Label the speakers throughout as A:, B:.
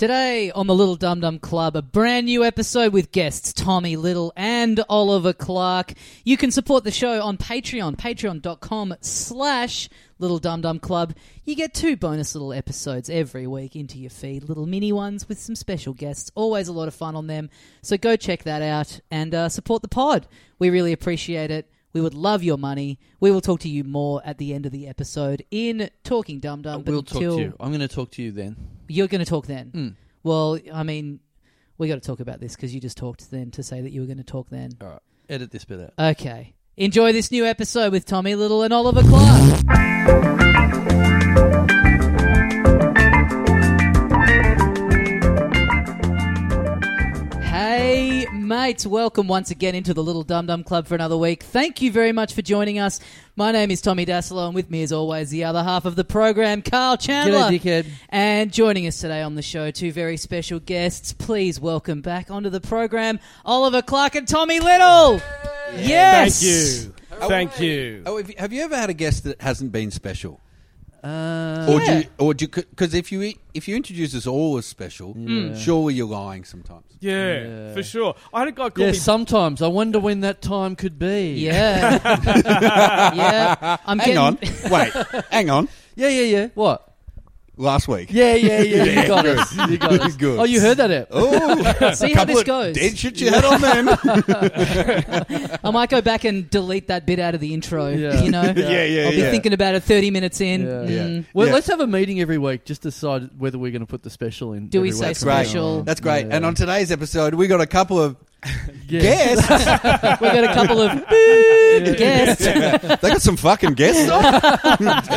A: Today on the Little Dum Dum Club, a brand new episode with guests Tommy Little and Oliver Clark. You can support the show on Patreon, patreon.com slash Little Dum Dum Club. You get two bonus little episodes every week into your feed, little mini ones with some special guests. Always a lot of fun on them. So go check that out and uh, support the pod. We really appreciate it. We would love your money. We will talk to you more at the end of the episode in Talking Dum Dum. but
B: Uh, we'll talk
A: until-
B: to you. I'm going to talk to you then.
A: you're going to talk then.
B: Mm.
A: Well, I mean, we got to talk about this because you just talked then to say that you were going to talk then.
B: All right. Edit this bit out.
A: Okay. Enjoy this new episode with Tommy Little and Oliver Clark. Hey, mates, welcome once again into the Little Dum Dum Club for another week. Thank you very much for joining us. My name is Tommy Dassolo, and with me, as always, the other half of the program, Carl Chandler.
B: G'day, dickhead.
A: And joining us today on the show, two very special guests. Please welcome back onto the program Oliver Clark and Tommy Little. Yes.
C: Thank you. Thank you.
D: Oh, have you, have you ever had a guest that hasn't been special?
B: Uh,
D: Or do
A: Yeah.
D: you, or do because if you e, if you introduce us all as special, surely you're lying sometimes.
C: Yeah,
B: Yeah.
C: for sure. I had a guy call
B: yeah,
C: me.
B: sometimes I wonder when that time could be.
A: Yeah. yeah. I'm
D: Hang
A: getting,
D: on, wait, hang on.
B: Yeah, yeah, yeah. What?
D: Last week,
B: Yeah, yeah, yeah. you got us. You got us.
D: Good.
B: Oh, you heard that out.
D: oh,
A: See how this goes.
D: dead shit you had on them.
A: I might go back and delete that bit out of the intro.
B: Yeah.
A: You know?
D: Yeah, yeah,
A: I'll be
D: yeah.
A: thinking about it 30 minutes in.
B: Yeah.
A: Mm.
B: Well,
D: Yeah.
B: let's have a meeting every week. Just decide whether we're going to put the special in.
A: Do we
B: every
A: say
B: week.
D: right.
A: special?
D: That's great.
B: Yeah.
D: And on today's episode, we got a couple of
B: Yeah.
D: guests.
A: We've got a couple of
B: Yeah.
A: guests.
D: they got some fucking guests. on.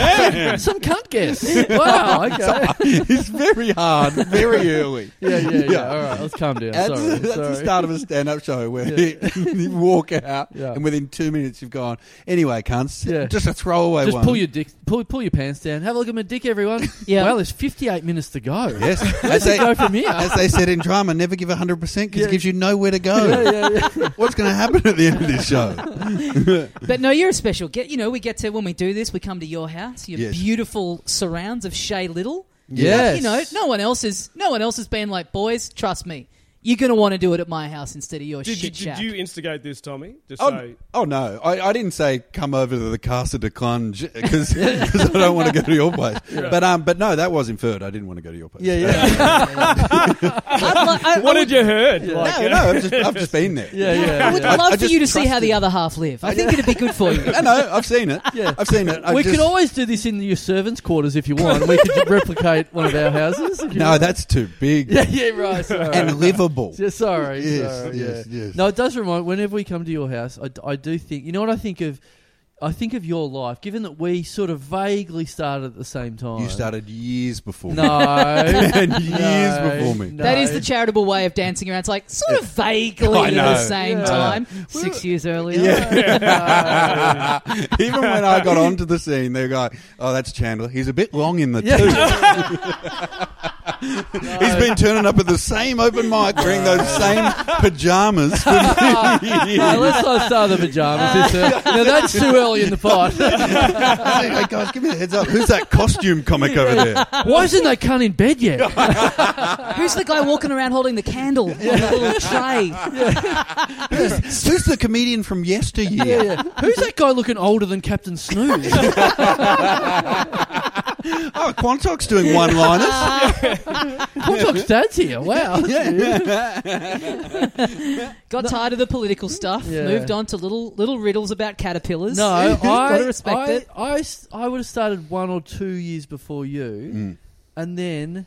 B: Some cunt guess. wow. Okay.
D: it's very hard, very early.
B: Yeah, yeah, yeah,
D: Yeah.
B: All right, let's calm down.
D: That's,
B: Sorry.
D: that's
B: sorry.
D: the start of a stand-up show where
B: Yeah.
D: you walk out,
B: Yeah.
D: and within two minutes you've gone. Anyway, cunts,
B: Yeah.
D: just a throwaway
B: Just
D: one.
B: pull your dick, pull, pull your pants down. Have a look at my dick, everyone.
A: Yeah.
B: Wow, there's 58 minutes to go.
D: yes, as
B: Let's
D: they,
B: go from here.
D: as they said in drama, never give hundred percent because
B: Yeah.
D: it gives you nowhere to go.
B: yeah, yeah.
D: What's going to happen at the end of this show?
A: But no, you're a special get. You know, we get to when we do this, we come to your house, your
D: Yes.
A: beautiful surrounds of Shea Little.
B: Yes.
A: you know, no one else is. No one else has been like, boys, trust me, you're gonna want to do it at my house instead of your
C: Did, you,
A: shit
C: did
A: shack.
C: you instigate this, Tommy? Just
D: Oh,
C: say.
D: oh no, I, I didn't say come over to the Casa de Clunge because I don't want to go to your place. But um, but no, that was inferred. I didn't want to go to your place.
B: Yeah, yeah,
A: I'd lo- I, I
C: What
A: would,
C: did you heard?
B: Yeah.
D: No,
C: Like,
D: no, I've just, I've just been there.
B: yeah, yeah.
A: I would
B: yeah.
A: love
D: I
A: for
D: just
A: you to see how
D: trusted-
A: the other half live. I think it'd be good for you.
D: No, no, I've seen it.
B: Yeah.
D: I've seen it. I
B: we
D: just-
B: could always do this in your servants' quarters if you want. We could replicate one of our houses. if you
D: No,
B: want.
D: that's too big
B: yeah, yeah, right. Sorry.
D: and livable.
B: yeah, sorry,
D: Yes,
B: sorry,
D: yes,
B: yeah.
D: yes.
B: No, it does remind. Whenever we come to your house, I, d- I do think. You know what I think of? I think of your life. Given that we sort of vaguely started at the same time.
D: You started years before. me.
B: No.
D: and years
B: No,
D: before me.
B: no.
A: That is the charitable way of dancing around. It's like sort of vaguely
D: I
A: at
D: know.
A: the same
B: Yeah.
A: time,
D: We
A: six
D: were-
A: years earlier.
B: Yeah.
D: Even when I got onto the scene, they go, "Oh, that's Chandler. He's a bit long in the
B: Yeah.
D: tooth. He's been turning up at the same open mic wearing those same pajamas for years."
B: No, let's not start the pajamas. This, uh, now that's too early in the pot.
D: hey guys, give me a heads up. Who's that costume comic over there?
B: Why isn't that cunt in bed yet?
A: Who's the guy walking around holding the candle on the little tray?
D: Who's, who's the comedian from yesteryear?
B: Yeah, yeah. Who's that guy looking older than Captain Snooze?
D: Oh, Quantock's doing one-liners.
B: Quantock's dad's here. Wow.
A: Got tired of the political stuff.
B: Yeah.
A: Moved on to little little riddles about caterpillars.
B: No, I,
A: gotta respect
B: I,
A: it.
B: I s- I would have started one or two years before you,
D: Mm.
B: and then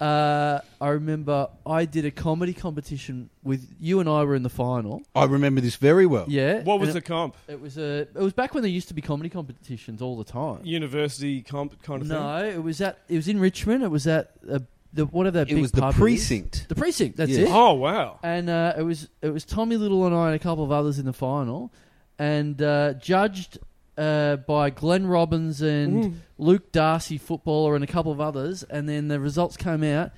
B: uh, I remember I did a comedy competition with you and I were in the final.
D: I remember this very well.
B: Yeah.
C: What was
B: and
C: the comp?
B: It, it was a. It was back when there used to be comedy competitions all the time.
C: University comp kind of
B: no, it was at. It was in Richmond. It was at uh, the whatever that
D: It
B: big
D: was the
B: pub is.
D: precinct.
B: The precinct. That's
D: Yes.
B: it.
C: thing? Oh, wow.
B: and uh, it was it was Tommy Little and I and a couple of others in the final, and uh, judged uh, by Glenn Robbins
D: Mm.
B: and Luke Darcy, footballer, and a couple of others. And then the results came out.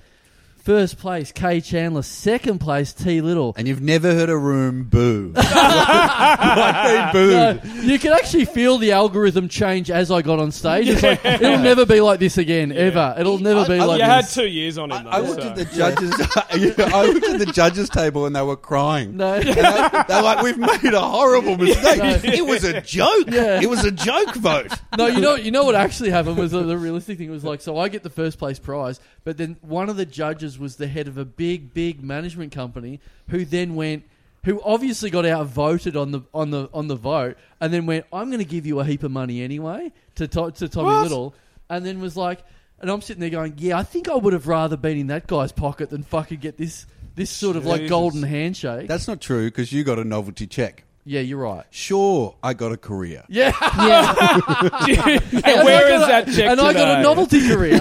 B: First place, Kay Chandler. Second place, T Little.
D: And you've never heard a room boo. like they booed.
B: No, you can actually feel the algorithm change as I got on stage. It's like it'll never be like this again, ever. It'll never be
D: I-
B: like
D: I-
C: you
B: this.
C: had two years on
D: I,
C: him.
D: I
C: though,
D: looked
C: so.
D: at the judges. I looked at the judges table, and they were crying.
B: no,
D: And they, they're like, "We've made a horrible mistake.
B: No.
D: It was a joke.
B: Yeah.
D: It was a joke vote."
B: no. You know, you know what actually happened was the, the realistic thing was like, so I get the first place prize, but then one of the judges was the head of a big, big management company who then went. Who obviously got outvoted on the on the on the vote, and then went, "I'm going to give you a heap of money anyway to to, to Tommy
C: What?
B: Little," and then was like, and I'm sitting there going, "Yeah, I think I would have rather been in that guy's pocket than fucking get this this sort of like
C: Jesus.
B: golden handshake."
D: That's not true because you got a novelty check.
B: yeah, you're right.
D: Sure, I got a career.
B: Yeah,
A: Yeah.
C: And where
B: And
C: is
B: I got
C: that
B: a-
C: check
B: And I got
C: today?
B: a novelty career.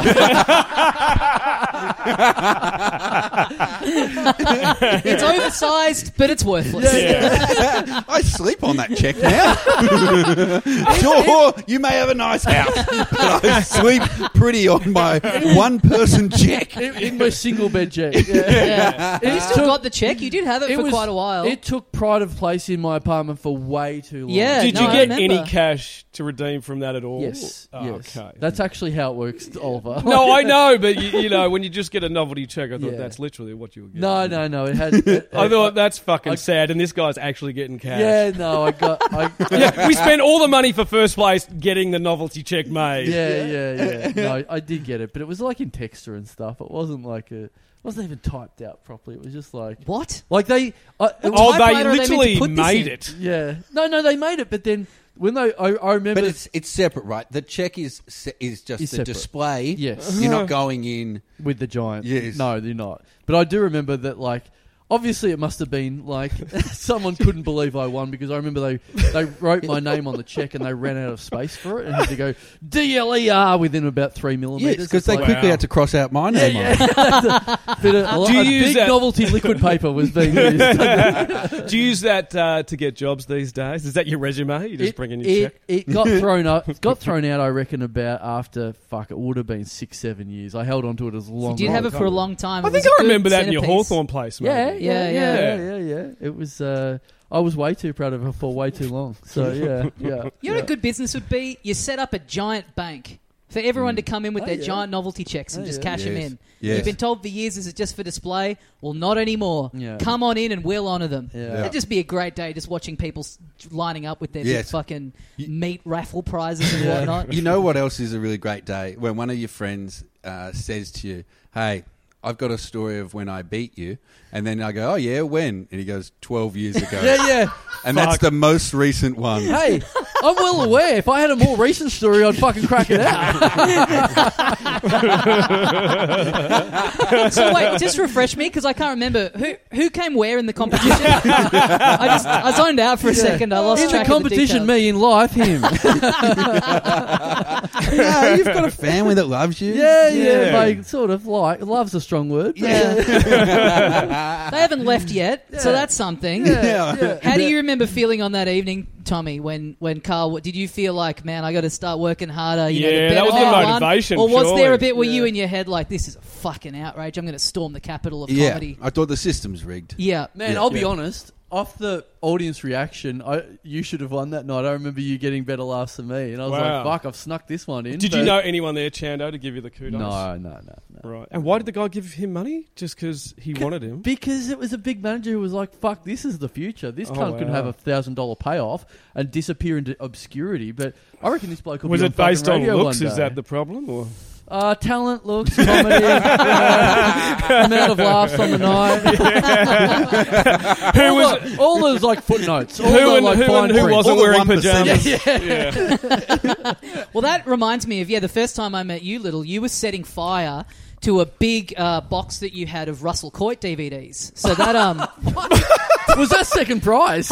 A: it's oversized, but it's worthless.
C: Yeah.
D: I sleep on that check now. sure, you may have a nice house, but I sleep pretty on my one-person check.
B: in, in my single bed check. Yeah.
A: Yeah.
B: It
A: You still
B: took-
A: got the check. You did have it, for
B: was-
A: quite a while.
B: It took pride of place in my apartment for way too long.
A: Yeah,
C: Did
A: no,
C: you
A: I
C: get
A: remember.
C: any cash to redeem from that at all?
B: Yes.
C: Oh,
B: yes.
C: Okay.
B: That's actually how it works, Oliver.
C: no, I know, but you, you know, when you just get a novelty check, I thought
B: Yeah.
C: that's literally what you were getting.
B: no, no, no. It had. It,
C: I thought that's fucking
B: I-
C: sad, and this guy's actually getting cash.
B: Yeah, no. I got. I,
C: Yeah, we spent all the money for first place getting the novelty check made.
B: yeah, yeah, yeah. No, I did get it, but it was like in texture and stuff. It wasn't like a. It wasn't even typed out properly. It was just like.
A: What?
B: Like they. I, it was,
C: Oh, they
A: typewriter, they meant to
C: literally
A: put this
C: made
A: in.
C: it.
B: yeah. No, no. They made it, but then when they, I, I remember.
D: But it's it's separate, right? The check is se- is just
B: Is
D: the
B: separate.
D: display.
B: Yes.
D: you're not going in.
B: with the Giants.
D: Yes.
B: No, they're not. But I do remember that, like, obviously it must have been like someone couldn't believe I won because I remember they, they wrote my name on the check and they ran out of space for it and had to go DLER within about three millimeters.
D: because they
C: like-
D: quickly
C: Wow.
D: had to cross out my name. on it.
B: Bit of- a,
C: you
B: a
C: use
B: big
C: that-
B: novelty liquid paper was being used.
C: Do you use that uh, to get jobs these days? Is that your resume? You just bring in your
B: it,
C: check.
B: it got thrown up. It got thrown out. I reckon about after fuck. It would have been six, seven years. I held onto it as long.
A: You did
B: as
A: have
B: I
A: it
B: could.
A: for a long time.
B: um,
C: I
A: It was
C: think
A: a
C: I
A: good
C: remember that in your
A: centerpiece.
C: Hawthorne place,
B: Yeah,
C: mate.
B: yeah,
A: Yeah,
B: yeah, yeah, yeah, It was. Uh, I was way too proud of her for way too long. So yeah, yeah.
A: You know
B: yeah.
A: what a good business would be? You set up a giant bank for everyone to come in with
B: Oh,
A: their
B: yeah.
A: giant novelty checks and
B: Oh,
A: just
B: yeah.
A: cash them
D: Yes.
A: in.
D: Yes.
A: You've been told for years this is just for display. Well, not anymore.
B: Yeah.
A: Come on in and we'll honour them.
B: Yeah.
A: It'd just be a great day just watching people s- lining up with their big
D: Yes.
A: fucking
D: You-
A: meat raffle prizes and
B: Yeah.
A: whatnot.
D: You know what else is a really great day when one of your friends uh, says to you, "Hey." I've got a story of when I beat you, and then I go, "Oh yeah, when?" And he goes, 12 years ago."
B: yeah, yeah.
D: and that's the most recent one.
B: Hey, I'm well aware. If I had a more recent story, I'd fucking crack it out.
A: so wait, just refresh me because I can't remember who who came where in the competition. I just I zoned out for a second. I lost
B: in the
A: track
B: competition,
A: Of the details.
B: me in life, him.
D: no, you've got a family that loves you.
B: Yeah, yeah,
C: Yeah.
B: Like sort of like love's a strong word. but-
A: Yeah, they haven't left yet, so that's something.
B: yeah, yeah.
A: How do you remember feeling on that evening, Tommy? When when Carl, what- did you feel like, man, I got to start working harder? You know,
C: Yeah,
A: the
C: that was
A: better
C: the
A: I won?
C: motivation,
A: Or was there
C: surely.
A: a bit where you
B: Yeah.
A: in your head like, this is a fucking outrage? I'm going to storm the capital of
D: Yeah,
A: comedy.
D: I thought the system's rigged.
A: Yeah,
B: Man,
D: Yeah.
B: I'll be
D: Yeah.
B: honest. Off the audience reaction, I you should have won that night. I remember you getting better laughs than me, and I was
C: Wow.
B: like, "Fuck, I've snuck this one in."
C: Did
B: but-
C: you know anyone there, Chando, to give you the kudos?
B: No, no, no, no.
C: Right. And why did the guy give him money? Just because he wanted him?
B: Because it was a big manager who was like, "Fuck, this is the future. This
C: Oh,
B: cunt could
C: wow.
B: have a thousand dollar payoff and disappear into obscurity." But I reckon this bloke could
C: Was
B: be
C: it based on
B: fucking radio
C: looks?
B: one
C: Is
B: day.
C: that the problem? Or
B: uh, talent, looks, comedy, uh, amount of laughs on the night?
C: who
B: all,
C: was?
B: the- all those like footnotes. All
C: Who
B: the,
C: and,
B: like,
C: who,
B: fine
C: and who
B: print.
D: All
C: wasn't
D: the
C: wearing
D: 1%.
C: pajamas?
B: Yeah, yeah.
C: Yeah.
A: Well, that reminds me of yeah. The first time I met you, little, you were setting fire to a big uh, box that you had of Russell Coit DVDs. So that um,
B: was that second prize?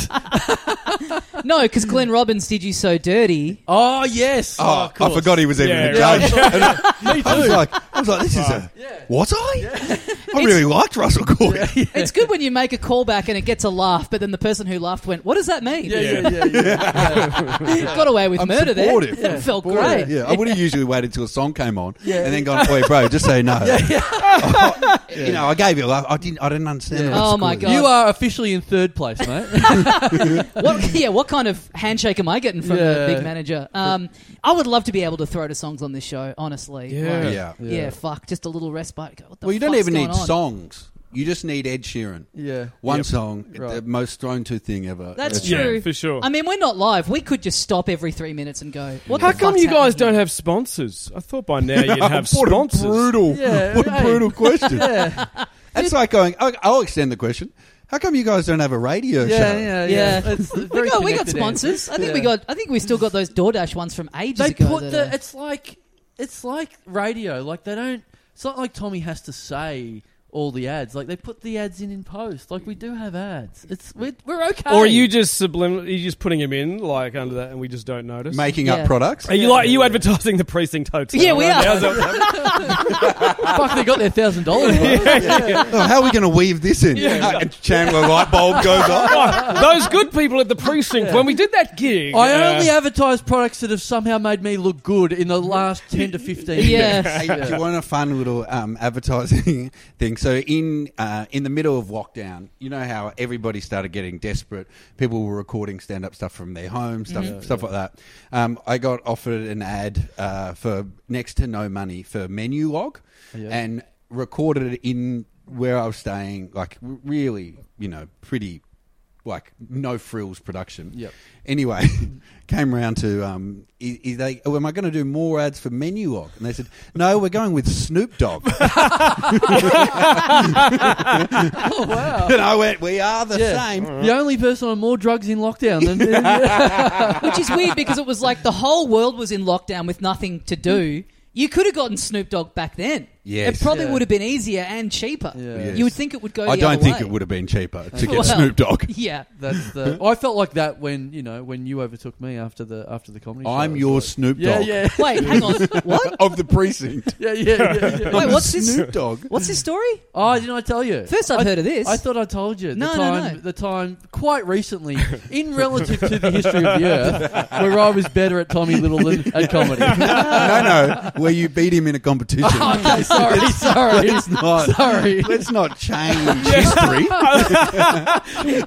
A: no, because Glenn Robbins did you so dirty.
B: Oh yes.
D: Oh,
B: of course.
D: I forgot he was even
C: Yeah,
D: a judge.
B: Me
D: I
B: too.
D: was like, I was like, this is a. Was I? I really liked Russell Gordon.
A: It's good when you make a callback and it gets a laugh, but then the person who laughed went, "What does that mean?"
B: Yeah, yeah, yeah. yeah,
A: Got away with
D: I'm
A: murder
D: supportive.
A: there.
D: Yeah.
A: Felt
D: Yeah,
A: great.
D: yeah. I would have usually waited till a song came on and then gone, "Oi, bro, just so you know." You know, I gave you a laugh. I didn't. I didn't understand.
B: Yeah.
D: what
A: Oh, my
D: score
A: God.
D: was.
B: You are officially in third place, mate.
A: What, yeah, what kind of handshake am I getting from the
B: Yeah.
A: big manager? Um, I would love to be able to throw to songs on this show, honestly.
C: Yeah.
A: Like,
D: Yeah.
A: yeah, fuck, just a little respite. Go, what the
D: Well, you don't
A: fuck's
D: even
A: going
D: need
A: on?
D: songs. You just need Ed Sheeran.
B: yeah.
D: One song,
B: Right.
D: the most thrown to thing ever.
A: That's
D: Ed Sheeran.
A: true.
C: Yeah, for sure.
A: I mean, we're not live. We could just stop every three minutes and go. What
C: How
A: the
C: come
A: fuck's
C: you guys
A: happening
C: don't
A: here?
C: have sponsors? I thought by now you'd have
D: what
C: sponsors.
D: A brutal,
B: Yeah,
D: what a
B: hey.
D: brutal question.
B: Yeah,
D: That's like going. I'll, I'll extend the question. How come you guys don't have a radio
B: yeah,
D: show?
A: Yeah.
B: yeah. yeah. It's very
A: We got, we got
B: connected,
A: sponsors. I think we
B: Yeah.
A: got. I think we still got those DoorDash ones from ages
B: They
A: ago.
B: put
A: that uh,
B: the.
A: are-
B: It's like it's like radio. Like they don't. It's not like Tommy has to say all the ads. Like they put the ads in in post. Like we do have ads. It's we're, we're okay.
C: Or are you just subliminal? Are you just putting them in like under that, and we just don't notice?
D: Making
A: Yeah.
D: up products.
C: are you like are you advertising the precinct hotel?
A: Yeah, we
C: right
A: are.
C: now? Is that-
B: fuck? They got their thousand dollars.
D: Oh, how are we going to weave this in?
C: Yeah.
D: A Chandler light bulb goes off.
C: Oh, those good people at the precinct when we did that gig.
B: I
C: uh,
B: only advertise products that have somehow made me look good in the last ten to fifteen. years.
A: Yeah.
D: Hey, do you want a fun little um, advertising thing? So in uh, in the middle of lockdown, you know how everybody started getting desperate. People were recording stand up stuff from their home, stuff stuff like that. Um, I got offered an ad uh, for next to no money for menu log,
B: Yeah.
D: and recorded it in where I was staying. Like r- really, you know, pretty like no frills production.
B: Yep.
D: Anyway, came round to um, i i they, oh, am I going to do more ads for Menu Log? And they said, no, we're going with Snoop Dogg.
B: Oh wow.
D: and I went, we are the
B: Yeah.
D: same.
B: The only person on more drugs in lockdown than yeah.
A: Which is weird because it was like the whole world was in lockdown with nothing to do. You could have gotten Snoop Dogg back then.
D: Yes.
A: It probably
B: Yeah.
A: would have been easier and cheaper.
D: Yes.
A: You would think it would go
D: I
A: Oh, the
D: don't
A: other
D: think
A: way.
D: it would have been cheaper to get
A: Well-
D: Snoop Dogg.
A: Yeah.
B: That's the. I felt like that when you know when you overtook me after the after the comedy. show.
D: I'm
B: It's
D: your
B: like-
D: Snoop
B: Yeah,
D: Dogg
B: yeah,
A: Wait, hang on. What?
D: of the precinct.
B: yeah, yeah, yeah. yeah.
A: Wait, what's this?
D: Snoop Dogg.
A: What's this story?
B: Oh, didn't I tell you?
A: First I've
B: I-
A: heard of this.
B: I thought I told you. The
A: No, no,
B: time,
A: no.
B: The time, quite recently, in relative to the history of the earth, where I was better at Tommy Little than at comedy.
D: no, no, where you beat him in a competition.
A: Oh,
B: okay, sorry, sorry.
D: Let's not.
B: Sorry.
D: Let's not change history.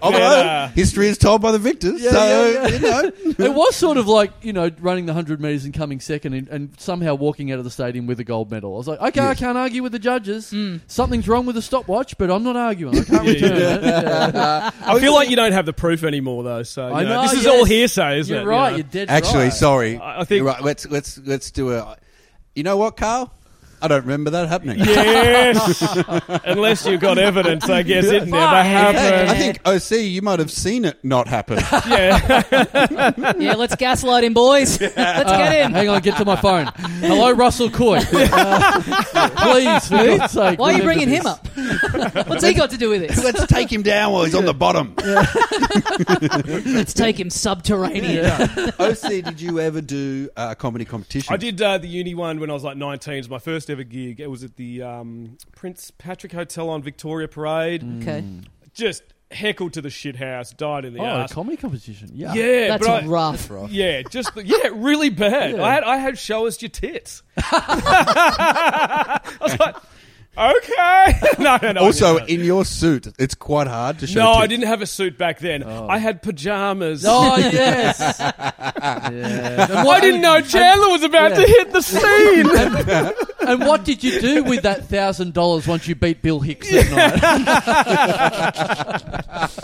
D: Although
C: Yeah.
D: history is told by the victors,
B: Yeah,
D: so
B: yeah, yeah.
D: you know.
B: It was sort of like, you know, running the 100 metres and coming second and, and somehow walking out of the stadium with a gold medal. I was like, okay, I
D: Yes.
B: can't argue with the judges. Something's wrong with the stopwatch, but I'm not arguing. I can't return it.
C: I feel like you don't have the proof anymore, though. So you
B: I
C: know,
B: know,
C: this is
B: yes.
C: all hearsay, isn't
B: You're
C: it?
B: right,
C: You
B: you're
C: know?
B: dead
D: Actually,
B: right.
D: sorry.
C: I- I think-
D: You're right. Let's let's let's do a. You know what, Carl? I don't remember that happening.
C: yes, unless you've got evidence, I guess it never
A: Fuck.
D: I
C: happened.
D: think OC, you might have seen it not happen.
C: Yeah,
A: Yeah, let's gaslight him, boys. Let's get him.
B: Hang on, get to my phone. Hello, Russell Coy. Uh, please, for God's sake.
A: Why are you
B: remember
A: bringing
B: this.
A: him up? What's he got to do with this?
D: let's take him down while he's on the bottom.
A: Let's take him subterranean.
D: OC, did you ever do a comedy competition?
C: I did uh, the uni one when I was like 19. It was my first ever gig. It was at the um, Prince Patrick Hotel on Victoria Parade.
B: Mm.
A: Okay.
C: Just heckled to the shit house, died in the
B: Oh, a
C: arse.
B: comedy competition. Yeah.
C: yeah,
A: That's
C: but I-
A: rough.
C: Yeah, just the, yeah, really bad. I had I had show us your tits. I was like, okay, no, no, no. I
D: Also,
C: didn't.
D: in your suit, it's quite hard to show.
C: no, I
D: tits.
C: didn't have a suit back then. I had pajamas.
B: Oh, yes. yeah.
C: I didn't know Chandler was about
B: Yeah.
C: to hit the scene.
B: And what did you do with that thousand dollars once you beat Bill Hicks that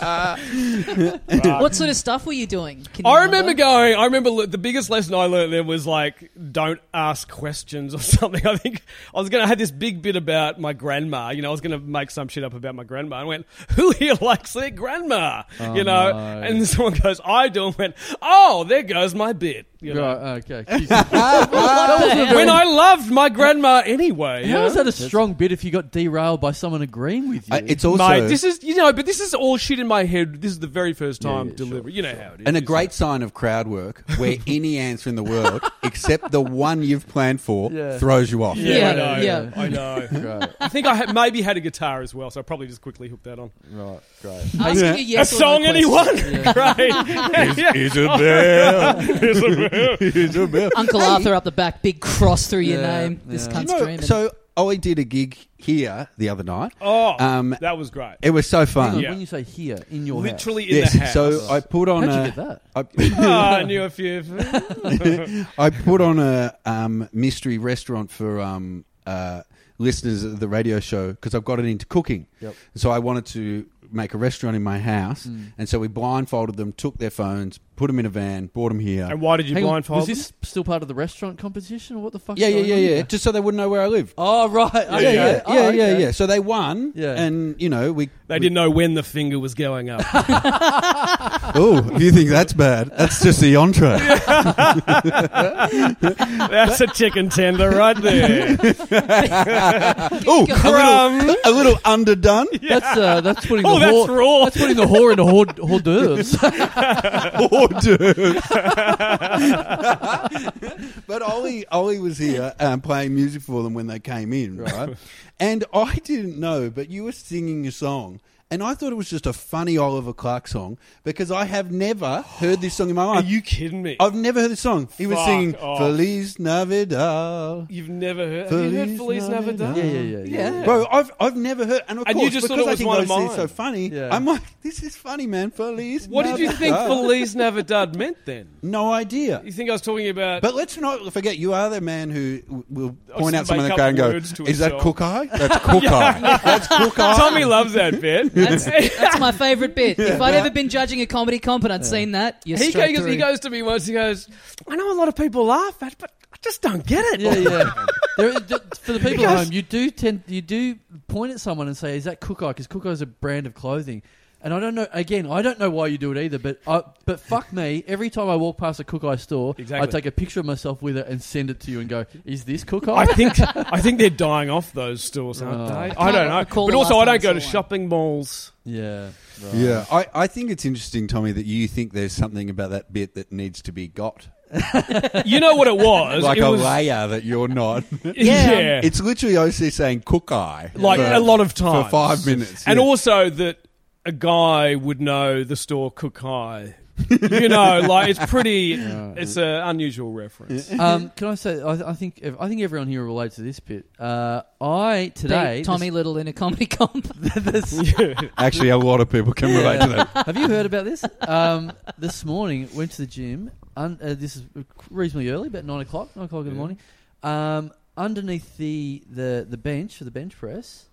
B: night?
A: What sort of stuff were you doing? Can you
C: I remember
A: remember?
C: going. I remember le- the biggest lesson I learned then was like, don't ask questions or something. I think I was gonna have this big bit about my grandma. You know, I was gonna make some shit up about my grandma. I went, who here likes their grandma? you know,
B: Oh, no.
C: and someone goes, I do. And went, oh, there goes my bit. You know?
B: right, okay. Jesus.
A: What the
C: When I loved my grandma anyway.
B: How
C: yeah?
B: is that a strong bit if you got derailed by someone agreeing with you?
D: Uh, it's also
C: Mate, this is you know, but this is all shit in my head. This is the very first time
B: yeah,
C: delivery. you know how it is.
D: and a great sign of crowd work where any answer in the world except the one you've planned for
B: Yeah.
D: throws you off.
A: Yeah,
C: I know.
A: yeah.
C: I know.
B: great,
C: I think I had, maybe had a guitar as well, so I probably just quickly hooked that on.
B: right, great.
A: Asking
D: Yeah.
A: a yes
C: a
A: or no
C: song,
A: question.
C: anyone?
A: Yeah.
C: Great. Yeah.
D: Isabel, Isabel.
A: Uncle Arthur up the back, big cross through your
B: Yeah,
A: name. This
B: yeah.
A: cunt's
D: You know,
A: dreaming.
D: so I did a gig here the other night.
C: Oh,
D: Um,
C: that was great.
D: It was so fun.
C: Yeah.
B: When you say here in your
C: Literally in the
D: Yes.
C: house.
D: So I put on
B: house, how'd
D: a.
B: you get that?
D: I,
C: Oh, I knew a few.
D: I put on a um, mystery restaurant for um, uh, listeners of the radio show because I've gotten into cooking.
B: Yep. Mm.
D: So I wanted to make a restaurant in my house, and so we blindfolded them, took their phones, put them in a van, brought them here.
C: And why did you
B: Hang on,
C: blindfold?
B: was this still part of the restaurant competition or what the fuck?
D: yeah, yeah, yeah, yeah. Just so they wouldn't know where I live.
B: Oh right, yeah,
D: yeah,
B: okay.
D: yeah,
B: Oh,
D: yeah, yeah,
B: okay.
D: yeah. So they won,
B: Yeah.
D: and you know we.
C: They didn't know when the finger was going up.
D: Oh, if you think that's bad, that's just the entree.
C: That's a chicken tender right there.
D: oh,
A: Go-
D: a little, a little underdone.
B: That's uh, that's putting
C: Oh,
B: the
C: that's
B: whore.
C: raw.
B: That's putting the whore into hors, hors d'oeuvres.
D: Oh, dude. but Ollie, Ollie was here um, playing music for them when they came in, right? and I didn't know, but you were singing a song. And I thought it was just a funny Oliver Clark song because I have never heard this song in my
C: Are
D: life.
C: you kidding me?
D: I've never heard this song. He was
C: Fuck
D: singing
C: off.
D: Feliz Navidad.
C: You've never heard? Have you heard
D: Feliz
C: Feliz Navidad?
D: Navidad.
B: yeah, yeah, yeah, yeah. yeah.
D: Bro, I've, I've never heard, and of
C: And you
D: course,
C: just thought
D: because
C: it was
D: I think
C: one
D: I
C: of
D: see it's
C: mine.
D: so funny,
B: Yeah.
D: I'm like, this is funny, man. Feliz.
C: What did you think
D: Navidad.
C: Feliz Navidad meant then?
D: No idea.
C: You think I was talking about?
D: But let's not forget, you are the man who w- will
C: I'll
D: point
C: just
D: out someone in
C: make
D: the crowd and
C: up
D: go,
C: Oh, words to
D: "Is that
C: himself."
D: cook eye? That's cook eye. That's cook eye."
C: Tommy loves that bit.
A: That's, that's my favourite bit. If I'd ever been judging a comedy comp and I'd seen that, you're
C: he,
A: straight
C: goes,
A: through.
C: he goes to me once. He goes, "I know a lot of people laugh at, but I just don't get it."
B: Yeah, yeah. There, th- for the people at
C: Because-
B: home, you do tend you do point at someone and say, "Is that Cook Eye?" Because Cook Eye is a brand of clothing, and I don't know. Again, I don't know why you do it either. But I, but fuck me, every time I walk past a Cook Eye store,
C: Exactly.
B: I take a picture of myself with it and send it to you and go, "Is this Cook
C: I
B: Eye?"
C: think I think they're dying off those stores, aren't
B: Oh.
C: they?
A: I
C: I, don't
A: can't
C: know.
A: recall
C: But
A: the
C: also,
A: last
C: I
A: time I
C: don't go to
A: saw one.
C: shopping malls.
B: yeah, right.
D: Yeah, I, I think it's interesting, Tommy, that you think there's something about that bit that needs to be got,
C: You know what it was?
D: like
C: it
D: a
C: was,
D: layer that you're not.
C: yeah.
D: it's literally OC saying "cook eye"
C: like
D: for-
C: a lot of
D: for
C: times
D: five minutes,
C: and
D: yeah.
C: also that a guy would know the store Cook High. you know, like it's pretty. It's an unusual reference.
B: Um, can I say? I, I think ev- I think everyone here relates to this bit. Uh, I today,
A: Big Tommy Little in a comedy comp.
B: this-
D: Actually, a lot of people can relate to that.
B: Have you heard about this? Um, this morning, went to the gym. Un- uh, this is reasonably early, about nine o'clock, nine o'clock in the
D: Yeah.
B: morning. Um, underneath the, the the bench for the bench press,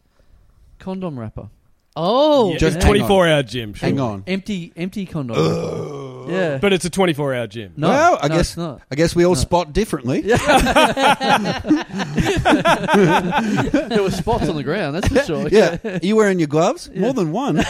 B: condom wrapper,
A: Oh,
C: Yeah,
D: Just
C: it's
D: hang on.
C: 24 hour gym. Sure.
D: Hang on.
B: empty empty condom. Yeah,
C: But it's a 24 hour gym.
B: no,
D: Well, I
B: no,
D: guess-
B: it's not.
D: I guess we
C: Uh,
D: all spot differently.
B: there were spots on the ground. That's for sure.
D: Yeah, are you wearing your gloves? More than one.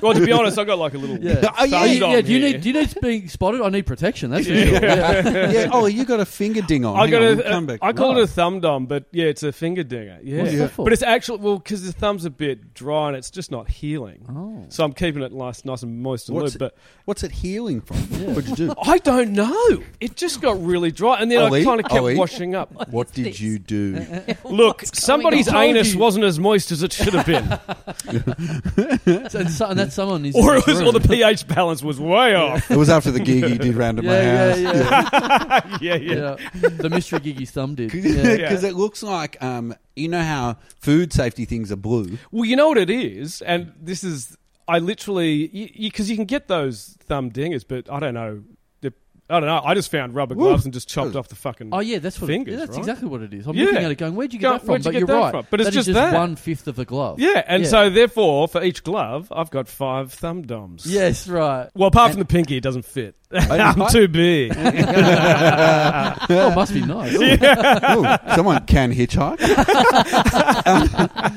C: Well, to be honest, I got like a little.
B: Yeah.
D: Oh, yeah,
C: sand
D: you-
C: on
B: yeah. Do you
C: here.
B: need do you need being spotted? I need protection. That's for sure. Yeah.
D: yeah. Oh, you got a finger ding on.
C: I
D: Hang
C: got
D: on,
C: a,
D: we'll come back.
C: I call
B: Wow.
C: it a thumb dom, but yeah, it's a finger dinger. Yeah,
B: What's that for?
C: but it's actually well because the thumb's a bit dry and it's just not healing.
B: Oh.
C: So I'm keeping it nice, nice and moist and
D: What's
C: lube. But
D: What's it healing from? What'd you do?
C: I don't know. It just got really dry, and then
D: Ollie?
C: I kind of kept
D: Ollie?
C: washing up.
D: What did
A: this?
D: you do?
C: Look, somebody's
B: on? I told
C: anus
B: you.
C: wasn't as moist as it should have been,
B: And, so, and that's someone is
C: or
B: in
C: it
B: this
C: was, or the
B: room.
C: pH balance was way off.
D: It was after the gig he did round at my
B: yeah, yeah,
D: house.
B: yeah.
C: yeah, yeah.
B: yeah. The mystery giggy's thumb did.
D: Because
B: Yeah.
D: it looks like, um, you know how food safety things are blue?
C: Well, you know what it is, and this is I literally because you, 'cause you can get those thumb dingers, but I don't know. They're- I don't know. I just found rubber
D: Woo.
C: gloves and just chopped off the fucking.
B: Oh yeah, that's what.
C: Fingers,
B: yeah, that's
C: right?
B: exactly what it is. I'm
C: Yeah.
B: looking at it, going, "Where'd you get
C: Go-
B: that from?"
C: where'd you
B: but
C: get
B: you're
C: that
B: right.
C: from? But it's
B: That is
C: just that.
B: one fifth of a glove.
C: yeah, and
B: Yeah.
C: so therefore, for each glove, I've got five thumb doms.
B: Yes, right.
C: Well, apart from the pinky, it doesn't fit. I'm
D: I-
C: too big.
B: Oh, must be nice.
D: Ooh, someone can hitchhike.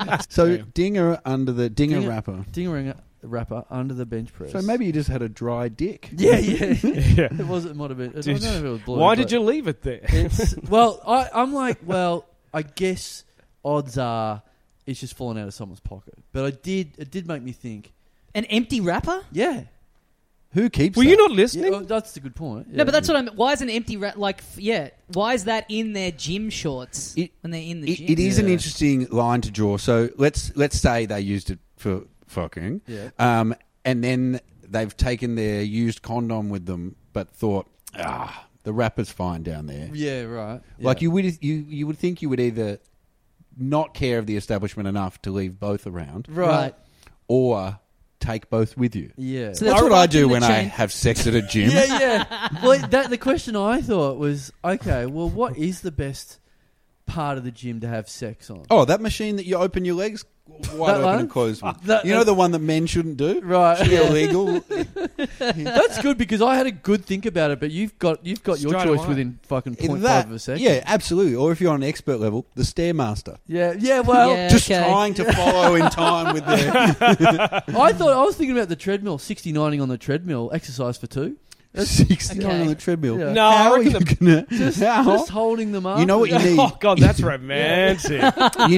D: Um, so, dinger under the dinger,
B: Dinger.
D: wrapper.
B: Dingering wrapper under the bench press.
D: So maybe you just had a dry dick.
B: Yeah, yeah.
C: yeah.
B: it was. It might have been. I don't
C: Did-
B: know if it was blue.
C: Why did
B: but
C: you leave it there?
B: It's, well, I, I'm like, well, I guess odds are it's just fallen out of someone's pocket. But I did. It did make me think.
A: An empty wrapper?
B: Yeah.
D: Who keeps?
C: Were
D: that?
C: you not
B: Yeah,
C: listening?
B: oh, that's a good point.
A: No, but that's what I'm. Why is an empty wrap like? f- Yeah, why is that in their gym shorts
D: It-
A: when they're in the
D: It,
A: gym?
D: it is an
B: Yeah.
D: interesting line to draw. So let's let's say they used it for fucking,
B: Yeah.
D: um, and then they've taken their used condom with them, but thought, ah, the wrapper's fine down there.
B: Yeah. Right.
D: Like
B: Yeah.
D: you would you you would think you would either not care of the establishment enough to leave both around,
B: Right.
A: Right.
D: or take both with you.
B: Yeah.
A: So
D: That's
A: Or
D: what I
A: like in
D: do
A: the
D: when I
A: chain-
D: have sex at a gym.
B: yeah, yeah. Well, that the question I thought was, okay, well, what is the best part of the gym to have sex on?
D: Oh, that machine that you open your legs wide
B: That
D: open
B: one?
D: and close one.
B: That-
D: you know the uh, one that men shouldn't do.
B: Right.
D: Should be illegal.
B: That's good because I had a good think about it, but you've got you've got your
C: Straight
B: choice
C: away.
B: within fucking
D: In
B: point
D: that-
B: five of a second.
D: Yeah, absolutely. Or if you're on an expert level, the stairmaster.
B: yeah, yeah. Well,
A: Yeah,
D: Just
A: okay.
D: trying to follow in time with the
B: I thought I was thinking about the treadmill, sixty nining on the treadmill, exercise for two,
D: sixty
A: Okay.
D: on the treadmill.
B: Yeah.
C: No,
D: how
C: I
D: are you
C: reckon the.
D: gonna? how?
B: just holding them up.
D: Uh-huh. you know what you need?
C: Oh god, that's romantic.
D: you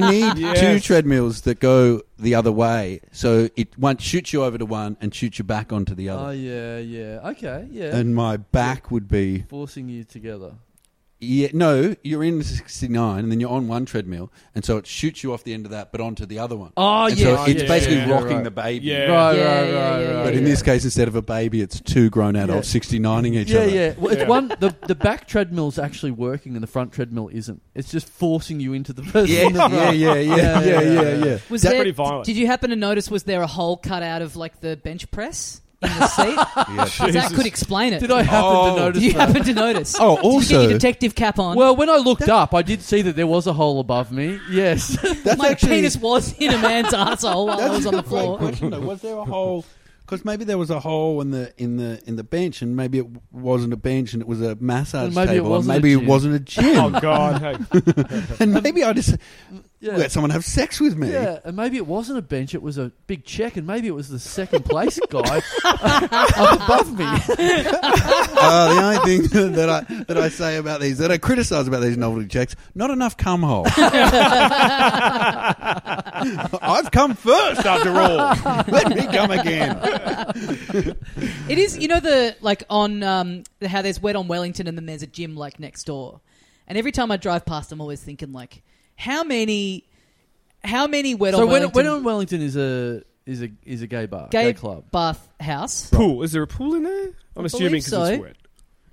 D: need
C: Yes.
D: two treadmills that go the other way, so it one shoots you over to one and shoots you back onto the
B: Oh
D: other.
B: yeah, yeah. Okay, yeah.
D: and my back would be
B: Forcing you together.
D: yeah, no, you're in sixty nine, and then you're on one treadmill, and so it shoots you off the end of that, but onto the other one.
B: Oh
D: And
B: yeah,
D: so it's
B: yeah,
D: basically
B: yeah,
D: rocking
B: right.
D: the baby.
C: Yeah.
B: Right,
A: Yeah,
B: right,
A: yeah,
B: right,
A: yeah,
B: right.
D: But in
B: Oh, yeah.
D: this case, instead of a baby, it's two grown adults
B: Yeah.
D: 69ing each
B: yeah,
D: other.
B: yeah. Well, it's
C: Yeah.
B: one the the back treadmill's actually working and the front treadmill isn't. It's just forcing you into the person.
D: Yeah,
B: on the
D: yeah,
B: front.
D: yeah, yeah, yeah, yeah, yeah.
A: Was
C: That's
A: there,
C: pretty violent.
A: Did you happen to notice? Was there a hole cut out of like the bench press in the seat?
D: Yeah.
A: 'Cause that could explain it.
B: Did I happen
D: Oh.
B: to
A: Did
B: notice
A: you
B: that?
A: happen to notice? Did
D: Oh,
A: you get
D: also,
A: your detective cap on?
B: Well, when I looked up, I did see that there was a hole above me. Yes.
D: that's
A: my
D: actually
A: penis was in a man's asshole while I
D: that's
A: was on the
D: a great
A: floor.
D: question, though. Was there a hole? Because maybe there was a hole in the in the in the bench, and maybe it wasn't a bench, and it was a massage
B: And maybe it
D: table, and
B: wasn't a
D: maybe it
B: gym.
D: wasn't a
C: Oh
D: gym,
C: god, hey.
D: and maybe I just
B: yeah.
D: let someone have sex with me.
B: Yeah, and maybe it wasn't a bench; it was a big check, and maybe it was the second place guy up above me.
D: Uh, the only thing that I that I say about these that I criticise about these novelty checks, not enough cum hole. I've come first after all. Let me come again.
A: It is, you know, the like on um, how there's wet on Wellington, and then there's a gym like next door. And every time I drive past, I'm always thinking like, how many, how many wet
B: so
A: on
B: when
A: Wellington
B: when on Wellington is a is a is a gay bar,
A: gay,
B: gay, club.
A: bath house?
C: pool. Is there a pool in there? I'm assuming
A: believe
C: because
A: so.
C: it's wet.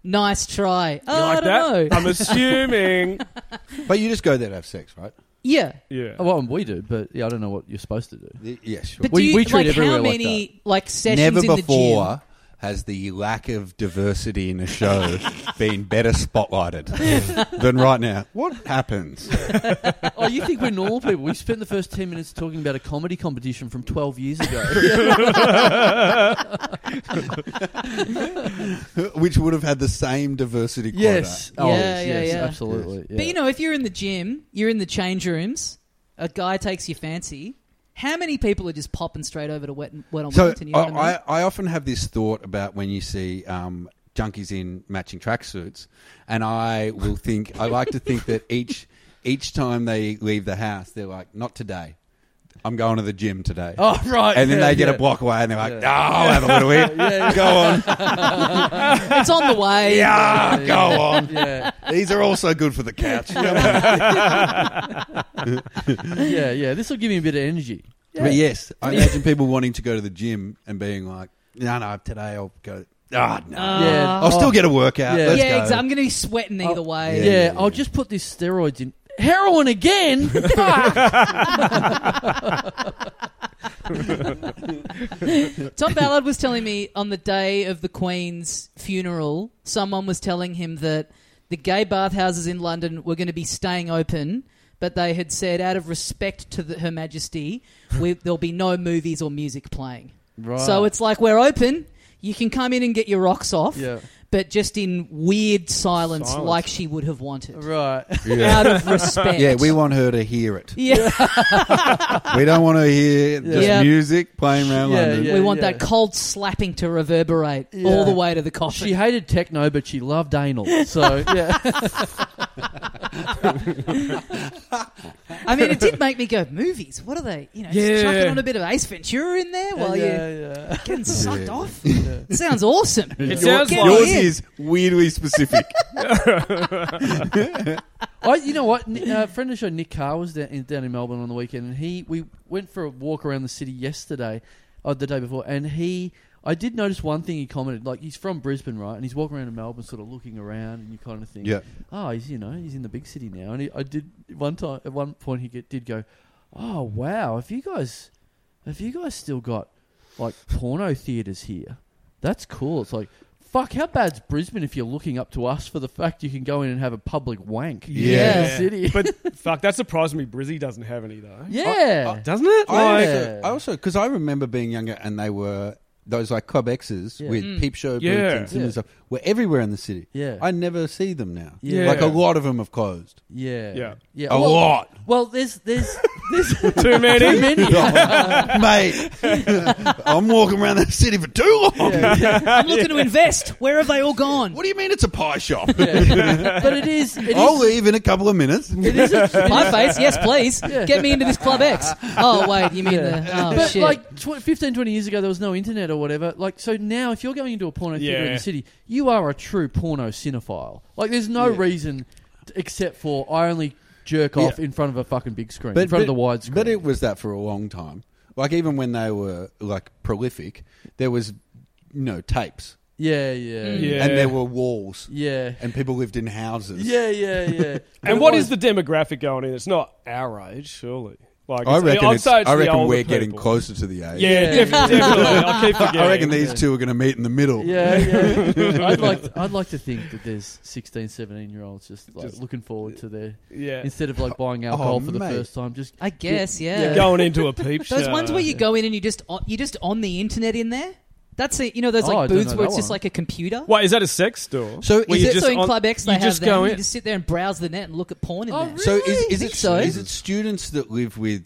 A: Nice try.
C: You
A: Oh, I don't
C: like that? Um,
A: know.
C: I'm assuming.
D: But you just go there to have sex, right?
A: yeah,
C: Yeah.
B: Oh, Well, we do, but yeah, I don't know what you're supposed to do.
D: Y- Yeah, sure.
A: but
B: We-
A: do you,
B: we
A: like
B: treat everywhere
A: how
B: like
A: many like sessions
D: Never
A: in the gym?
D: before has the lack of diversity in a show been better spotlighted than right now. What happens?
B: Oh, you think we're normal people? We spent the first ten minutes talking about a comedy competition from twelve years ago.
D: Which would have had the same diversity quota.
B: yes. Oh,
A: Yeah,
B: yes,
A: yeah,
B: yes,
A: yeah.
B: Absolutely.
A: But you know, if you're in the gym, you're in the change rooms. A guy takes your fancy. How many people are just popping straight over to wet, wet on
D: So
A: Wellington? You know what I mean?
D: I, I, I often have this thought about when you see um, junkies in matching tracksuits, and I will think I like to think that each each time they leave the house, they're like, "Not today, I'm going to the gym today."
B: Oh, right.
D: And then
B: yeah,
D: they get
B: yeah.
D: a block away, and they're like,
B: Yeah.
D: "Oh, I'll have a little eat. Go on,
A: it's on the way.
D: yeah, Ah, go on."
B: Yeah,
D: These are also good for the couch.
B: yeah, yeah. This will give me a bit of energy.
D: But yes, I imagine people wanting to go to the gym and being like, "No, no, today I'll go." Ah, no,
A: Uh,
B: yeah,
D: I'll
B: Oh.
D: still get a workout.
B: Yeah.
D: Let's
A: yeah,
D: go.
A: exa- I'm going to be sweating either way.
B: Yeah,
D: Yeah, yeah, yeah.
B: I'll just put these steroids in. Heroin again?
A: Tom Ballard was telling me on the day of the Queen's funeral, someone was telling him that the gay bathhouses in London were going to be staying open, but they had said, out of respect to the, Her Majesty, we, there'll be no movies or music playing.
B: right.
A: So it's like we're open. You can come in and get your rocks off,
B: yeah,
A: but just in weird silence,
C: Silence.
A: like she would have wanted,
B: right.
D: yeah.
A: out of respect.
D: yeah, we want her to hear it.
A: Yeah.
D: We don't want to hear just
A: Yeah.
D: music playing around
B: Yeah,
D: London.
B: yeah.
A: we want that cold slapping to reverberate all
B: Yeah.
A: the way to the
B: She
A: coffin.
B: hated techno, but she loved anal. So yeah,
A: I mean, it did make me go, movies, what are they? You know, just
C: Yeah.
A: chucking on a bit of Ace Ventura in there while you're
B: yeah,
A: getting sucked
D: Yeah.
A: off. Sounds awesome.
C: It sounds
A: Get
C: like-
A: me
D: Yours
A: in.
D: is weirdly specific.
B: I, you know what? Ni- uh, a friend of the show, Nick Carr, was down in, down in Melbourne on the weekend, and he we went for a walk around the city yesterday, or the day before, and he. I did notice one thing he commented, like he's from Brisbane, right? And he's walking around in Melbourne, sort of looking around, and you kind of think,
D: yeah.
B: oh, he's you know he's in the big city now. And he, I did one time at one point he get, did go, oh wow, if you guys, if you guys still got like porno theaters here, that's cool. It's like. Fuck, how bad's Brisbane if you're looking up to us for the fact you can go in and have a public wank in the
D: Yeah.
B: city?
C: but fuck, that surprised me. Brizzy doesn't have any though.
B: Yeah.
C: Doesn't it?
D: I
C: Like,
B: Yeah.
D: also- I also because I remember being younger and they were those like Club X's
B: Yeah.
D: with
A: Mm.
D: peep show booths
C: Yeah.
D: and similar
B: Yeah.
D: stuff were everywhere in the city.
B: yeah.
D: I never see them now.
B: Yeah.
D: Like a lot of them have closed.
B: yeah.
C: Yeah.
B: Yeah.
D: A
B: well,
D: lot,
B: Well, there's there's there's
C: too many.
D: mate. I'm walking around the city for too long.
A: I'm looking to invest. Where have they all gone?
D: What do you mean it's a pie shop?
B: yeah. But it is it is-
D: I'll leave in a couple of minutes.
B: it is a-
A: My face, yes, please. Get me into this Club X. Oh, wait, you mean the. Oh,
B: but
A: shit.
B: like tw- 15, 20 years ago, there was no internet or whatever. Like, so now if you're going into a porno theater in
C: Yeah.
B: the city, you are a true porno cinephile. Like, there's no
D: Yeah.
B: reason t- except for I only jerk
D: Yeah.
B: off in front of a fucking big screen, in front of the wide screen.
D: But it was that for a long time. Like even when they were like prolific, there was no tapes,
B: yeah, yeah,
A: Mm.
B: yeah,
C: Yeah.
D: and there were walls,
B: yeah,
D: and people lived in houses.
B: yeah, yeah, yeah.
C: and what is the demographic going in? It's not our age, surely. Like,
D: I
C: it's-
D: reckon.
C: I'd
D: it's,
C: say it's
D: I
C: the
D: reckon
C: older
D: we're getting
C: people.
D: closer to the age.
C: Yeah,
B: Yeah.
C: def- definitely. I keep forgetting.
D: I reckon these two are going to meet in the middle.
B: Yeah, yeah. I'd like I'd like to think that there's 16, 17 year olds just like
C: Just-
B: looking forward to their
C: Yeah.
B: instead of like buying alcohol for the
D: Oh, mate.
B: first time. Just
A: I guess, yeah.
B: Yeah,
C: Going into a peep show.
A: Those ones where you go in and you just on, you just on the internet in there. That's it. You know those
B: Oh,
A: like
B: I don't
A: booths
B: know
A: where
B: that
A: it's just
B: one.
A: like a computer.
C: Wait, is that a sex store?
D: So
C: Where
D: is
C: you
D: it-
A: so in
C: on-
A: Club X they
C: you
A: have
C: just
A: them.
C: go
A: you
C: in-
A: just sit there and browse the net and look at porn in
B: Oh,
A: there.
B: really?
D: So is, is
A: Think
D: it
A: so.
D: is it students that live with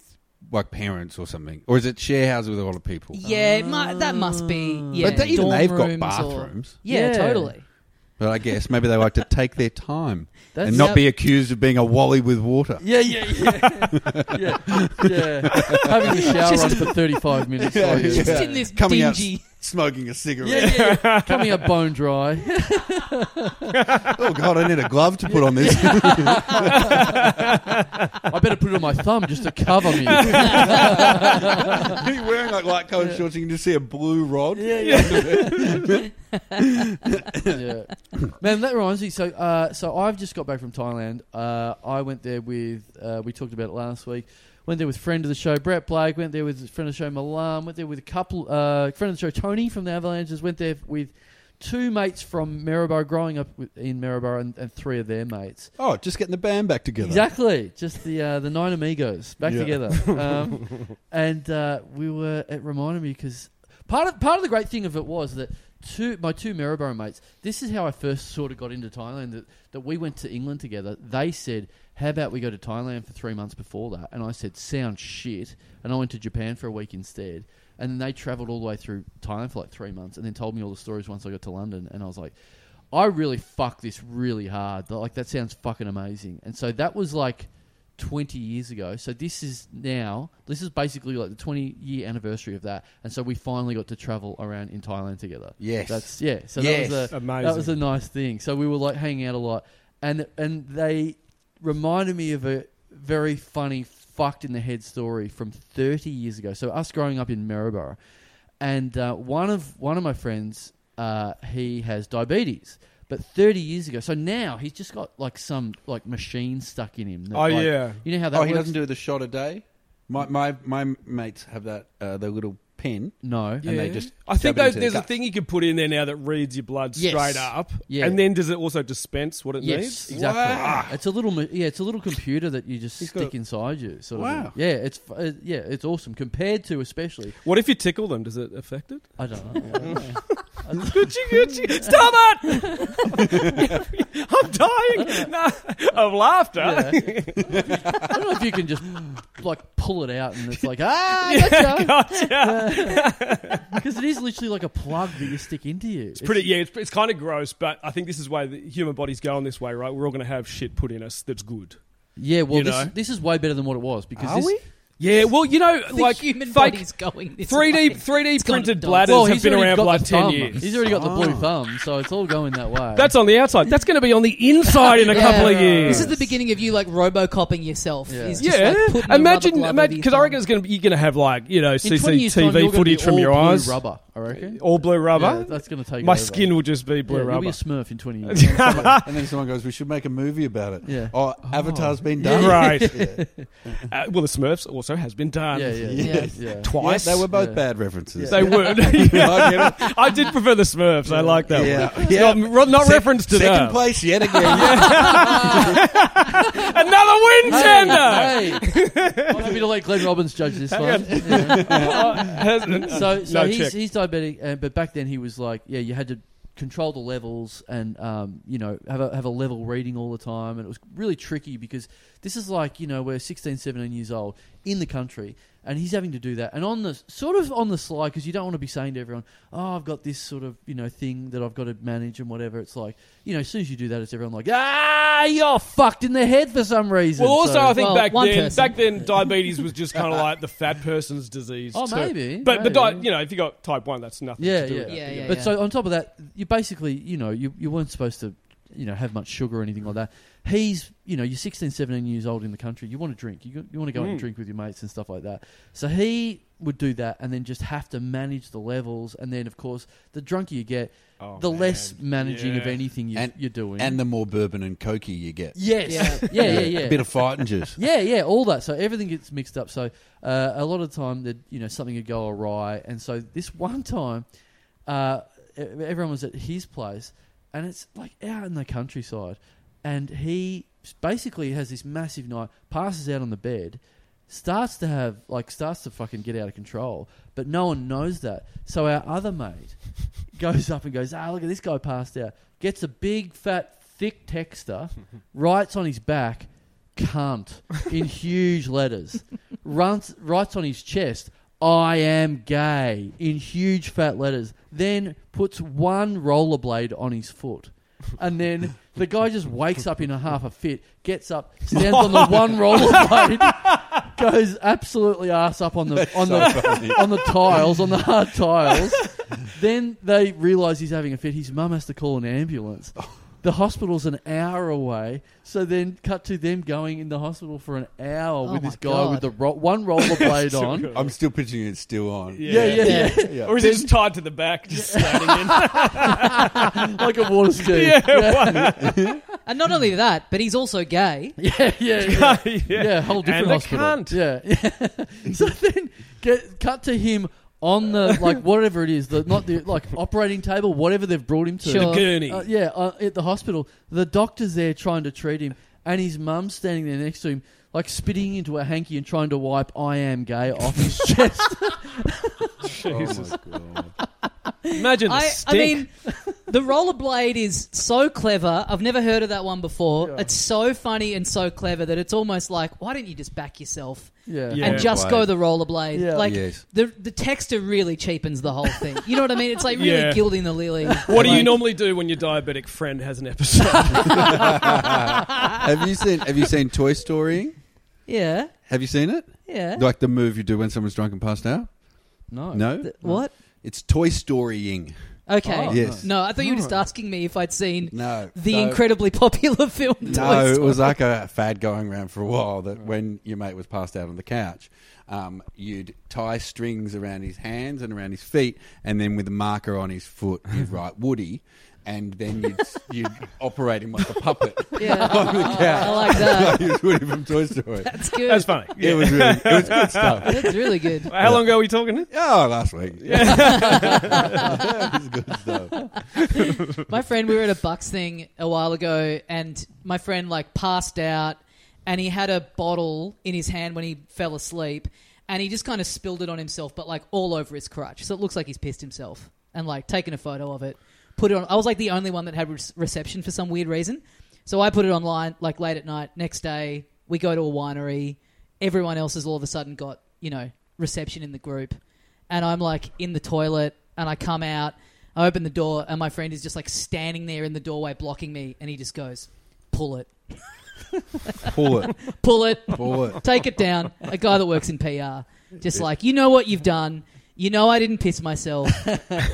D: like parents or something, or is it share houses with a lot of people?
A: Yeah, it mu- that must be.
C: Oh.
A: Yeah,
D: but they, even
A: dorm
D: they've got
A: rooms or-
D: bathrooms.
A: yeah,
B: Yeah.
A: totally.
D: But I guess maybe they like to take their time
B: That's-
D: and not be accused of being a wally with water.
B: Yeah, yeah, yeah, yeah, yeah. Having a shower
A: Just-
B: on for thirty-five minutes.
D: Yeah,
B: oh, yeah.
A: Just
D: yeah.
A: in this
D: Coming out
A: dingy.
D: smoking a cigarette.
B: Yeah, yeah, yeah. Coming up bone dry.
D: Oh God, I need a glove to put on this.
B: I better put it on my thumb just to cover me.
D: You're wearing like light coloured shorts, you can just see a blue rod.
B: yeah. Man, that reminds me. So, uh, so I've just got back from Thailand. Uh, I went there with. Uh, we talked about it last week. Went there with friend of the show Brett Blake. Went there with friend of the show Milan. Went there with a couple. Uh, friend of the show Tony from the Avalanches. Went there with two mates from Maribor, growing up with, in Maribor, and, and three of their mates.
D: Oh, just getting the band back together.
B: Exactly, just the uh, the nine amigos back
D: Yeah.
B: together, um, and uh, we were. It reminded me because part of part of the great thing of it was that two my two Maribor mates. This is how I first sort of got into Thailand. That that we went to England together. They said, "How about we go to Thailand for three months before that?" And I said, "Sound shit." And I went to Japan for a week instead. And then they travelled all the way through Thailand for like three months, and then told me all the stories once I got to London. And I was like. I really fuck this really hard. Like that sounds fucking amazing. And so that was like 20 years ago. So this is now. This is basically like the 20 year anniversary of that. And so we finally got to travel around in Thailand together.
D: Yes.
B: That's yeah. So
D: Yes.
B: that was a
C: Amazing.
B: that was a nice thing. So we were like hanging out a lot, and and they reminded me of a very funny fucked in the head story from 30 years ago. So us growing up in Maryborough, and uh, one of one of my friends, uh, he has diabetes. But 30 years ago, so now he's just got like some like machine stuck in him. that,
C: Oh,
B: like-
C: yeah.
B: you know how that
D: Oh, he
B: works?
D: doesn't do the shot a day. My my my mates have that uh, the little pen.
B: no,
D: And they just
C: I think
D: shove it
C: those,
D: into
C: there's
D: the
C: a
D: cup.
C: thing you could put in there now that reads your blood
B: Yes.
C: straight up.
B: Yeah.
C: And then does it also dispense what it
B: Yes,
C: needs?
B: exactly.
D: Wow.
B: It's a little, ma- yeah, it's a little computer that you just
D: He's got
B: stick
D: a-
B: inside you. Sort of.
D: Wow.
B: thing. Yeah, it's f- uh, yeah, it's awesome compared to especially.
C: What if you tickle them? Does it affect it?
B: I don't know.
C: Gucci, Gucci. Stop it! I'm dying nah, of laughter.
B: I don't know if you can just like pull it out, and it's like ah,
C: yeah.
B: because it is literally like a plug that you stick into you.
C: It's pretty. Yeah, it's, it's kind of gross, but I think this is why the human body's going this way, right? We're all going to have shit put in us that's good.
B: yeah. Well,
C: you
B: this,
C: know.
B: this is way better than what it was because
D: Are
B: this,
D: we?
C: Yeah, well, you know,
A: The
C: like
A: human
C: fake
A: body's going this
C: three
A: way.
C: D three D
A: It's gone
C: printed
A: to
C: bladders
B: well,
C: have
B: he's
C: been
B: already
C: around
B: got
C: for like
B: the
C: ten
B: thumb.
C: years.
B: He's already got the blue
D: Oh.
B: thumb, so it's all going that way.
C: That's on the outside. That's going to be on the inside in a
A: Yeah.
C: couple of years.
A: This is the beginning of you like robocopping yourself.
B: Yeah.
A: Is just,
C: yeah,
A: like, putting a
C: imagine,
A: rubber glove over
C: imagine,
A: your
C: because I reckon
A: thumb.
C: it's going to be you're going to have like you know
B: in 20 years time, you're
C: CCTV
B: gonna
C: footage
B: be
C: from
B: all
C: your
B: blue
C: eyes,
B: Rubber, I reckon.
C: all blue
B: Yeah,
C: rubber.
B: that's going to take
C: My
B: over.
C: skin will just be blue
B: Yeah, you'll be
C: rubber.
B: a Smurf in twenty years.
D: and then someone goes, "We should make a movie about it."
B: Yeah.
D: Oh, Avatar's been
B: Yeah,
D: done.
B: yeah.
C: Right. Uh, well, the Smurfs also has been done
B: yeah, yeah,
A: Yeah.
B: yeah. yeah.
D: Yeah,
C: twice.
D: they were both
B: Yeah.
D: bad references.
C: They would. Yeah. I did prefer the Smurfs. I like that.
D: Yeah.
C: One.
D: Yeah.
C: Not, ro- not reference to
D: Second
C: that.
D: place yet again.
C: Another win tender.
B: Hey, hey. I'm happy to let Glenn Robbins judge this one. So, so
C: No
B: he's,
C: check.
B: he's diabetic, and, but back then he was like, yeah, you had to control the levels and um, you know have a, have a level reading all the time, and it was really tricky because this is like you know we're 16, 17 years old in the country, and he's having to do that, and on the sort of on the sly because you don't want to be saying to everyone, oh, I've got this sort of you know thing that I've got to manage and whatever. It's like you know as soon as you do that, it's everyone like, ah, you're fucked in the head for some reason.
C: Well, also
B: So-
C: I think
A: well,
C: back
A: one
C: then,
A: person.
C: back then, diabetes was just kind of like the fat person's disease.
B: Oh,
C: too.
B: maybe,
C: But the
B: maybe.
C: di- you know, if you got type one, that's nothing.
B: Yeah,
C: to do
B: yeah.
C: with that.
A: Yeah, yeah,
B: But so on top of that, you basically, you know, you, you weren't supposed to, you know, have much sugar or anything like that. He's, you know, you're 16, 17 years old in the country. You want to drink. You, go- you want to go out and
C: Mm.
B: drink with your mates and stuff like that. So he would do that and then just have to manage the levels. And then, of course, the drunker you get,
C: Oh,
B: the
C: man.
B: less managing of
C: Yeah.
B: anything you,
D: And-
B: you're doing.
D: and the more bourbon and cokey you get.
B: yes,
A: Yeah.
B: yeah, yeah, yeah.
D: A bit of fighting juice.
B: Yeah, yeah, all that. So everything gets mixed up. So uh, a lot of the time, that you know something would go awry. And so this one time, uh, e- everyone was at his place, and it's like out in the countryside, and he s- basically has this massive night, passes out on the bed, starts to have like starts to fucking get out of control, but no one knows that. So our other mate goes up and goes, ah, look at this guy passed out. Gets a big fat thick texter, writes on his back, cunt in huge letters. Runs, writes on his chest, I am gay in huge fat letters. Then puts one rollerblade on his foot. And then the guy just wakes up in a half a fit, gets up, stands on the one rollerblade, goes absolutely ass up on the on the on the tiles, on the hard tiles. then they realise he's having a fit. His mum has to call an ambulance.
C: Oh.
B: The hospital's an hour away, so then cut to them going in the hospital for an hour
A: Oh
B: with
A: my
B: this guy
A: God.
B: with the ro- one rollerblade
C: Sure.
B: on.
D: I'm still picturing it still on.
C: Yeah.
B: Yeah, yeah, yeah,
D: Yeah.
C: Or is it just tied to the back, just standing in?
B: like a water ski.
C: yeah,
A: And not only that, but he's also gay.
B: yeah, yeah, yeah.
C: what? yeah.
B: Yeah, whole different
C: And a
B: hospital.
C: cunt.
B: Yeah. so then get cut to him on the like whatever it is, the not the like operating table, whatever they've brought him to.
A: Sure.
C: Gurney.
B: Uh, yeah, uh, at the hospital, the doctor's there trying to treat him, and his mum's standing there next to him, like spitting into a hanky and trying to wipe "I am gay" off his chest.
C: Jesus.
D: Oh my God.
C: Imagine the
A: I, I
C: stink.
A: mean, the rollerblade is so clever. I've never heard of that one before. It's so funny and so clever that it's almost like, why don't you just back yourself
B: Yeah,
C: Yeah.
A: and just go
D: Rollerblade.
A: the rollerblade?
B: Yeah.
A: Like
D: Yes.
A: the the texter really cheapens the whole thing. You know what I mean? It's like really
C: Yeah.
A: gilding the lily.
C: what do you
A: Like,
C: normally do when your diabetic friend has an episode?
D: have you seen Have you seen Toy Story?
A: Yeah,
D: Have you seen it?
A: yeah.
D: Like the move you do when someone's drunk and passed out?
B: no,
D: No,
A: Th- what?
D: it's Toy Storying.
A: Okay.
B: Oh,
D: Yes.
A: No, I thought you were just asking me if I'd seen
D: No,
A: the
D: no.
A: incredibly popular film. Toy
D: No,
A: Story.
D: it was like a fad going around for a while that when your mate was passed out on the couch, um, you'd tie strings around his hands and around his feet, and then with a marker on his foot, you'd write Woody, and then you'd, you'd operate him like a puppet
A: Yeah,
D: on the couch.
A: I like that.
D: Like you would from Toy Story.
A: That's good.
C: That's funny.
D: It was really, it was good stuff.
A: That's really good.
C: How long ago are we talking?
D: Oh, last week. Yeah. it was good stuff.
A: My friend, we were at a Bucks thing a while ago, and my friend like passed out, and he had a bottle in his hand when he fell asleep, and he just kind of spilled it on himself, but like all over his crutch, so it looks like he's pissed himself, and like taken a photo of it, put it on. I was like the only one that had re- reception for some weird reason, so I put it online like late at night. Next day, we go to a winery. everyone else has all of a sudden got you know reception in the group, and I'm like in the toilet, and I come out, I open the door, and my friend is just like standing there in the doorway blocking me, and he just goes, "Pull it,
D: Pull it.
A: pull it,
D: Pull it.
A: take it down." A guy that works in PR, just like you know what you've done. You know I didn't piss myself.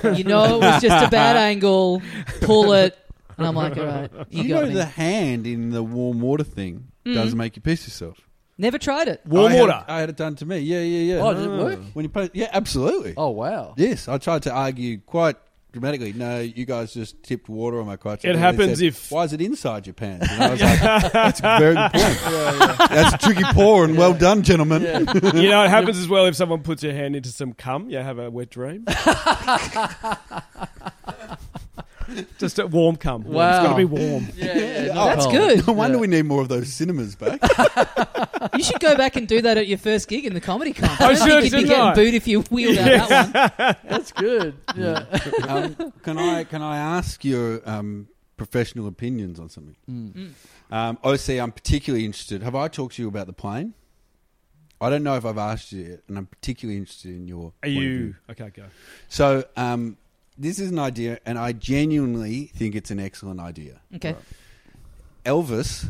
A: you know it was just a bad angle. Pull it, and I'm like, all right, you,
D: You
A: got
D: know
A: me.
D: the hand in the warm water thing
B: Mm.
D: does make you piss yourself.
A: Never tried it.
C: Warm
D: I had-
C: water.
D: I had it done to me. Yeah, yeah, yeah.
B: Oh, did it work?
D: When you put, yeah, absolutely.
B: Oh wow.
D: Yes, I tried to argue quite dramatically. No, you guys just tipped water on my crotch.
C: It
D: And they
C: happens
D: said,
C: if-
D: Why is it inside your pants? And I was like, that's a very good point. That's a tricky pour, and well done, gentlemen.
C: you know, it happens as well if someone puts your hand into some cum. You have a wet dream. Just a warm cum. Warm. It's got to be warm.
B: Yeah, yeah,
D: Yeah,
B: not
A: That's
B: cold.
A: good.
D: Oh, No wonder we need more of those cinemas back.
A: You should go back and do that at your first gig in the comedy comp.
C: I
A: I don't
C: should,
A: think you'd be
C: shouldn't
A: getting
C: I?
A: booed if you wheeled out that one.
B: That's good. Yeah.
D: um, can I can I ask your um, professional opinions on something?
C: Mm.
D: Um, OC, I'm particularly interested. Have I talked to you about the plane? I don't know if I've asked you yet, and I'm particularly interested in your.
C: Are
D: point of
C: you
D: view.
C: okay? Go.
D: So um, this is an idea, and I genuinely think it's an excellent idea.
A: Okay.
D: Elvis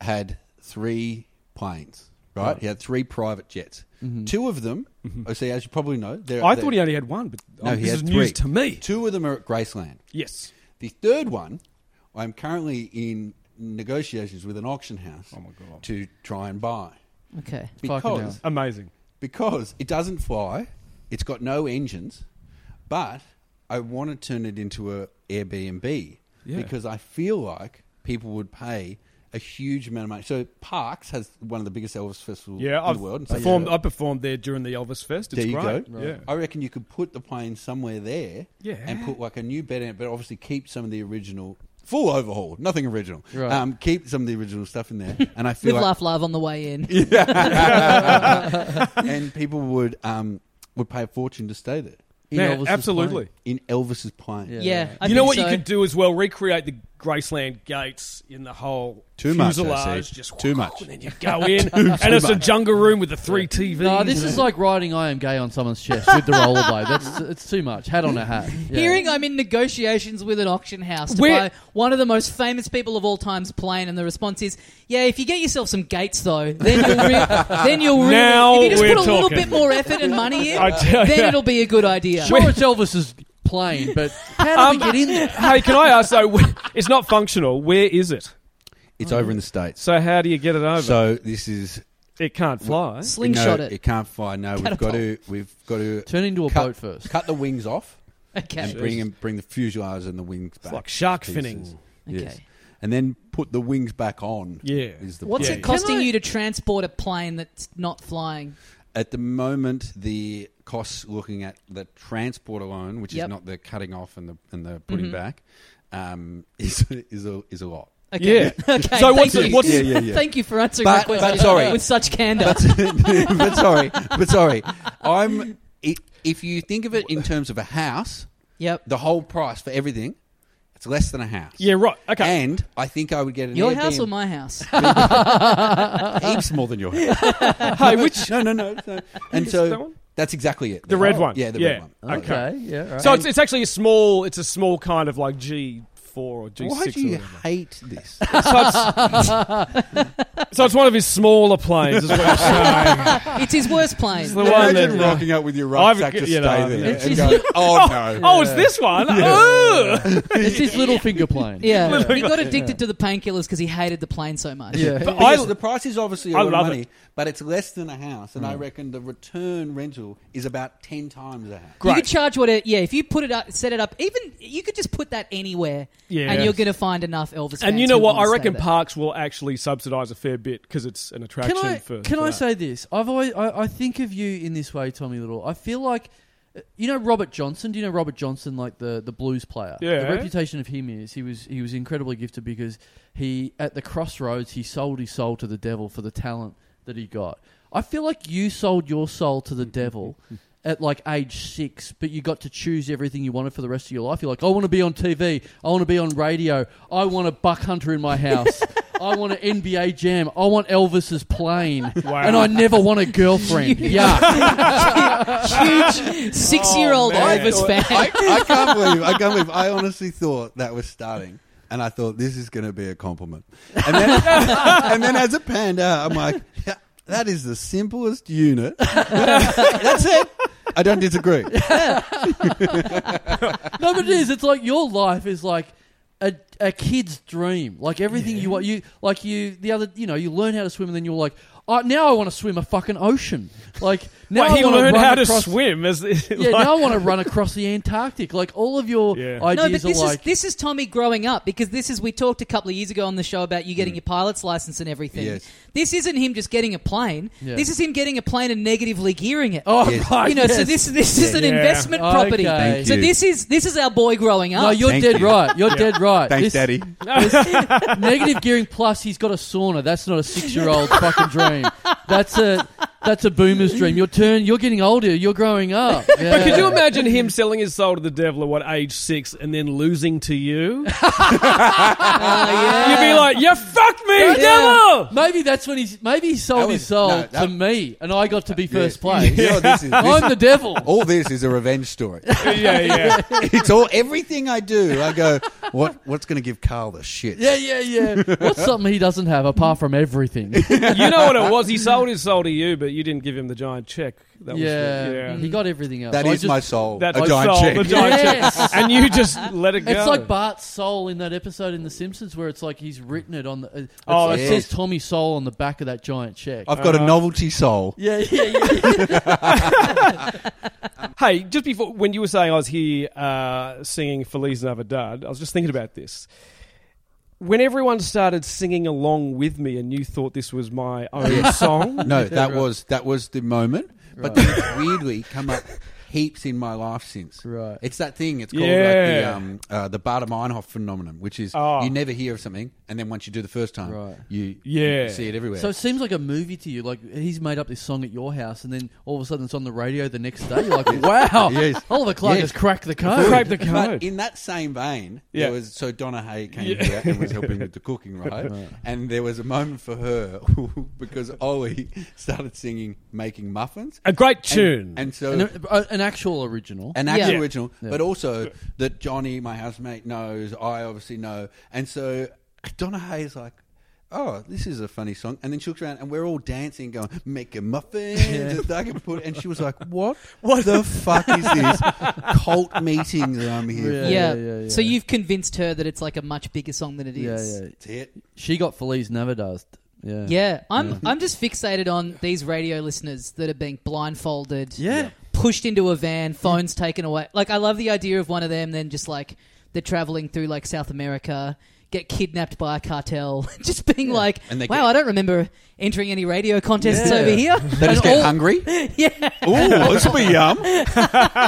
D: had three planes, right? He had three private jets. Two of them, OC, as you probably know, they're,
C: Mm-hmm. I
D: they're-
C: thought he only had one, but
D: No,
C: oh,
D: he
C: this
D: had
C: is
D: three.
C: news to me.
D: Two of them are at Graceland.
C: Yes.
D: The third one, I'm currently in negotiations with an auction
C: Oh
D: house to try and buy
A: Okay.
B: Fucking hell.
D: because
C: Amazing.
D: because it doesn't fly, it's got no engines, but I want to turn it into a Airbnb
C: Yeah.
D: because I feel like people would pay a huge amount of money. So Parks has one of the biggest Elvis festivals
C: Yeah,
D: in
C: I've
D: the world. and stuff like
C: performed.
D: that.
C: I performed there during the Elvis Fest. It's
D: There you
C: great.
D: go.
C: Yeah.
D: I reckon you could put the plane somewhere there
C: Yeah.
D: and put like a new bed in it, but obviously keep some of the original, full overhaul, nothing original.
B: Right.
D: Um, keep some of the original stuff in there. And I feel
A: Live,
D: like,
A: laugh, love on the way in.
D: Yeah. and people would um, would pay a fortune to stay there
B: In
C: Yeah,
B: Elvis's plane.
C: absolutely.
D: in Elvis's plane.
B: Yeah.
A: Yeah. I
C: you know
A: think
C: what
A: so.
C: you could do as well? Recreate the Graceland gates in the whole
D: Too much, I
C: fuselage.
D: said.
C: Just
D: Too much.
C: And then you go in, and it's a jungle room with the three TVs.
B: No, this is like riding I am gay on someone's chest with the rollerblade. That's it's too much. Hat on a hat. Yeah.
A: Hearing I'm in negotiations with an auction house to
C: Where-
A: buy one of the most famous people of all time's plane, and the response is, "Yeah, if you get yourself some gates, though, then you'll re- then you'll really
C: Now
A: if you just
C: we're
A: put a little
C: talking.
A: bit more effort and money in,
C: I tell
A: then
C: ya.
A: it'll be a good idea."
B: sure it's Elvis's plane, but how did we get in there?
C: Um, hey, can I ask though? wh- It's not functional. Where is it?
D: It's over in the states.
C: So how do you get it over?
D: So this is
C: it can't fly.
A: Slingshot
D: no,
A: it.
D: It can't fly. No, we've got to. We've got to
B: Turn into a
D: cut,
B: boat first.
D: Cut the wings off and
A: Okay.
D: bring and bring the fuselage and the wings back.
C: like shark
D: to pieces.
C: finning.
D: Yes.
A: Okay.
D: And then put the wings back on.
C: Yeah.
D: Is the
A: What's
D: plan.
A: it costing
B: Can I-
A: you to transport a plane that's not flying?
D: At the moment, the costs looking at the transport alone, which
A: Yep.
D: is not the cutting off and the and the putting
C: Mm-hmm.
D: back, um, is is a is a lot.
A: Okay.
C: Yeah.
A: okay.
C: So
A: thank
C: what's
A: you.
C: it- what's-
D: Yeah, yeah, yeah.
A: Thank you for answering
D: But-
A: my question
D: but sorry.
A: with such candor.
D: but sorry, but sorry, I'm. i if you think of it in terms of a house,
A: yep.
D: the whole price for everything, it's less than a house.
C: Yeah, right. Okay.
D: And I think I would get an
A: Your
D: Airbnb
A: house or my house?
D: heaps more than your house.
C: hey, which
D: No, no, no. no. And
C: Is
D: so
C: that one?
D: that's exactly it. Oh,
C: the red one?
D: Yeah, the red one.
B: Okay, yeah. Right.
C: So it's, it's actually a small. It's a small kind of like G four or G
D: Why
C: six.
D: do
C: or
D: you
C: whatever.
D: hate this?
C: So it's, so it's one of his smaller planes. Is what I'm saying.
A: it's his worst plane.
C: It's the one that, uh,
D: up with your
C: I've got- you know, yeah.
D: go, oh
C: Oh, it's this one. Oh.
B: It's his little finger plane.
A: Yeah.
C: Yeah.
A: He got addicted to the painkillers because he hated the plane so much.
B: Yeah.
D: But
C: I-
D: yes, the price is obviously a
C: I
D: lot of
C: love
D: money,
C: it. Mm.
D: but it's less than a house, and I reckon the return rental is about ten times a house.
A: You
C: Great.
A: could charge what it, yeah, if you put it up, set it up, even, you could just put that anywhere
C: Yeah.
A: and you're going to find enough Elvis
C: And
A: fans
C: you know
A: who
C: what?
A: wanna
C: I
A: stay
C: reckon
A: there.
C: parks will actually subsidise a fair bit because it's an attraction
B: Can I
C: for.
B: can
C: for
B: I
C: that.
B: say this? I've always I, I think of you in this way, Tommy Little. I feel like uh, you know Robert Johnson. Do you know Robert Johnson, like the the blues player?
C: Yeah.
B: The reputation of him is he was he was incredibly gifted because he at the crossroads he sold his soul to the devil for the talent that he got. I feel like you sold your soul to the devil. At like age six, but you got to choose everything you wanted for the rest of your life. You're like, I want to be on TV, I want to be on radio, I want a buck hunter in my house, I want an NBA jam. I want Elvis's plane.
C: Wow.
B: And I never want a girlfriend. yeah.
A: Huge six-year-old
C: Oh, man.
A: Elvis
D: I,
A: fan.
D: I can't believe. I can't believe. I honestly thought that was starting. And I thought this is going to be a compliment, and then, and then as it panned out, I'm like, yeah, "That is the simplest unit." That's it. I don't disagree.
B: No, but it is. It's like your life is like a, a kid's dream. Like everything you want. You like you the other. You know, you learn how to swim, and then you're like, oh, now I want to swim a fucking ocean. Like now
C: Wait,
B: I
C: he
B: want
C: learned
B: run
C: how to
B: across-
C: swim. As
B: Yeah, now I want to run across the Antarctic. Like all of your
C: Yeah.
A: No, but
B: ideas
A: this
B: are like.
A: is this is Tommy growing up because this is we talked a couple of years ago on the show about you getting your pilot's license and everything.
D: Yes.
A: This isn't him just getting a plane.
B: Yeah.
A: This is him getting a plane and negatively gearing it.
B: Oh,
D: Yes.
B: right,
A: you know, so
B: yes.
A: this this is an
C: Yeah.
A: investment
B: Okay.
A: property.
B: Thank
A: So
D: you.
A: this is this is our boy growing up.
B: No, you're
D: Thank
B: dead
D: you.
B: right. You're dead right.
D: Thanks,
B: This-
D: Daddy.
B: Negative gearing plus he's got a sauna. That's not a six year old fucking dream. That's a that's a boomer's dream. Your turn. You're getting older. You're growing up.
C: But could
B: Yeah.
C: you imagine him selling his soul to the devil at what age six and then losing to you? You'd be like, "You fucked me,
B: Yeah.
C: devil!"
B: Maybe that's when he's maybe he sold
D: That was-
B: his soul
D: no, that-
B: to me, and I got to be first
D: Yeah.
B: place.
D: You know, this is- this-
B: I'm the devil.
D: all this is a revenge story.
C: Yeah, yeah.
D: It's all everything I do. I go, what? What's going to give Carl the shit?
B: Yeah, yeah, yeah. What's something he doesn't have apart from everything?
C: you know what it was? He sold his soul to you, but you didn't give him the giant check. That
B: yeah.
C: was the, yeah.
B: he got everything else.
D: That is
B: I just-
D: my soul.
C: That's
D: a
C: the
D: giant
C: soul,
D: check.
C: the giant
B: Yes.
C: check. And you just let it go.
B: It's like Bart's soul in that episode in The Simpsons where it's like he's written it on the. It's,
C: Oh,
B: it
D: that's
B: says
D: cool.
B: Tommy's soul on the back of that giant check.
D: I've got a novelty soul.
B: Uh-huh. yeah, yeah, yeah.
C: Hey, just before when you were saying I was here uh, singing Feliz Navidad, I was just thinking about this. When everyone started singing along with me, and you thought this was my own song,
D: No, that was that was the moment. But then it's weirdly come up heaps in my life since.
B: Right.
D: It's that thing. It's called like the
C: Yeah.
D: um, uh, the Bader Meinhof phenomenon, which is
C: Oh.
D: you never hear of something, and then once you do the first time,
B: Right.
D: you
C: Yeah.
D: you see it everywhere.
B: so it seems like a movie to you. Like he's made up this song at your house, and then all of a sudden it's on the radio the next day. You're like, wow,
D: Yes.
B: Oliver Clark
D: Yes.
B: has cracked the code.
C: crack the
D: But
C: code.
D: in that same vein,
C: Yeah.
D: there was so Donna Hay came here and was helping with the cooking, right? And there was a moment for her because Ollie started singing "Making Muffins,"
C: a great
D: And-
C: tune.
D: and, so
B: An, uh, an actual original.
D: an actual
A: Yeah.
D: original, but also that Johnny, my housemate, knows. I obviously know, and so Donna Hayes like. Oh, this is a funny song. And then she looks around and we're all dancing, going, make a muffin. And, I can put, and she was like, What, what the fuck is this cult meeting that I'm here
B: Yeah.
D: for?
A: yeah.
B: yeah, yeah.
A: So you've convinced her that it's like a much bigger song than it
B: yeah,
A: is.
B: yeah.
D: That's it.
B: She got Feliz Navidad. Yeah.
A: Yeah, I'm
B: Mm-hmm.
A: I'm just fixated on these radio listeners that are being blindfolded,
B: Yeah.
A: pushed into a van, phones taken away. Like I love the idea of one of them then just like they're traveling through like South America, get kidnapped by a cartel, just being like,
D: And
A: "Wow,
D: they get-
A: I don't remember entering any radio contests
B: Yeah.
A: over here."
D: They just
A: And
D: get
A: all-
D: hungry.
A: Yeah,
D: Oh, this will be yum.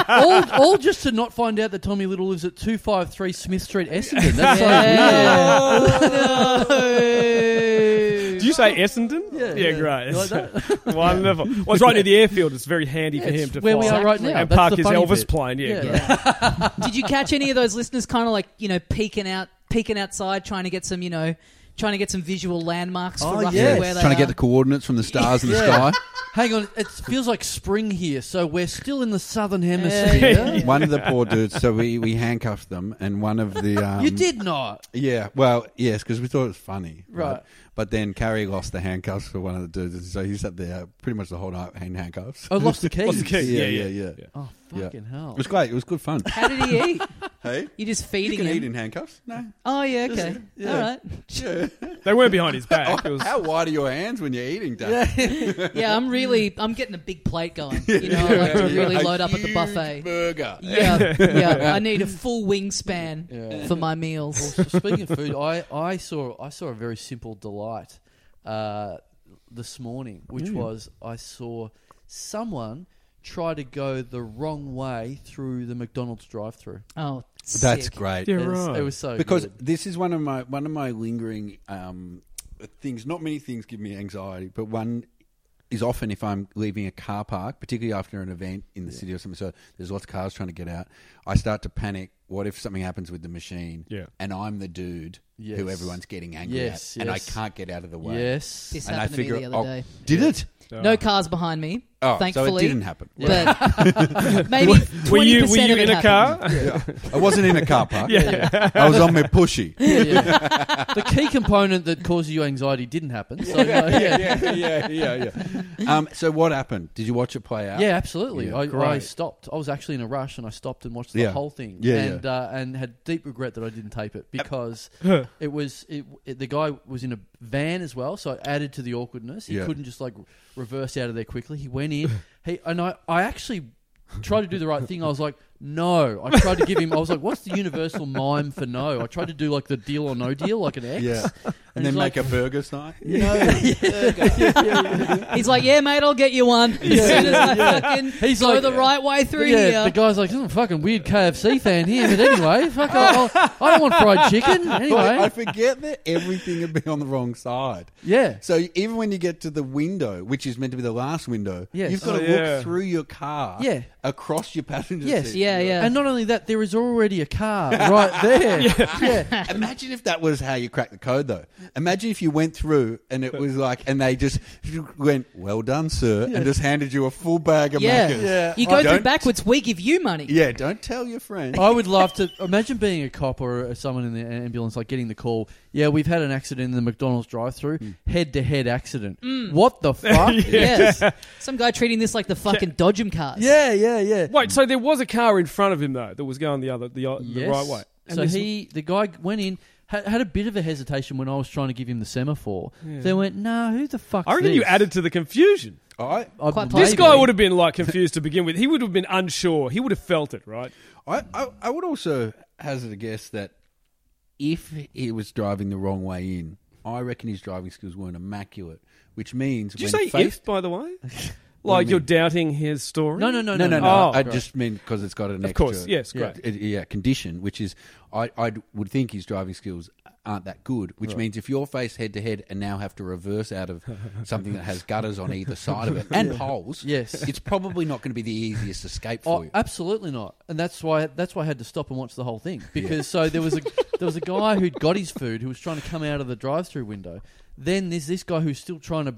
B: all, all just to not find out that Tommy Little lives at 253 Smith Street, Essendon. That's
A: Yeah.
B: like,
C: Do you say Essendon? Yeah,
B: yeah.
C: great.
B: You like
C: Wonderful. Well, it's right near the airfield. It's very handy for
B: Yeah,
C: him
B: it's
C: to
B: where we
C: fly.
B: are right now.
C: and
B: That's
C: park
B: the
C: his
B: funny
C: Elvis
B: bit.
C: plane. Yeah,
B: Yeah.
C: great.
A: Did you catch any of those listeners kind of like, you know, peeking out, peeking outside, trying to get some, you know, trying to get some visual landmarks for
B: Oh,
A: roughly
B: yes.
A: where they
D: Trying to
A: are?
D: get the coordinates from the stars in the
B: Yeah.
D: sky.
B: Hang on, it feels like spring here, so we're still in the southern
A: Yeah,
B: hemisphere.
D: One of the poor dudes, so we, we handcuffed them, and one of the. Um,
B: You did not.
D: Yeah, well, yes, because we thought it was funny,
B: Right.
D: But then Carrie lost the handcuffs for one of the dudes, and so he sat there pretty much the whole night in handcuffs.
A: Oh.
B: I lost the keys.
C: Lost the keys.
D: yeah,
C: yeah,
D: yeah,
C: yeah,
D: yeah.
C: yeah.
B: Oh,
D: Yeah.
B: fucking hell.
D: It was great. It was good fun.
A: How did he eat?
D: Hey,
A: You just
D: you
A: feeding
D: can
A: him?
D: eat in handcuffs? No.
A: Oh yeah, okay, all right.
C: They weren't behind his back.
B: Oh,
C: It was-
D: How wide are your hands when you're eating, Dad?
A: Yeah, I'm really, I'm getting a big plate going. You know, I like to really
D: A
A: load up at the
D: huge
A: buffet.
D: Burger.
A: Yeah, yeah. I need a full wingspan for my meals.
B: So speaking of food, I, I saw I saw a very simple delight uh, this morning, which
D: Mm.
B: was I saw someone try to go the wrong way through the McDonald's drive-through.
A: Oh,
D: That's
A: sick.
D: great.
C: Yeah,
B: It was,
C: right.
B: it was so
D: because
B: good.
D: this is one of my one of my lingering um, things. Not many things give me anxiety, but one is often if I'm leaving a car park, particularly after an event in the city or something. So there's lots of cars trying to get out. I start to panic what if something happens with the machine?
C: Yeah.
D: And I'm the dude
B: Yes.
D: who everyone's getting angry
B: Yes,
D: at, and I
B: yes.
D: can't get out of the way.
B: Yes.
A: This
D: And I
A: happened to me
D: figure,
A: the other
D: oh,
A: day.
D: did it?
C: Oh.
A: No cars behind me,
D: Oh,
A: thankfully.
D: so it didn't happen.
A: But maybe twenty
C: Were you were
A: percent
C: you
A: of it
C: in a
A: happened.
C: car?
D: I wasn't in a car park.
C: Yeah.
D: I was on my pushy.
B: Yeah, yeah. the key component that causes you anxiety didn't happen. So, no, yeah.
D: yeah, yeah, yeah, yeah. Um, so what happened? Did you watch it play out?
B: Yeah, absolutely.
D: Yeah,
B: I, I
C: great.
B: stopped. I was actually in a rush, and I stopped and watched the
D: Yeah.
B: whole thing.
D: Yeah,
B: and Uh, and had deep regret that I didn't tape it because it was it, it- the guy was in a van as well, so it added to the awkwardness. He
D: Yeah.
B: couldn't just like reverse out of there quickly. He went in. he and I I actually tried to do the right thing. I was like. No, I tried to give him. I was like, "What's the universal mime for no?" I tried to do like the deal or no deal, like an X.
D: Yeah. And,
B: And
D: then
B: he's
D: make
B: like-
D: a burger night.
A: He's like, yeah, mate, I'll get you one. as soon as I fucking
B: He's
A: go
B: like-
A: the right way through
B: yeah,
A: here.
B: the guy's like, "Hmm, fucking weird KFC fan here, but anyway, fuck, I'll, I'll, I don't want fried chicken.
D: I
B: Anyway,
D: forget that everything had been on the wrong side.
B: yeah,
D: So even when you get to the window, which is meant to be the last window,
B: Yes.
D: you've got
C: Oh,
D: to
C: yeah.
D: walk through your car,
B: Yeah.
D: across your passenger
B: Yes,
D: seat.
A: yeah, yeah.
B: And not only that, there is already a car right there. yeah.
D: Imagine if that was how you cracked the code, though. Imagine if you went through and it was like, and they just went, "Well done, sir," and just handed you a full bag of
A: yeah.
D: Maccas.
B: Yeah.
A: You go
D: I
A: through
D: don't-
A: backwards, we give you money.
D: Yeah, don't tell your friend.
B: I would love to imagine being a cop or uh, someone in the ambulance, like getting the call. Yeah, we've had an accident in the McDonald's drive-through, head-to-head accident.
C: Hmm.
B: What the fuck?
A: Yes. Some guy treating this like the fucking Dodgem cars.
B: yeah, yeah, yeah.
C: Wait, so there was a car in front of him though that was going the other the, o- the
B: Yes.
C: right way. And
B: so
C: this-
B: he, the guy went in, had, had a bit of a hesitation when I was trying to give him the semaphore. Then went, no, who the fuck?
C: I reckon you added to the confusion.
D: I,
A: Quite
C: This
A: Maybe.
C: guy would have been like confused to begin with. He would have been unsure. He would have felt it, right?
D: I, I, I would also hazard a guess that if he was driving the wrong way in, I reckon his driving skills weren't immaculate, which means
C: Did you
D: when
C: say
D: faced-
C: if, by the way?
D: What do
C: like
D: you
C: you're
D: mean?
C: doubting his story?
B: No, no, no,
D: No, no, no.
C: Oh,
D: I
B: great.
D: just mean because it's got an
C: Of
D: extra,
C: course, yes, great.
D: uh, yeah, condition, which is I I would think his driving skills aren't that good, which means if you're faced head to head and now have to reverse out of something that has gutters on either side of it and poles,
B: Yes.
D: it's probably not going to be the easiest escape for
B: Oh,
D: you.
B: absolutely not. And that's why that's why I had to stop and watch the whole thing because so there was a there was a guy who'd got his food who was trying to come out of the drive-through window. Then there's this guy who's still trying to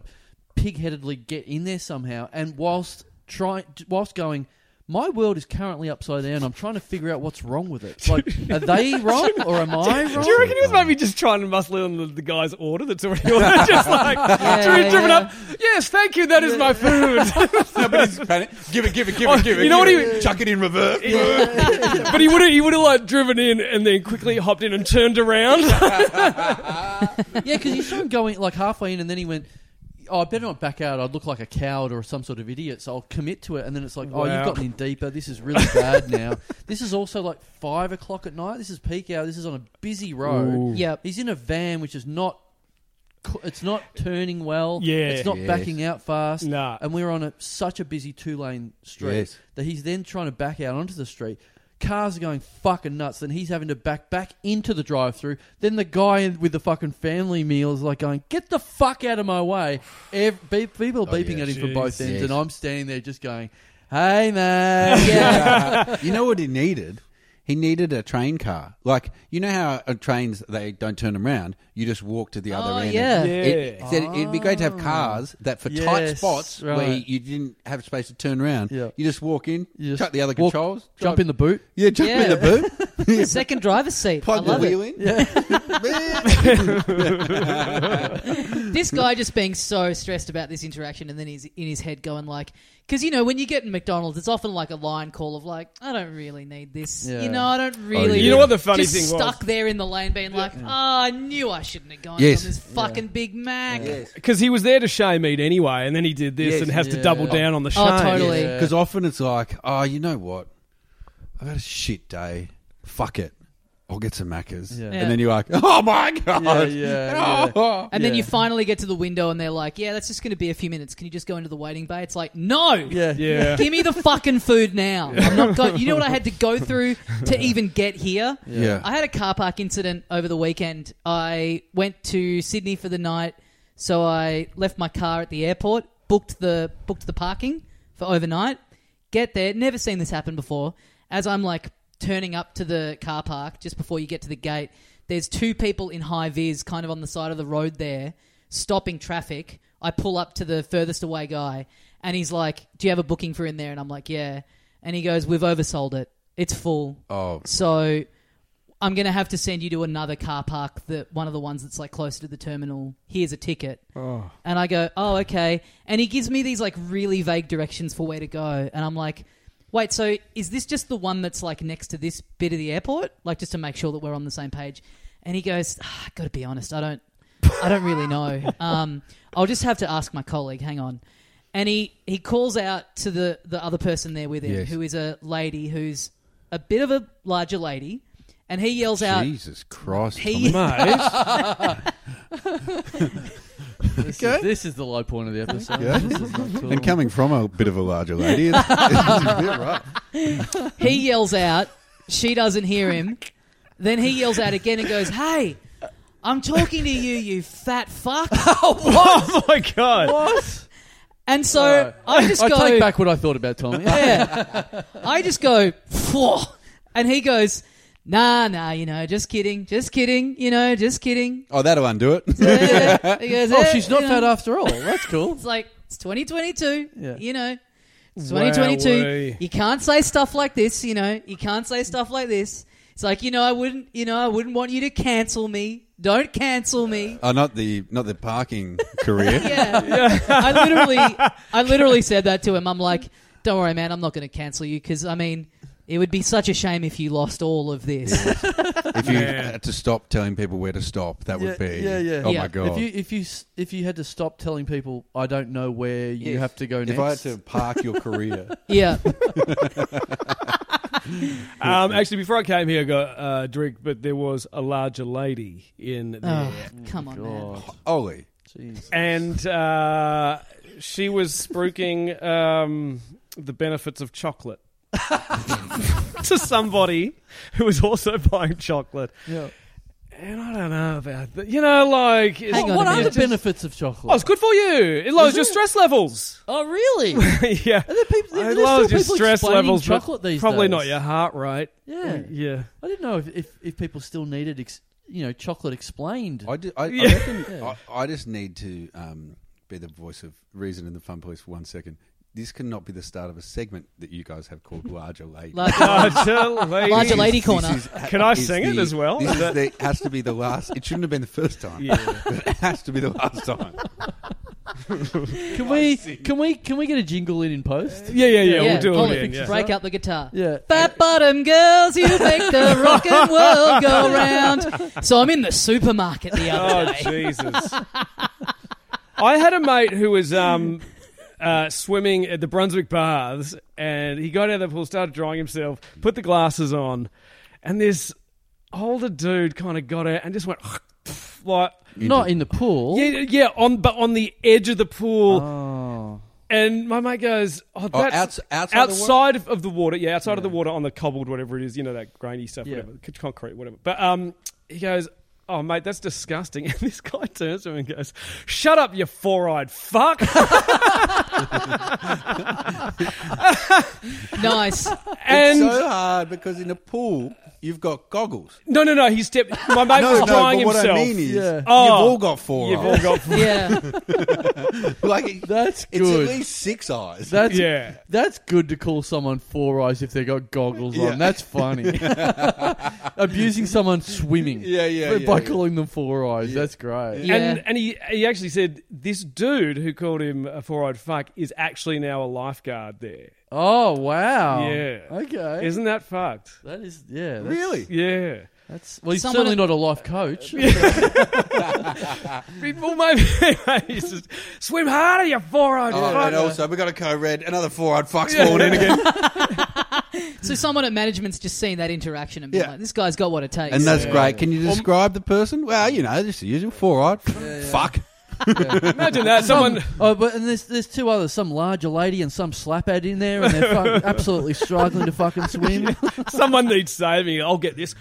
B: pig-headedly get in there somehow, and whilst trying whilst going. My world is currently upside down. I'm trying to figure out what's wrong with it. Like, are they wrong or am I wrong?
C: Do you reckon he was maybe just trying to muscle in on the, the guy's order that's already ordered? just like driven, driven
A: yeah.
C: up. Yes, thank you. That is my food.
D: Nobody's panic. Give it, give it, give
C: Oh, you know what he-
D: chuck it in reverse.
C: but he would have he would have like driven in and then quickly hopped in and turned around.
B: Yeah, because you saw him going like halfway in, and then he went, "Oh, I better not back out. I'd look like a coward or some sort of idiot." So I'll commit to it, and then it's like, "Oh,
C: Wow.
B: you've gotten in deeper. This is really bad now. This is also like five o'clock at night. This is peak hour. This is on a busy road.
A: Yep.
B: He's in a van, which is not." co- It's not turning well.
C: Yeah.
B: it's not
D: Yes.
B: backing out fast.
C: Nah.
B: and we're on a, such a busy two-lane street
D: Yes.
B: that he's then trying to back out onto the street. Cars are going fucking nuts. Then he's having to back back into the drive-through. Then the guy in- with the fucking family meal is like going, "Get the fuck out of my way!" Ev- be- people are
D: Oh,
B: beeping
D: yeah.
B: at him from both
D: Jeez.
B: ends,
D: Yes.
B: and I'm standing there just going, "Hey man,
D: you know what he needed? He needed a train car. Like you know how uh, trains they don't turn them round. You just walk to the other
A: Oh,
D: end.
A: yeah.
D: and It,
C: Yeah.
D: it said it'd be great to have cars that for tight
B: Yes,
D: spots where
B: right.
D: you didn't have space to turn around.
B: Yeah.
D: You just walk in,
B: You just
D: chuck the other
B: walk-
D: controls,
B: jump in the boot."
D: Yeah, jump in the boot.
A: Second driver's seat. I
D: Plug the
A: love it.
D: wheel in. Yeah.
A: this guy just being so stressed about this interaction and then he's in his head going like because you know when you get in mcdonald's it's often like a line call of like i don't really need this
B: Yeah.
A: you know i don't really
D: yeah.
C: You know what the funny
A: just
C: thing was?
A: stuck there in the lane being like oh i knew i shouldn't have gone
D: Yes.
A: on this fucking big mac
C: Because he was there to shame eat anyway, and then he did this
D: Yes,
C: and has
B: yeah.
C: to double down on the shame.
A: Oh, totally. Yeah.
D: Because often it's like, oh, you know what? I've had a shit day. Fuck it. I'll get some macas.
B: Yeah.
A: Yeah.
D: And then you're like, oh my god.
B: Yeah, yeah,
D: Oh.
A: and then
B: Yeah.
A: you finally get to the window and they're like yeah that's just going to be a few minutes can you just go into the waiting bay it's like no
B: yeah, yeah.
C: Yeah.
A: Give me the fucking food now. I'm not going. You know what I had to go through to even get here?
D: Yeah.
A: I had a car park incident over the weekend. I went to Sydney for the night, so I left my car at the airport, booked the booked the parking for overnight. Get there, never seen this happen before. As I'm like turning up to the car park just before you get to the gate. There's two people in high vis, kind of on the side of the road there, stopping traffic. I pull up to the furthest away guy, and he's like, "Do you have a booking for in there?" And I'm like, "Yeah." And he goes, "We've oversold it. It's full."
D: Oh,
A: So I'm going to have to send you to another car park, that one of the ones that's like closer to the terminal. Here's a ticket. And I go, "Oh, okay." And he gives me these like really vague directions for where to go, and I'm like, "Wait, so is this just the one that's like next to this bit of the airport? Like just to make sure that we're on the same page?" And he goes, ah, "I got to be honest, I don't I don't really know. Um, I'll just have to ask my colleague. Hang on." And he, he calls out to the, the other person there with him,
D: Yes.
A: who is a lady who's a bit of a larger lady, and he yells out,
D: Jesus Christ!
A: He-
D: Tommy.
C: Mate,
B: This, is, this is the low point of the episode.
D: Yeah.
B: This is not cool.
D: and coming from a bit of a larger lady, it's, it's a bit rough.
A: He yells out. She doesn't hear him. Then he yells out again and goes, "Hey, I'm talking to you, you fat fuck."
C: oh my god!
B: what?
A: And so
B: Alright.
A: I just
B: I
A: go,
B: take back what I thought about Tommy.
A: Yeah. I just go, "Phew." and he goes, "Nah, nah, you know, just kidding, just kidding, you know, just kidding."
D: Oh, that'll undo it.
A: Eh, he goes,
B: oh,
A: "Eh,
B: she's not
A: you know."
B: fat after all. That's cool.
A: It's like it's 2022,
B: Yeah.
A: you know. It's 2022.
C: Wowee.
A: You can't say stuff like this, you know. You can't say stuff like this. It's like, you know, I wouldn't, you know, I wouldn't want you to cancel me. Don't cancel me.
D: oh, not the not the parking career.
A: Yeah. I literally I literally said that to him. I'm like, "Don't worry, man. I'm not going to cancel you cuz I mean, it would be such a shame if you lost all of this."
D: If you
C: Yeah.
D: had to stop telling people where to stop, that would
B: Yeah,
D: be.
B: yeah, yeah.
D: Oh
A: Yeah.
D: my
A: If
B: If
D: god!
B: you if you s- if you had to stop telling people, I don't know where you
A: Yes.
B: have to go next.
D: If I had to park your career,
A: yeah.
C: Um, actually, before I came here, I got uh, a drink, but there was a larger lady in there,
A: Oh, come on, man.
B: God,
D: Ollie,
B: jeez.
C: and uh, she was spruiking um, the benefits of chocolate to somebody who was also buying chocolate.
B: Yeah.
C: And I don't know about that. You know, like it's-
A: Hang on a
B: What, what are
A: minute.
B: the benefits of chocolate?
C: Oh, it's good for you. It lowers your stress levels.
B: Oh, really?
C: yeah.
B: Are there people?
C: It
B: there's still
C: lowers your
B: people
C: stress
B: explaining
C: levels. but
B: Chocolate these
C: probably
B: days.
C: not your heart rate.
B: Yeah.
C: Yeah.
B: I didn't know if, if, if people still needed ex, you know chocolate explained.
D: I, ju- I,
C: Yeah.
D: I, reckon, I, I just need to um, be the voice of reason in the fun police for one second. This cannot be the start of a segment that you guys have called Larger Lady.
A: Like,
C: Larger lady.
D: This
A: Larger
D: is-
A: Lady
D: this
A: Corner.
D: is-
C: Can I
D: is
C: sing it
D: the-
C: as well?
D: This
C: Is
D: is the, has to be the last. It shouldn't have been the first time.
C: Yeah.
D: But it has to be the last time.
B: can we can we can we get a jingle in in post?
C: Yeah, yeah, yeah.
A: yeah,
C: We'll do
A: Ollie,
C: it again. Yeah.
A: break out the guitar.
B: Yeah.
A: Fat bottom girls, you make the rockin' world go round. So I'm in the supermarket the other
C: Oh
A: day.
C: Jesus! I had a mate who was um, uh, swimming at the Brunswick Baths, and he got out of the pool, started drying himself, put the glasses on, and this older dude kind of got out and just went like.
B: Not in the pool.
C: Yeah, yeah, on but on the edge of the pool,
B: Oh.
C: and my mate goes, "Oh,
D: Oh,
C: that's
D: outs- outside, the wa-
C: outside of- of the water, yeah, outside of the water on the cobbled, whatever it is, you know that grainy stuff,
B: Yeah.
C: whatever, c- concrete, whatever. But um, he goes, "Oh, mate, that's disgusting." And this guy turns to him and goes, "Shut up, you four-eyed fuck!"
A: Nice.
C: and
D: it's so hard because in a pool you've got goggles.
C: no, no, no, he stepped. My mate
D: No,
C: was
D: no,
C: drying
D: but what
C: himself.
D: I mean is
B: Yeah.
D: you've
C: Oh.
D: all got 4
C: You've all
D: eyes.
C: got.
A: Yeah.
D: like it-
B: That's
D: it's
B: good.
D: at least six eyes.
B: That's
C: Yeah.
B: That's good to call someone four eyes if they got goggles
D: Yeah.
B: on. That's funny. Abusing someone swimming.
D: Yeah, yeah,
B: By,
D: yeah,
B: by
D: yeah.
B: calling them four eyes.
D: Yeah.
B: That's great.
A: Yeah.
C: And and he he actually said this dude who called him a four-eyed fuck is actually now a lifeguard there.
B: Oh wow.
C: Yeah.
B: Okay.
C: Isn't that fucked?
B: that is yeah. That's,
D: really?
C: Yeah.
B: That's well. He's
A: Someone-
B: certainly not a life coach.
C: Well, maybe he's just, swim harder, you four-eyed
D: Oh,
C: fuck.
D: and also, we got a co-red, another four-eyed fox falling in again.
A: So someone at management's just seen that interaction and been
D: Yeah.
A: like, "This guy's got what it takes."
D: And that's great. Can you describe the person? Well, you know, just the usual four-eyed fuck.
C: Imagine that. Someone.
B: oh, but and there's there's two others. Some larger lady and some slaphead in there, and they're fucking, absolutely struggling to fucking swim.
C: Someone needs saving. I'll get this.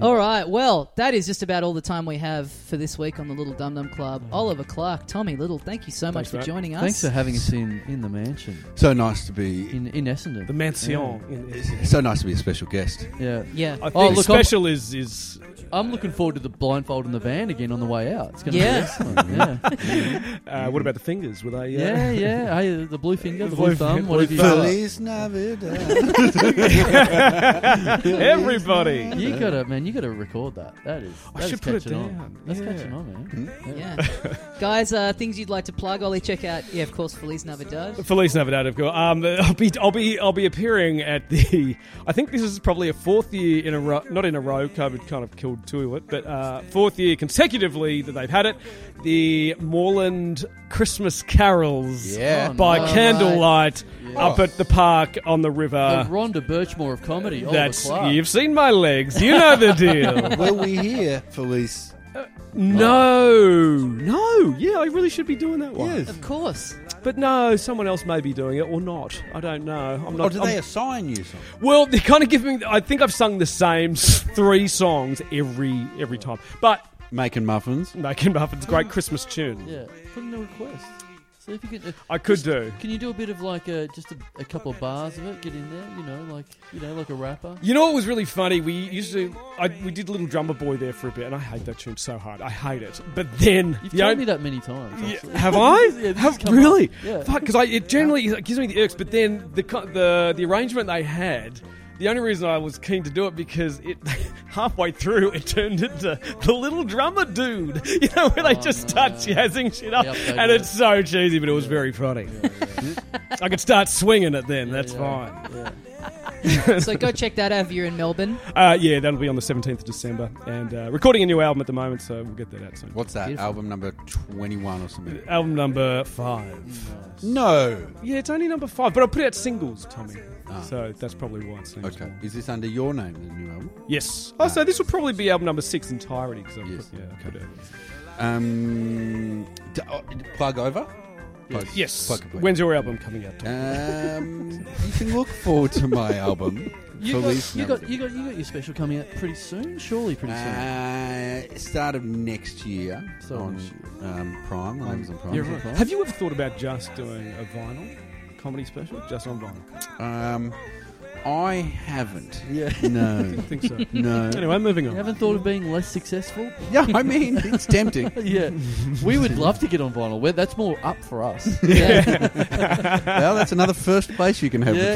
A: All right. Well, that is just about all the time we have for this week on the Little Dum Dum Club. Oliver Clark, Tommy Little, thank you so much
C: Thanks,
A: for
C: mate.
A: joining us.
B: Thanks for having us in, in the mansion
D: So nice to be.
B: in in Essendon.
C: The mansion.
D: Mm.
C: in-
D: So nice to be a special guest.
B: Yeah,
A: yeah.
C: I think
B: Oh, look, I'm-
C: special is is
B: I'm looking forward to the blindfold in the van again on the way out. It's going to
A: Yeah.
B: be excellent. Yeah,
C: uh, what about the fingers? Were they? Uh,
B: yeah, yeah. Hey, the blue finger, the
C: The
B: blue
C: blue
B: thumb,
C: finger,
B: whatever
C: blue
B: you
C: thumb.
B: call it.
D: Feliz Navidad.
C: Everybody.
B: You gotta, man. You gotta record that. That is.
C: I
B: that is
C: should put it
B: catching on.
C: down.
B: That's
C: Yeah. Mm.
B: catching on, man.
A: yeah. Guys, uh, things you'd like to plug, Ollie, check out, yeah, of course, Feliz Navidad.
C: Feliz Navidad, of course. Um, I'll be, I'll be, I'll be appearing at the. I think this is probably a fourth year in a row, not in a row. COVID kind of killed two of it, but uh, fourth year consecutively that they've had it. The Moreland Christmas Carols
D: Yeah.
C: by
B: Oh, nice.
C: candlelight up at the park on the river.
B: the Rhonda Birchmore of comedy. oh, Oliver
C: Uh, That's
B: Clark.
C: you've seen my legs. You know the deal.
D: Will we hear Feliz?
C: no, no. Yeah, I really should be doing that one.
A: Of course.
C: But no, someone else may be doing it or not. I don't know. I'm not.
D: Or do
C: I'm-
D: they assign you something?
C: Well, they kind of give me. I think I've sung the same s- three songs every every time. But
D: Making muffins.
C: no, Ken Buffin's great Christmas tune.
B: Yeah. Put in a request. See if you can.
C: I could do.
B: Can you do a bit of like a, just a, a couple of bars of it? Get in there, you know, like you know, like a rapper.
C: You know what was really funny? We used to. I, we did Little Drummer Boy there for a bit, and I hate that tune so hard. I hate it. But then
B: You've
C: the
B: told
C: only-
B: me that many times.
C: Yeah,
B: actually.
C: have I?
B: this has
C: have,
B: come up.
C: really?
B: Yeah.
C: Fuck, because it generally is- it gives me the irks. But then the co- the the arrangement they had, the only reason I was keen to do it because it halfway through it turned into the little drummer dude. You know, where they
B: Oh,
C: just
B: no.
C: start jazzing shit up,
B: Yep, they
C: and
B: do.
C: it's so cheesy, but it was very funny. I could start swinging it then. that's
B: yeah.
C: fine.
B: Yeah.
A: So go check that out if you're in Melbourne.
C: Uh, yeah, that'll be on the seventeenth of December, and uh, recording a new album at the moment, so we'll get that out soon.
D: What's that?
B: Beautiful.
D: Album number 21 or something.
C: Album number five.
D: No.
C: Yeah, it's only number five, but I put out singles, Tommy.
D: Ah.
C: So that's probably why it's singles.
D: Okay. Is this under your name, the new album?
C: Yes. Oh, so this will probably be album number six entirety. Cause I've
D: Yes.
C: Put, yeah, I put
D: Okay.
C: out-
D: Um, d- oh, plug over? Plug,
C: Yes.
D: Plug complete.
C: When's your album coming out? Tommy?
D: Um, you can look forward to my album.
B: You, got,
D: Feliz
B: you got
D: Navidad.
B: you got you got your special coming out pretty soon, surely pretty soon.
D: Uh, start of next year
B: Start of
D: on
B: next
D: Um, Prime, on Amazon Prime.
B: Yeah, right.
C: Uh, Have you ever thought about just doing a vinyl comedy special, just on vinyl?
D: Um, I haven't.
B: Yeah.
D: No,
C: I think so.
D: no.
C: anyway, moving
B: You
C: on.
B: haven't thought of being less successful?
D: Yeah, I mean, it's tempting.
B: yeah, we would love to get on vinyl. We're, that's more up for us.
A: Yeah.
D: well, that's another first place you can have the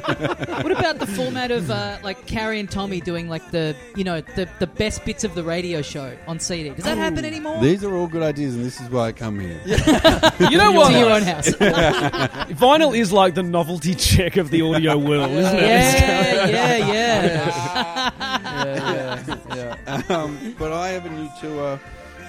D: truth.
A: what about the format of uh, like Carrie and Tommy doing like the you know the, the best bits of the radio show on CD? Does that happen anymore?
D: These are all good ideas, and this is why I come here.
C: You know
A: to your own
C: what?
A: house.
C: Vinyl is like the novelty check of the audio world, isn't it?
A: yeah, yeah, yeah.
B: yeah, yeah, yeah.
D: um, but I have a new tour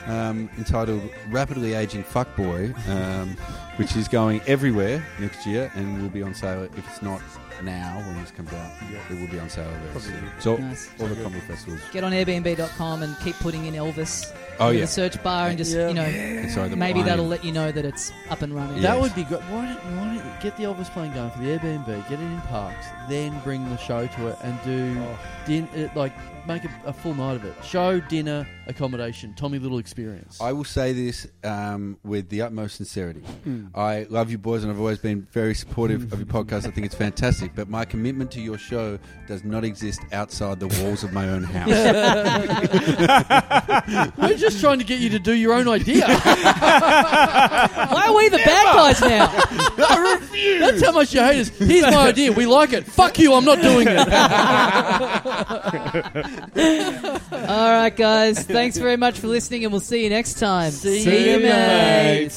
D: um, entitled Rapidly Aging Fuckboy, um, which is going everywhere next year and will be on sale if it's not now when this comes out. It will be on sale very soon. So
A: Nice.
D: all the comedy festivals.
A: Get on Airbnb.com and keep putting in Elvis
D: Oh
A: in
D: yeah,
A: the search bar and just
B: Yeah.
A: you know
D: sorry. The
A: maybe
D: plane.
A: that'll let you know that it's up and running.
D: Yeah.
B: That
D: Yes.
B: would be great. Why don't, why don't you get the Elvis plane going for the Airbnb, get it in parks, then bring the show to it and do
C: Oh.
B: din- it, like make a, a full night of it. Show, dinner, accommodation, Tommy Little experience.
D: I will say this um, with the utmost sincerity. I love you boys, and I've always been very supportive of your podcast. I think it's fantastic, but my commitment to your show does not exist outside the walls of my own house.
B: We're just trying to get you to do your own idea.
A: Why are we the bad guys now?
B: That's how much you hate us. Here's my idea. We like it. Fuck you. I'm not doing it.
A: All right, guys. Thanks very much for listening, and we'll see you next time.
B: See
C: ya, mate.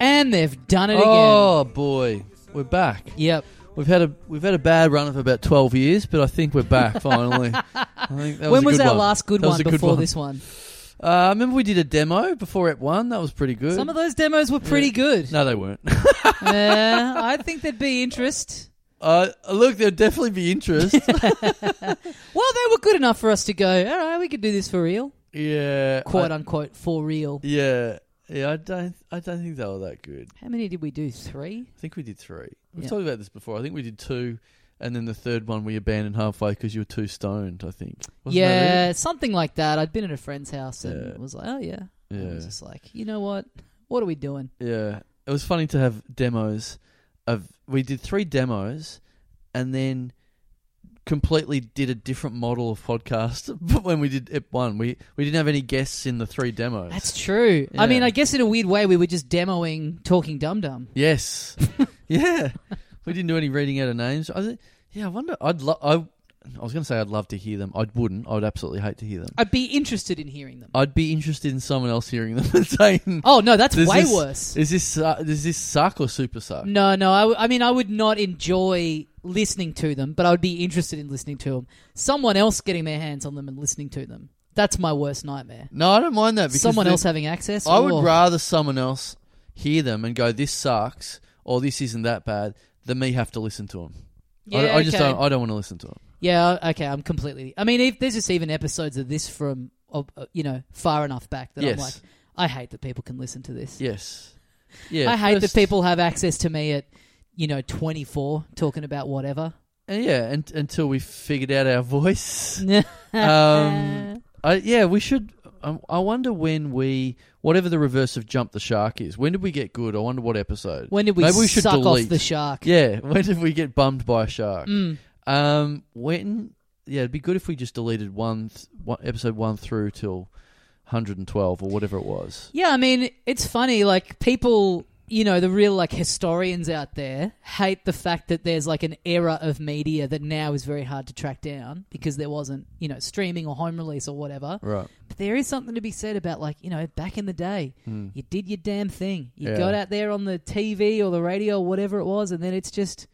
A: And they've done it again.
B: Oh boy, we're back.
A: Yep.
B: We've had a we've had a bad run of about twelve years, but I think we're back finally. I think that
A: when
B: a
A: was
B: good
A: our
B: one.
A: last good
B: That was
A: one
B: a good
A: before
B: one.
A: this one?
B: Uh, I remember we did a demo before it won. That was pretty good.
A: Some of those demos were pretty good.
B: no, they weren't.
A: Yeah, I think there'd be interest.
B: Uh, look, there'd definitely be interest.
A: Well, they were good enough for us to go. All right, we could do this for real,
B: yeah,
A: quote
B: I-
A: unquote, for real.
B: yeah. Yeah, I don't. I don't think they were that good.
A: How many did we do? Three?
B: I think we did three. We've
A: Yeah.
B: talked about this before. I think we did two, and then the third one we abandoned halfway because you were too stoned. I think. Wasn't that
A: yeah, something like that. I'd been at a friend's house and
B: Yeah.
A: was like, oh, yeah.
B: it?
A: I was just like, you know what? What are we doing?
B: Yeah. Yeah. It was funny to have demos. Of we did three demos, and then completely did a different model of podcast. But when we did it one, we we didn't have any guests in the three demos.
A: That's true.
B: Yeah.
A: I mean, I guess in a weird way, we were just demoing Talking Dum Dum.
B: Yes. yeah. We didn't do any reading out of names. I thi- yeah, I wonder. I'd lo- I, I was going to say I'd love to hear them. I wouldn't. I would absolutely hate to hear them.
A: I'd be interested in hearing them.
B: I'd be interested in someone else hearing them and saying,
A: Oh, no, that's
B: Does
A: way
B: this-
A: worse.
B: "Is this uh, does this suck or super suck?"
A: No, no. I, w- I mean, I would not enjoy listening to them, but I would be interested in listening to them. Someone else getting their hands on them and listening to them. That's my worst nightmare.
B: No, I don't mind that because
A: Someone
B: the-
A: else having access.
B: I would
A: Oh.
B: rather someone else hear them and go, "This sucks" or "This isn't that bad," than me have to listen to them.
A: Yeah,
B: I, I just
A: okay.
B: don't. I don't want to listen to them.
A: Yeah, okay, I'm completely. I mean, if there's just even episodes of this from, of, uh, you know, far enough back that
B: yes.
A: I'm like, I hate that people can listen to this.
B: yes. Yeah.
A: I hate
B: first-
A: that people have access to me at, you know, 24 talking about whatever.
B: And uh, yeah, and, until we figured out our voice.
A: um,
B: I, yeah, we should. Um, I wonder when we, whatever the reverse of jump the shark is, when did we get good? I wonder what episode.
A: when did we
B: maybe we should
A: suck
B: delete.
A: off the shark?
B: yeah, when did we get bummed by a shark?
A: Mm.
B: Um, when? Yeah, it'd be good if we just deleted one, th- one episode one through till hundred and twelve or whatever it was.
A: Yeah, I mean, it's funny. Like people, you know, the real like historians out there hate the fact that there's like an era of media that now is very hard to track down because there wasn't, you know, streaming or home release or whatever.
B: Right.
A: But there is something to be said about like, you know, back in the day,
B: Mm.
A: you did your damn thing. You
B: Yeah.
A: got out there on the TV or the radio or whatever it was, and then it's just,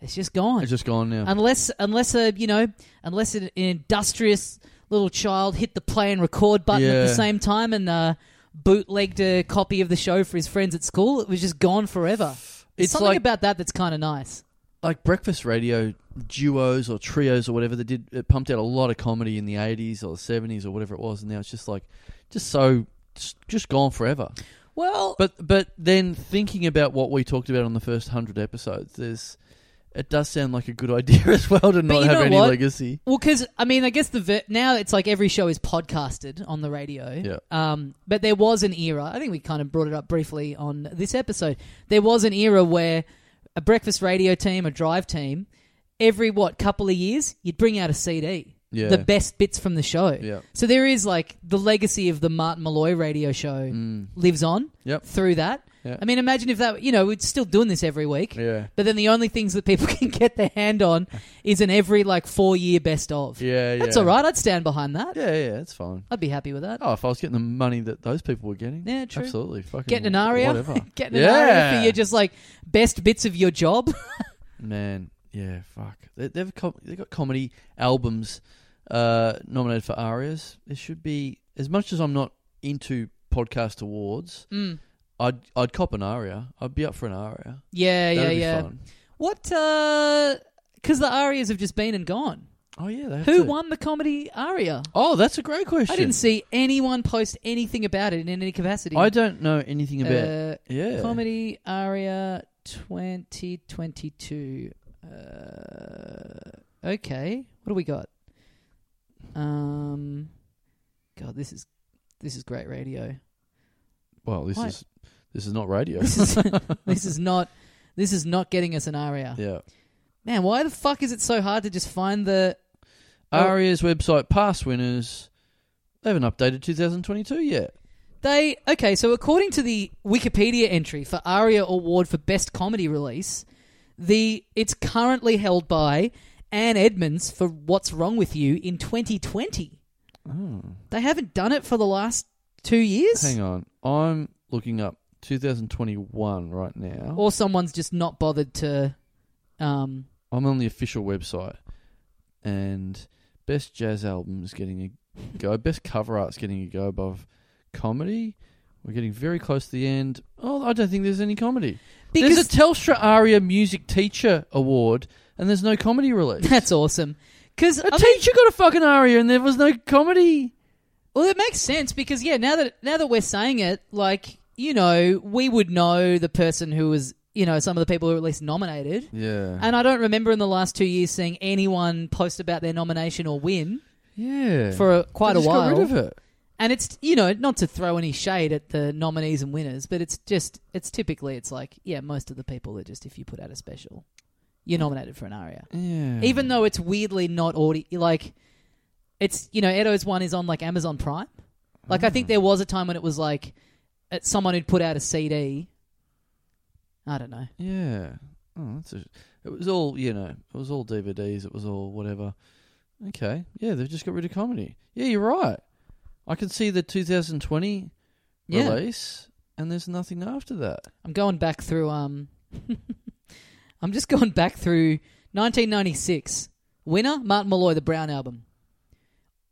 A: it's just gone.
B: It's just gone now.
A: unless, unless a, you know, unless an, an industrious little child hit the play and record button at
B: Yeah.
A: the same time and uh, bootlegged a copy of the show for his friends at school, it was just gone forever. There's
B: It's
A: something
B: like-
A: about that that's kind of nice.
B: like breakfast radio duos or trios or whatever that did it pumped out a lot of comedy in the 80s or 70s or whatever it was and now it's just like just so just- just gone forever
A: Well,
B: but but then thinking about what we talked about on the first 100 episodes there's it does sound like a good idea as well to not
A: you
B: have
A: know
B: any
A: what?
B: legacy
A: Well, because I mean, I guess the ver- now it's like every show is podcasted on the radio.
B: Yeah.
A: Um, but there was an era. I think we kind of brought it up briefly on this episode. There was an era where a breakfast radio team, a drive team, every what couple of years, you'd bring out a CD,
B: yeah
A: the best bits from the show.
B: yeah
A: So there is like the legacy of the Martin Malloy radio show
B: mm.
A: lives on
B: Yep.
A: through that.
B: Yeah.
A: I mean, imagine if that you know we're still doing this every week.
B: yeah
A: But then the only things that people can get their hand on is an every like four year best of.
B: yeah yeah
A: That's all right. I'd stand behind that.
B: yeah yeah that's fine
A: I'd be happy with that.
B: oh if i was getting the money that those people were getting
A: Yeah, true.
B: absolutely fucking
A: Getting an aria,
B: whatever
A: getting an
B: Yeah.
A: aria for your just like best bits of your job.
B: Man, yeah, fuck. They, they've com- they got comedy albums uh, nominated for arias. There should be as much as I'm not into podcast awards.
A: Mm.
B: I'd I'd cop an aria. I'd be up for an aria.
A: Yeah, yeah,
B: That'd be
A: yeah.
B: fun.
A: What? Because the arias have just been and gone.
B: Oh yeah, they have
A: Who
B: to-
A: won the comedy aria?
B: Oh, that's a great question.
A: I didn't see anyone post anything about it in any capacity.
B: I don't know anything about.
A: uh,
B: yeah,
A: comedy aria twenty twenty two. Uh, okay, what do we got? Um, God, this is this is great radio.
B: Well, this
A: Why-
B: is this is not radio.
A: This is this is not this is not getting us an aria.
B: yeah.
A: Man, why the fuck is it so hard to just find the? Oh.
B: Aria's website past winners. They haven't updated 2022 yet.
A: They okay, so according to the Wikipedia entry for ARIA Award for Best Comedy Release, the it's currently held by Anne Edmonds for What's Wrong with You in 2020. They haven't done it for the last two years,
B: Hmm. Hang on, I'm looking up 2021 right now.
A: or someone's just not bothered to. Um,
B: I'm on the official website, and best jazz album is getting a go. Best cover art's getting a go above comedy. We're getting very close to the end. Oh, I don't think there's any comedy. there's
A: because
B: a Telstra Aria Music Teacher Award, and there's no comedy release.
A: that's awesome. Because
B: a teacher got a fucking aria, and there was no comedy.
A: Well, it makes sense because yeah, now that now that we're saying it, like you know, we would know the person who was, you know, some of the people who were at least nominated.
B: Yeah.
A: And I don't remember in the last two years seeing anyone post about their nomination or win
B: yeah.
A: for a, quite
B: They
A: a
B: just got
A: while.
B: rid of it.
A: And it's you know not to throw any shade at the nominees and winners, but it's just it's typically it's like yeah, most of the people are just if you put out a special, you're nominated for an aria,
B: Yeah.
A: even though it's weirdly not audio like it's you know Edo's one is on like Amazon Prime. Like I
B: Mm.
A: think there was a time when it was like it's someone who'd put out a CD. I don't know.
B: Yeah. Oh, that's a, it was all, you know, it was all DVDs, it was all whatever. Okay. Yeah, they've just got rid of comedy. Yeah, you're right. I can see the 2020
A: Yeah,
B: release and there's nothing after that.
A: I'm going back through. Um, I'm just going back through 1996. Winner Martin Malloy, the Brown album.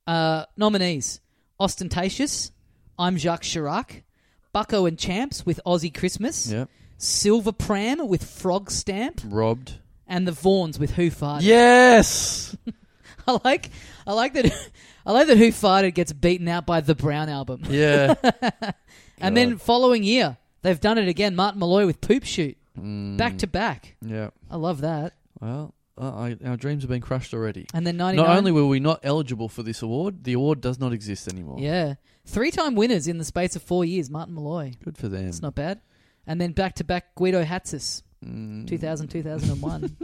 A: Uh, nominees: Ostentatious, I'm Jacques Chirac, Bucko and Champs with Aussie Christmas,
B: Yep.
A: Silver Pram with Frog Stamp,
B: Robbed.
A: and the Vaughns with Who Farted.
B: Yes.
A: I like, I like that. I like that Who Farted gets beaten out by the Brown album,
B: Yeah.
A: and then following year they've done it again. Martin Malloy with Poop Shoot, back to back.
B: Mm, Yeah.
A: I love that.
B: Well, uh, I, our dreams have been crushed already.
A: And then 99.
B: Not only were we not eligible for this award, the award does not exist anymore.
A: Yeah. Three time winners in the space of four years, Martin Malloy.
B: Good for them.
A: It's not bad. And then back to back Guido Hatzis,
B: Mm.
A: 2000, 2001.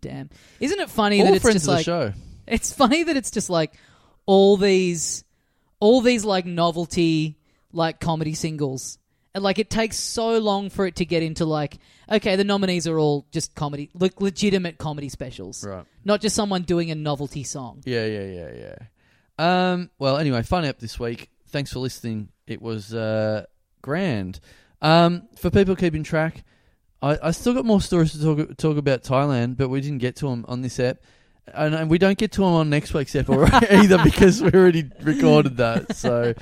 A: Damn. Isn't it funny that
B: All
A: it's just
B: friends of the
A: like.
B: show.
A: It's funny that it's just like all these. All these like novelty, like comedy singles. And like it takes so long for it to get into like, okay, the nominees are all just comedy, like legitimate comedy specials.
B: Right.
A: Not just someone doing a novelty song.
B: Yeah, yeah, yeah, yeah. Um, well, anyway, fun app this week. Thanks for listening. It was uh, grand. Um, for people keeping track, I, I still got more stories to talk talk about Thailand, but we didn't get to them on this app, and, and we don't get to them on next week's app or either because we already recorded that. So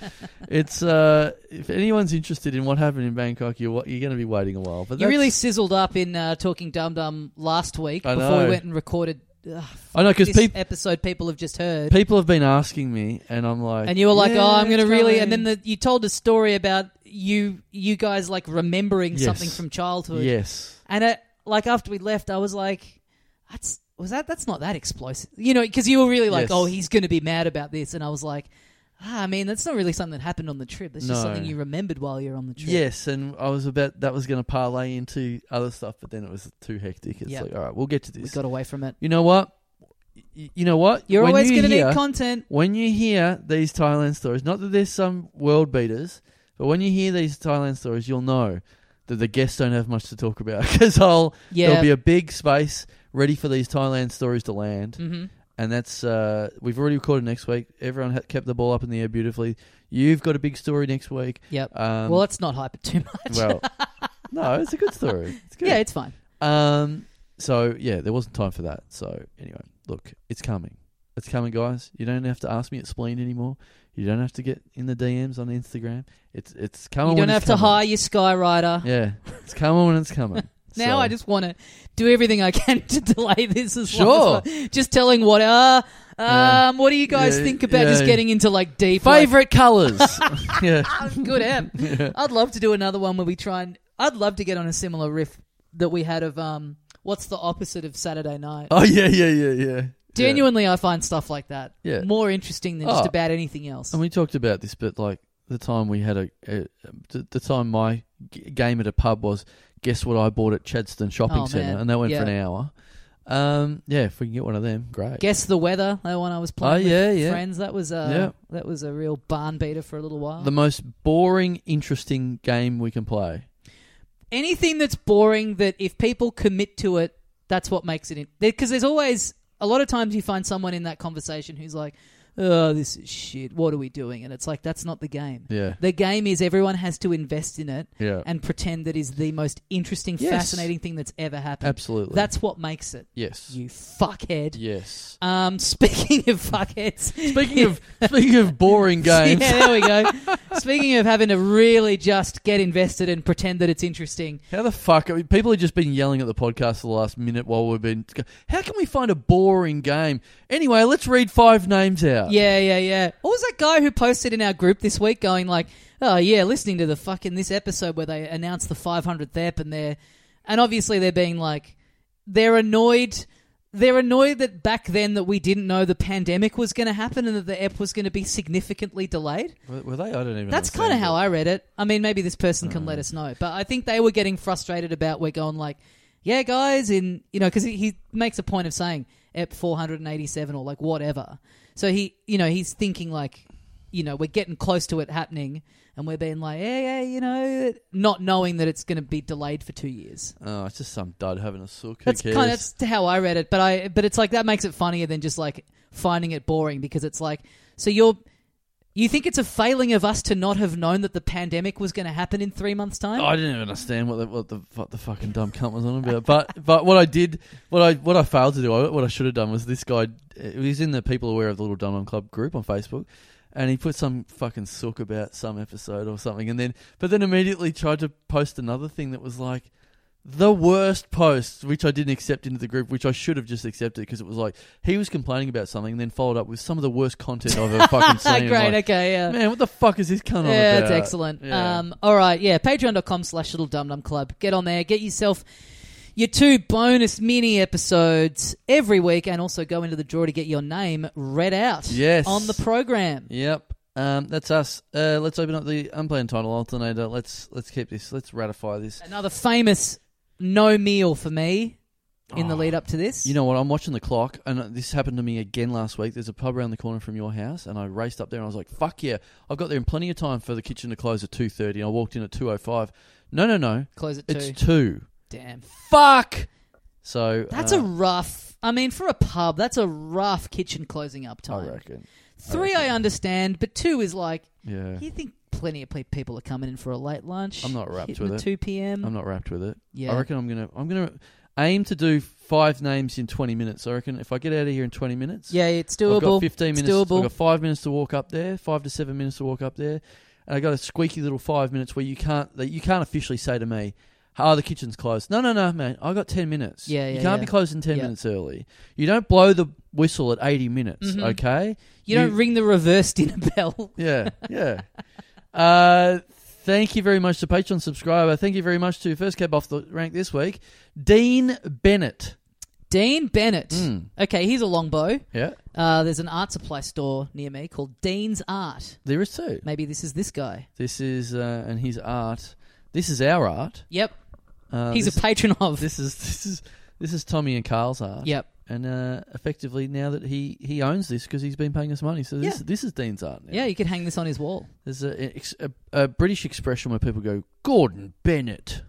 B: it's uh, if anyone's interested in what happened in Bangkok, you're wa- you're going to be waiting a while. But
A: You really
B: that's-
A: sizzled up in uh, talking dum dum last week
B: I
A: before we
B: know.
A: went and recorded. Ugh,
B: I know because
A: this
B: people
A: episode people have just heard,
B: people have been asking me, and I'm like,
A: and you were like,
B: "Yeah,
A: "Oh, I'm going to
B: it's
A: really." And
B: coming."
A: then the, you told a story about you you guys like remembering
B: Yes.
A: something from childhood,
B: yes.
A: and it, like after we left, I was like, "That's was that? That's not that explosive, you know?" Because you were really like,
B: Yes.
A: "Oh, he's going to be mad about this," and I was like. Ah, I mean, that's not really something that happened on the trip. That's just
B: No.
A: something you remembered while you're on the trip.
B: Yes, and I was about that was going to parlay into other stuff, but then it was too hectic. It's
A: Yep.
B: like, all right, we'll get to
A: we
B: this.
A: got away from it.
B: you know what? Y- You know what?
A: You're
B: When
A: always
B: you
A: going to
B: hear-
A: need content.
B: when you hear these Thailand stories, not that there's some world beaters, but when you hear these Thailand stories, you'll know that the guests don't have much to talk about because I'll
A: Yeah.
B: there'll be a big space ready for these Thailand stories to land.
A: mm-hmm.
B: and that's uh, we've already recorded next week. Everyone ha- kept the ball up in the air beautifully. You've got a big story next week.
A: Yep.
B: Um,
A: well, let's not hype it too much.
B: Well, no, it's a good story. It's good.
A: yeah, it's fine.
B: Um. So yeah, there wasn't time for that. So anyway, look, it's coming. It's coming, guys. You don't have to ask me at Spleen anymore. You don't have to get in the DMs on Instagram. It's it's coming.
A: you
B: when
A: don't have
B: it's
A: to
B: coming.
A: hire your skyrider.
B: Yeah, it's coming when it's coming.
A: Now
B: So-
A: I just want to do everything I can to delay this as
B: Sure.
A: long as I- just telling what uh, um
B: Yeah.
A: what do you guys
B: Yeah,
A: think about just
B: yeah.
A: getting into like deep like- oh,
B: favorite colors. yeah.
A: good app. I'd love to do another one where we try and I'd love to get on a similar riff that we had of um what's the opposite of Saturday night.
B: Oh yeah, yeah, yeah, yeah. Yeah.
A: Genuinely, I find stuff like that
B: Yeah.
A: more interesting than just
B: Oh.
A: about anything else.
B: And we talked about this, but like the time we had a, a the, the time my g- game at a pub was, guess what I bought at Chadston Shopping
A: Oh,
B: Centre,
A: man.
B: and that went
A: Yeah.
B: for an hour. Um, yeah, if we can get one of them, great.
A: Guess the weather. That one I was
B: oh
A: playing with
B: yeah, yeah.
A: friends. That was uh,
B: Yeah.
A: that was a real barn beater for a little while.
B: The most boring, interesting game we can play.
A: Anything that's boring that if people commit to it, that's what makes it in. Because there's always a lot of times you find someone in that conversation who's like, "Oh, this is shit. What are we doing?" And it's like that's not the game.
B: Yeah,
A: The game is everyone has to invest in it
B: yeah,
A: and pretend that is the most interesting,
B: Yes.
A: fascinating thing that's ever happened.
B: absolutely.
A: That's what makes it.
B: yes,
A: You fuckhead.
B: yes.
A: Um, speaking of fuckheads,
B: Speaking of speaking of boring games,
A: Yeah, there we go. Speaking of having to really just get invested and pretend that it's interesting,
B: How the fuck? I mean, people have just been yelling at the podcast for the last minute while we've been. How can we find a boring game? Anyway, let's read five names out.
A: Yeah, yeah, yeah. What was that guy who posted in our group this week going like, "Oh yeah, listening to the fucking this episode where they announced the 500th ep and they're and obviously they're being like they're annoyed they're annoyed that back then that we didn't know the pandemic was going to happen and that the ep was going to be significantly delayed.
B: Were were they? I don't even.
A: That's kind of how I read it. I mean, maybe this person can let us know, but I think they were getting frustrated about we're going like, yeah, guys, in you know, because he, he makes a point of saying ep 487 or like whatever. So he, you know, he's thinking like, you know, we're getting close to it happening, and we're being like, yeah, yeah, you know, not knowing that it's going to be delayed for two years.
B: Oh, it's just some dud having a sook. Who
A: That's
B: cares?
A: kind of that's how I read it, but I but it's like that makes it funnier than just like finding it boring because it's like so you're you think it's a failing of us to not have known that the pandemic was going to happen in three months' time?
B: I didn't even understand what the, what the what the fucking dumb cunt was on about. But but what I did, what I what I failed to do, I- what I should have done was this guy. He's in the people aware of the little Dum Dum Club group on Facebook, and he put some fucking sook about some episode or something, and then but then immediately tried to post another thing that was like. The worst post, which I didn't accept into the group, which I should have just accepted because it was like he was complaining about something, and then followed up with some of the worst content I've ever fucking
A: Ah,
B: seen. I'm
A: great.
B: like,
A: okay, yeah.
B: man, what the fuck is this cunt on about?
A: Yeah, that's excellent.
B: Yeah.
A: Um, all right, yeah, patreon.com slash little dum dum club. Get on there, get yourself your two bonus mini episodes every week, and also go into the draw to get your name read out
B: Yes.
A: on the program.
B: Yep. Um, that's us. Uh, let's open up the unplanned title alternator. Let's let's keep this. Let's ratify this.
A: Another famous no meal for me in the
B: Oh.
A: lead up to this.
B: You know what? I'm watching the clock, and uh, this happened to me again last week. There's a pub around the corner from your house, and I raced up there, and I was like, "Fuck yeah!" I've got there in plenty of time for the kitchen to close at two thirty. I walked in at two o five. No, no, no.
A: Close at two.
B: It's Uh, two.
A: Damn.
B: Fuck. So
A: That's
B: uh,
A: a rough. I mean, for a pub, that's a rough kitchen closing up
B: I
A: time.
B: reckon.
A: Three, I understand, but two is like
B: Yeah.
A: you think plenty of pe- people are coming in for a late lunch.
B: I'm not wrapped
A: hitting
B: with
A: the
B: it.
A: Two p.m.
B: I'm not wrapped with it.
A: yeah,
B: I reckon I'm gonna I'm gonna aim to do five names in twenty minutes. I reckon if I get out of here in twenty minutes,
A: yeah, it's
B: I've got
A: doable.
B: 15
A: It's
B: minutes.
A: doable.
B: I've got five minutes to walk up there. Five to seven minutes to walk up there, and I got a squeaky little five minutes where you can't that you can't officially say to me, "Oh, the kitchen's closed." No, no, no, man. I got 10 minutes.
A: Yeah,
B: you
A: yeah,
B: can't
A: yeah.
B: be closing 10
A: Yeah.
B: minutes early. You don't blow the whistle at 80 minutes.
A: Mhm.
B: Okay.
A: you don't
B: you-
A: ring the reverse dinner bell.
B: Yeah, yeah. uh, thank you very much to Patreon subscriber. Thank you very much to first cab off the rank this week, Dean Bennett.
A: Dean Bennett.
B: Mm.
A: Okay, here's a longbow.
B: Yeah,
A: Uh, there's an art supply store near me called Dean's Art.
B: there is two.
A: Maybe this is this guy.
B: This is uh, and his art. This is our art.
A: Yep,
B: Uh,
A: he's
B: this-
A: a patron of.
B: this is this is this is Tommy and Carl's art.
A: yep.
B: And uh, effectively, now that he, he owns this because he's been paying us money, so this
A: Yeah.
B: this is Dean's art. Now.
A: Yeah, you could hang this on his wall.
B: There's a, ex- a a British expression where people go Gordon Bennett.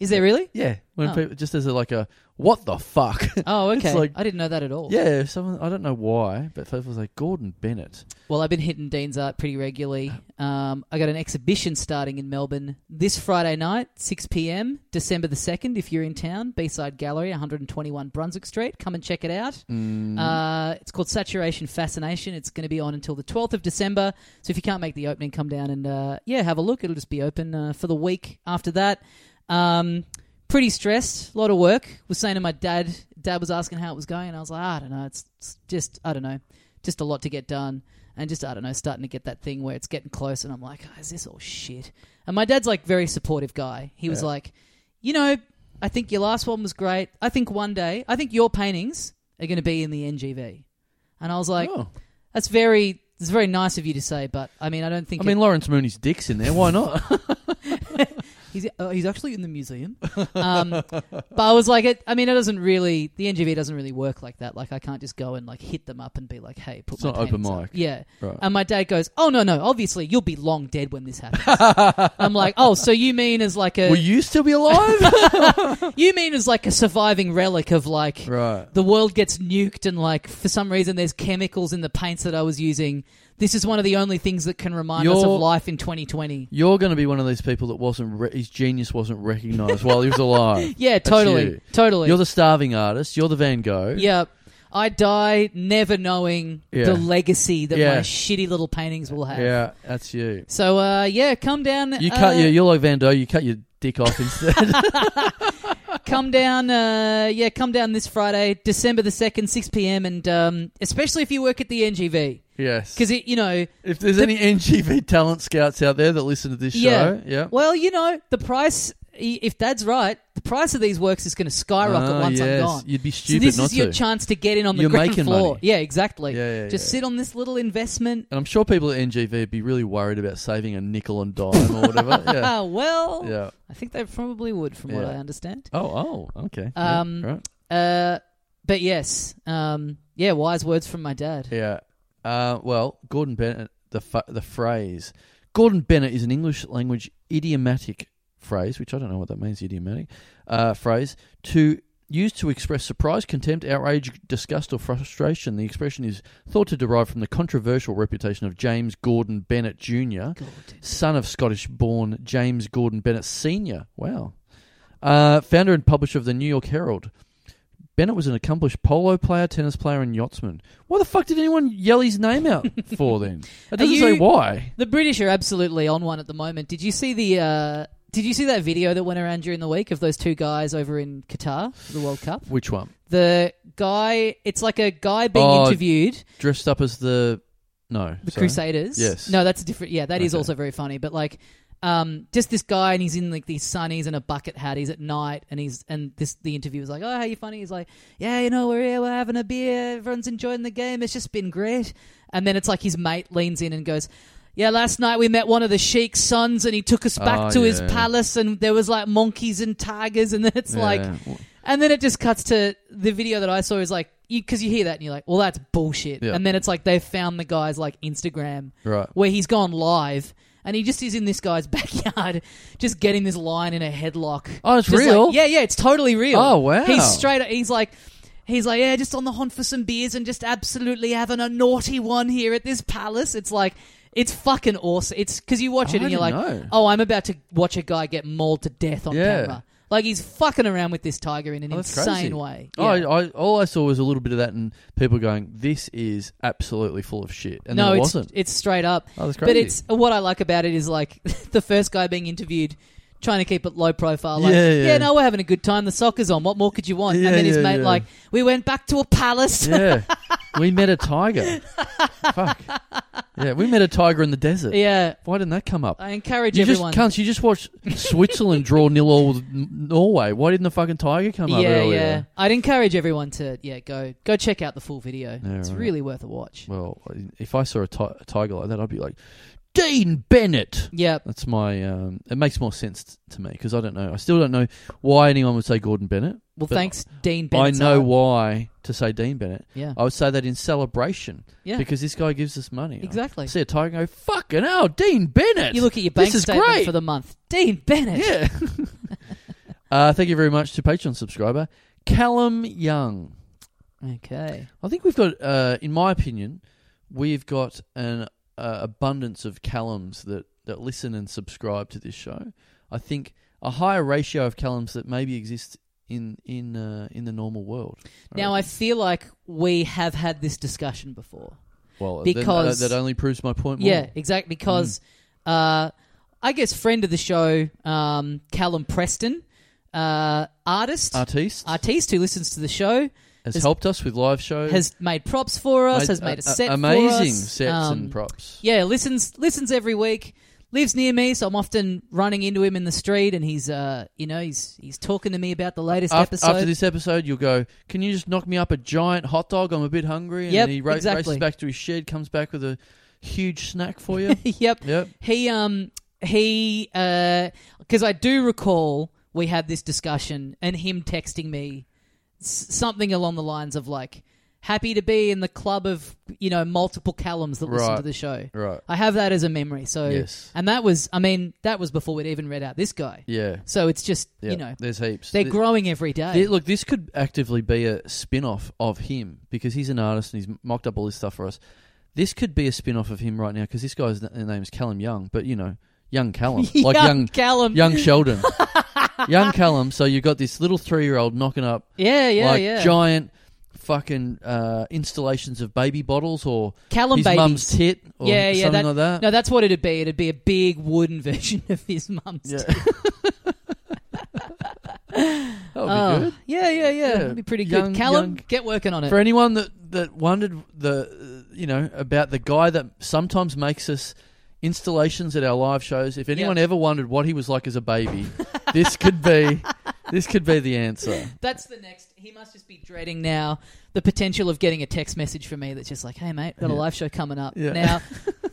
A: Is there really?
B: Yeah, when
A: Oh.
B: people just as a, like a what the fuck.
A: Oh,
B: It's
A: okay.
B: like-
A: I didn't know that at all.
B: yeah, someone I don't know why, but people say Gordon Bennett.
A: Well, I've been hitting Dean's art pretty regularly. Um, I got an exhibition starting in Melbourne this Friday night, 6 p.m., December the 2nd, if you're in town, B-Side Gallery, 121 Brunswick Street. Come and check it out.
B: Mm.
A: Uh, it's called Saturation Fascination. It's going to be on until the 12th of December. So if you can't make the opening, come down and uh, yeah, have a look. It'll just be open uh, for the week after that. Um, pretty stressed, a lot of work. Was saying to my dad, dad was asking how it was going, and I was like, "Ah, I don't know. It's, it's just I don't know, just a lot to get done. And just I don't know, starting to get that thing where it's getting close, and I'm like, oh, is this all shit? And my dad's like very supportive guy. He was
B: Yeah.
A: like, you know, I think your last one was great. I think one day, I think your paintings are going to be in the NGV. And I was like,
B: Oh.
A: that's very, it's very nice of you to say, but I mean, I don't think
B: I mean,
A: it-
B: Lawrence Mooney's dick's in there. Why not?
A: he's uh, he's actually in the museum. Um, but I was like, it, I mean, it doesn't really, the NGV doesn't really work like that. Like, I can't just go and like hit them up and be like, hey, put
B: It's
A: my
B: not open
A: paintings up.
B: mic.
A: Yeah.
B: right.
A: And my dad goes, oh no no, obviously you'll be long dead when this happens. I'm like, oh, so you mean as like a
B: Will you still be alive?
A: you mean as like a surviving relic of like
B: right.
A: the world gets nuked and like for some reason there's chemicals in the paints that I was using. This is one of the only things that can remind us of
B: Your-
A: life in 2020.
B: You're going to be one of these people that wasn't re- his genius wasn't recognized while he was alive.
A: Yeah,
B: That's
A: totally,
B: you.
A: totally.
B: You're the starving artist. You're the Van Gogh.
A: yeah, I die never knowing
B: Yeah.
A: the legacy that
B: Yeah.
A: my shitty little paintings will have.
B: Yeah, that's you.
A: So uh, yeah, come down.
B: You
A: uh,
B: cut your, you're like Van Gogh. You cut your dick off instead.
A: come down. Uh, yeah, come down this Friday, December the second, six p.m. And um, especially if you work at the NGV,
B: yes.
A: because you know,
B: if there's any NGV talent scouts out there that listen to this
A: Yeah.
B: show, yeah,
A: well, you know, the price. i- If Dad's right, the price of these works is going to skyrocket
B: Ah,
A: once I'm
B: yes.
A: gone.
B: You'd be
A: So
B: stupid
A: this
B: not
A: is your
B: to.
A: chance to get in on the
B: You're
A: ground
B: making
A: floor.
B: money.
A: Yeah, exactly.
B: Yeah, yeah,
A: Just
B: yeah.
A: sit on this little investment.
B: and I'm sure people at NGV would be really worried about saving a nickel and dime or whatever. Yeah.
A: Ah, well,
B: Yeah.
A: I think they probably would, from what
B: Yeah.
A: I understand.
B: Oh, oh, okay.
A: Um,
B: yeah, right.
A: Uh, but yes, um, yeah, wise words from my dad.
B: yeah. Uh, well, Gordon Bennett, the fu- the phrase Gordon Bennett is an English language idiomatic phrase, which I don't know what that means. Idiomatic uh, phrase to used to express surprise, contempt, outrage, disgust, or frustration. The expression is thought to derive from the controversial reputation of James Gordon Bennett Jr. son of Scottish-born James Gordon Bennett Sr. Wow, uh, founder and publisher of the New York Herald. Bennett was an accomplished polo player, tennis player, and yachtsman. Why the fuck did anyone yell his name out for then? It doesn't
A: you-
B: say why.
A: The British are absolutely on one at the moment. Did you see the? Uh, did you see that video that went around during the week of those two guys over in Qatar, for the World Cup?
B: Which one?
A: The guy, it's like a guy being
B: Oh,
A: interviewed,
B: Dressed up as the no
A: the
B: sorry.
A: Crusaders.
B: Yes.
A: No, that's a different. Yeah, that is
B: Okay.
A: also very funny. But like, um, just this guy, and he's in like these sunnies and a bucket hat. He's at night, and he's and this the interview was like, "Oh, how you funny?" He's like, "Yeah, you know, we're here, we're having a beer, everyone's enjoying the game. It's just been great." And then it's like his mate leans in and goes. Yeah, last night we met one of the sheikh's sons, and he took us back
B: Oh,
A: to his
B: yeah.
A: palace, and there was like monkeys and tigers, and then it's like,
B: Yeah.
A: and then it just cuts to the video that I saw is like, because you, hear that and you're like, well, that's bullshit.
B: Yeah.
A: And then it's like they found the guy's like Instagram
B: right.
A: where he's gone live and he just is in this guy's backyard just getting this line in a headlock.
B: Oh, it's
A: Just
B: real?
A: like- yeah, yeah, it's totally real.
B: Oh, wow.
A: He's straight up, he's like, he's like, yeah, just on the hunt for some beers and just absolutely having a naughty one here at this palace. It's like, it's fucking awesome. It's because you watch it
B: I
A: and you're like,
B: didn't know.
A: oh, I'm about to watch a guy get mauled to death on
B: Yeah.
A: camera. Like he's fucking around with this tiger in an
B: Oh, that's
A: insane
B: crazy.
A: way.
B: Oh,
A: Yeah.
B: I, I, all I saw was a little bit of that, and people going, "This is absolutely full of shit," and
A: no,
B: then it
A: it's
B: wasn't.
A: it's straight up.
B: Oh, that's crazy.
A: But it's what I like about it is like the first guy being interviewed, trying to keep it low profile. Like,
B: Yeah, yeah.
A: no, we're having a good time. The soccer's on. What more could you want?
B: Yeah,
A: and then his
B: yeah,
A: mate
B: yeah.
A: like, we went back to a palace. Yeah,
B: yeah, we met a tiger. Fuck. Yeah, we met a tiger in the desert. Why didn't that come up?
A: I encourage
B: You just
A: everyone.
B: cunts. You just watched Switzerland draw nil all with N- Norway. Why didn't the fucking tiger come up
A: yeah,
B: earlier?
A: yeah. I'd encourage everyone to yeah go go check out the full video.
B: Yeah,
A: it's
B: right.
A: really worth a watch.
B: Well, if I saw a, ti- a tiger like that, I'd be like, Dean Bennett.
A: Yeah,
B: That's my. Um, it makes more sense t- to me because I don't know. I still don't know why anyone would say Gordon Bennett.
A: well,
B: But
A: thanks, Dean.
B: I
A: Bennett's
B: know
A: art.
B: why to say Dean Bennett.
A: Yeah,
B: I would say that in celebration
A: yeah,
B: because this guy gives us money. I
A: exactly.
B: see a tiger and go, fucking hell, Dean Bennett.
A: You look at your bank
B: This is
A: statement
B: great.
A: for the month. Dean Bennett.
B: Yeah. uh, thank you very much to Patreon subscriber Callum Young.
A: Okay.
B: I think we've got, uh, in my opinion, we've got an uh, abundance of Callums that, that listen and subscribe to this show. I think a higher ratio of Callums that maybe exists in in uh, in the normal world.
A: Now I
B: reckon.
A: feel like we have had this discussion before.
B: well then, uh,
A: because-
B: that only proves my point. More. Mm.
A: Yeah, exactly. Because uh, I guess friend of the show, um, Callum Preston, uh, artist,
B: Artiste
A: artiste who listens to the show,
B: has
A: has-
B: helped us with live shows.
A: has made props for us, has made a,
B: a-
A: set, for
B: amazing
A: us,
B: sets
A: um,
B: and props.
A: Yeah, listens listens every week. Lives near me, so I'm often running into him in the street, and he's, uh, you know, he's he's talking to me about the latest
B: After,
A: episode.
B: after this episode, you'll go. Can you just knock me up a giant hot dog? I'm a bit hungry. And
A: Yep,
B: he ra-
A: exactly.
B: races back to his shed, comes back with a huge snack for you.
A: yep,
B: yep.
A: He um he uh because I do recall we had this discussion and him texting me s- something along the lines of like happy to be in the club of you know multiple Callums that listen
B: Right.
A: to the show.
B: Right.
A: I have that as a memory. So
B: Yes.
A: and that was I mean that was before we'd even read out this guy.
B: Yeah.
A: So it's just
B: yeah.
A: you know
B: there's heaps.
A: they're
B: Th-
A: growing every day.
B: th- look, this could actively be a spin-off of him because he's an artist and he's mocked up all this stuff for us. This could be a spin-off of him right now because this guy's n- name's Callum Young, but you know, young Callum, like young
A: Callum.
B: young Sheldon, young Callum. So you've got this little three-year-old knocking up
A: yeah, yeah,
B: like
A: yeah.
B: giant fucking uh, installations of baby bottles or
A: Callum
B: his
A: babies.
B: mum's tit or
A: yeah, yeah,
B: something like that.
A: No, that's what it'd be. It'd be a big wooden version of his mum's.
B: yeah.
A: tit.
B: that would be
A: Oh,
B: good.
A: yeah, yeah, yeah.
B: Yeah.
A: That'd be pretty good.
B: Young-
A: Callum,
B: young-
A: get working on it.
B: For anyone that that wondered the uh, you know about the guy that sometimes makes us installations at our live shows, if anyone
A: Yeah.
B: ever wondered what he was like as a baby, this could be this could be the answer.
A: That's the next. He must just be dreading now the potential of getting a text message from me that's just like, "Hey, mate, got a
B: Yeah.
A: live show coming up.
B: Yeah.
A: Now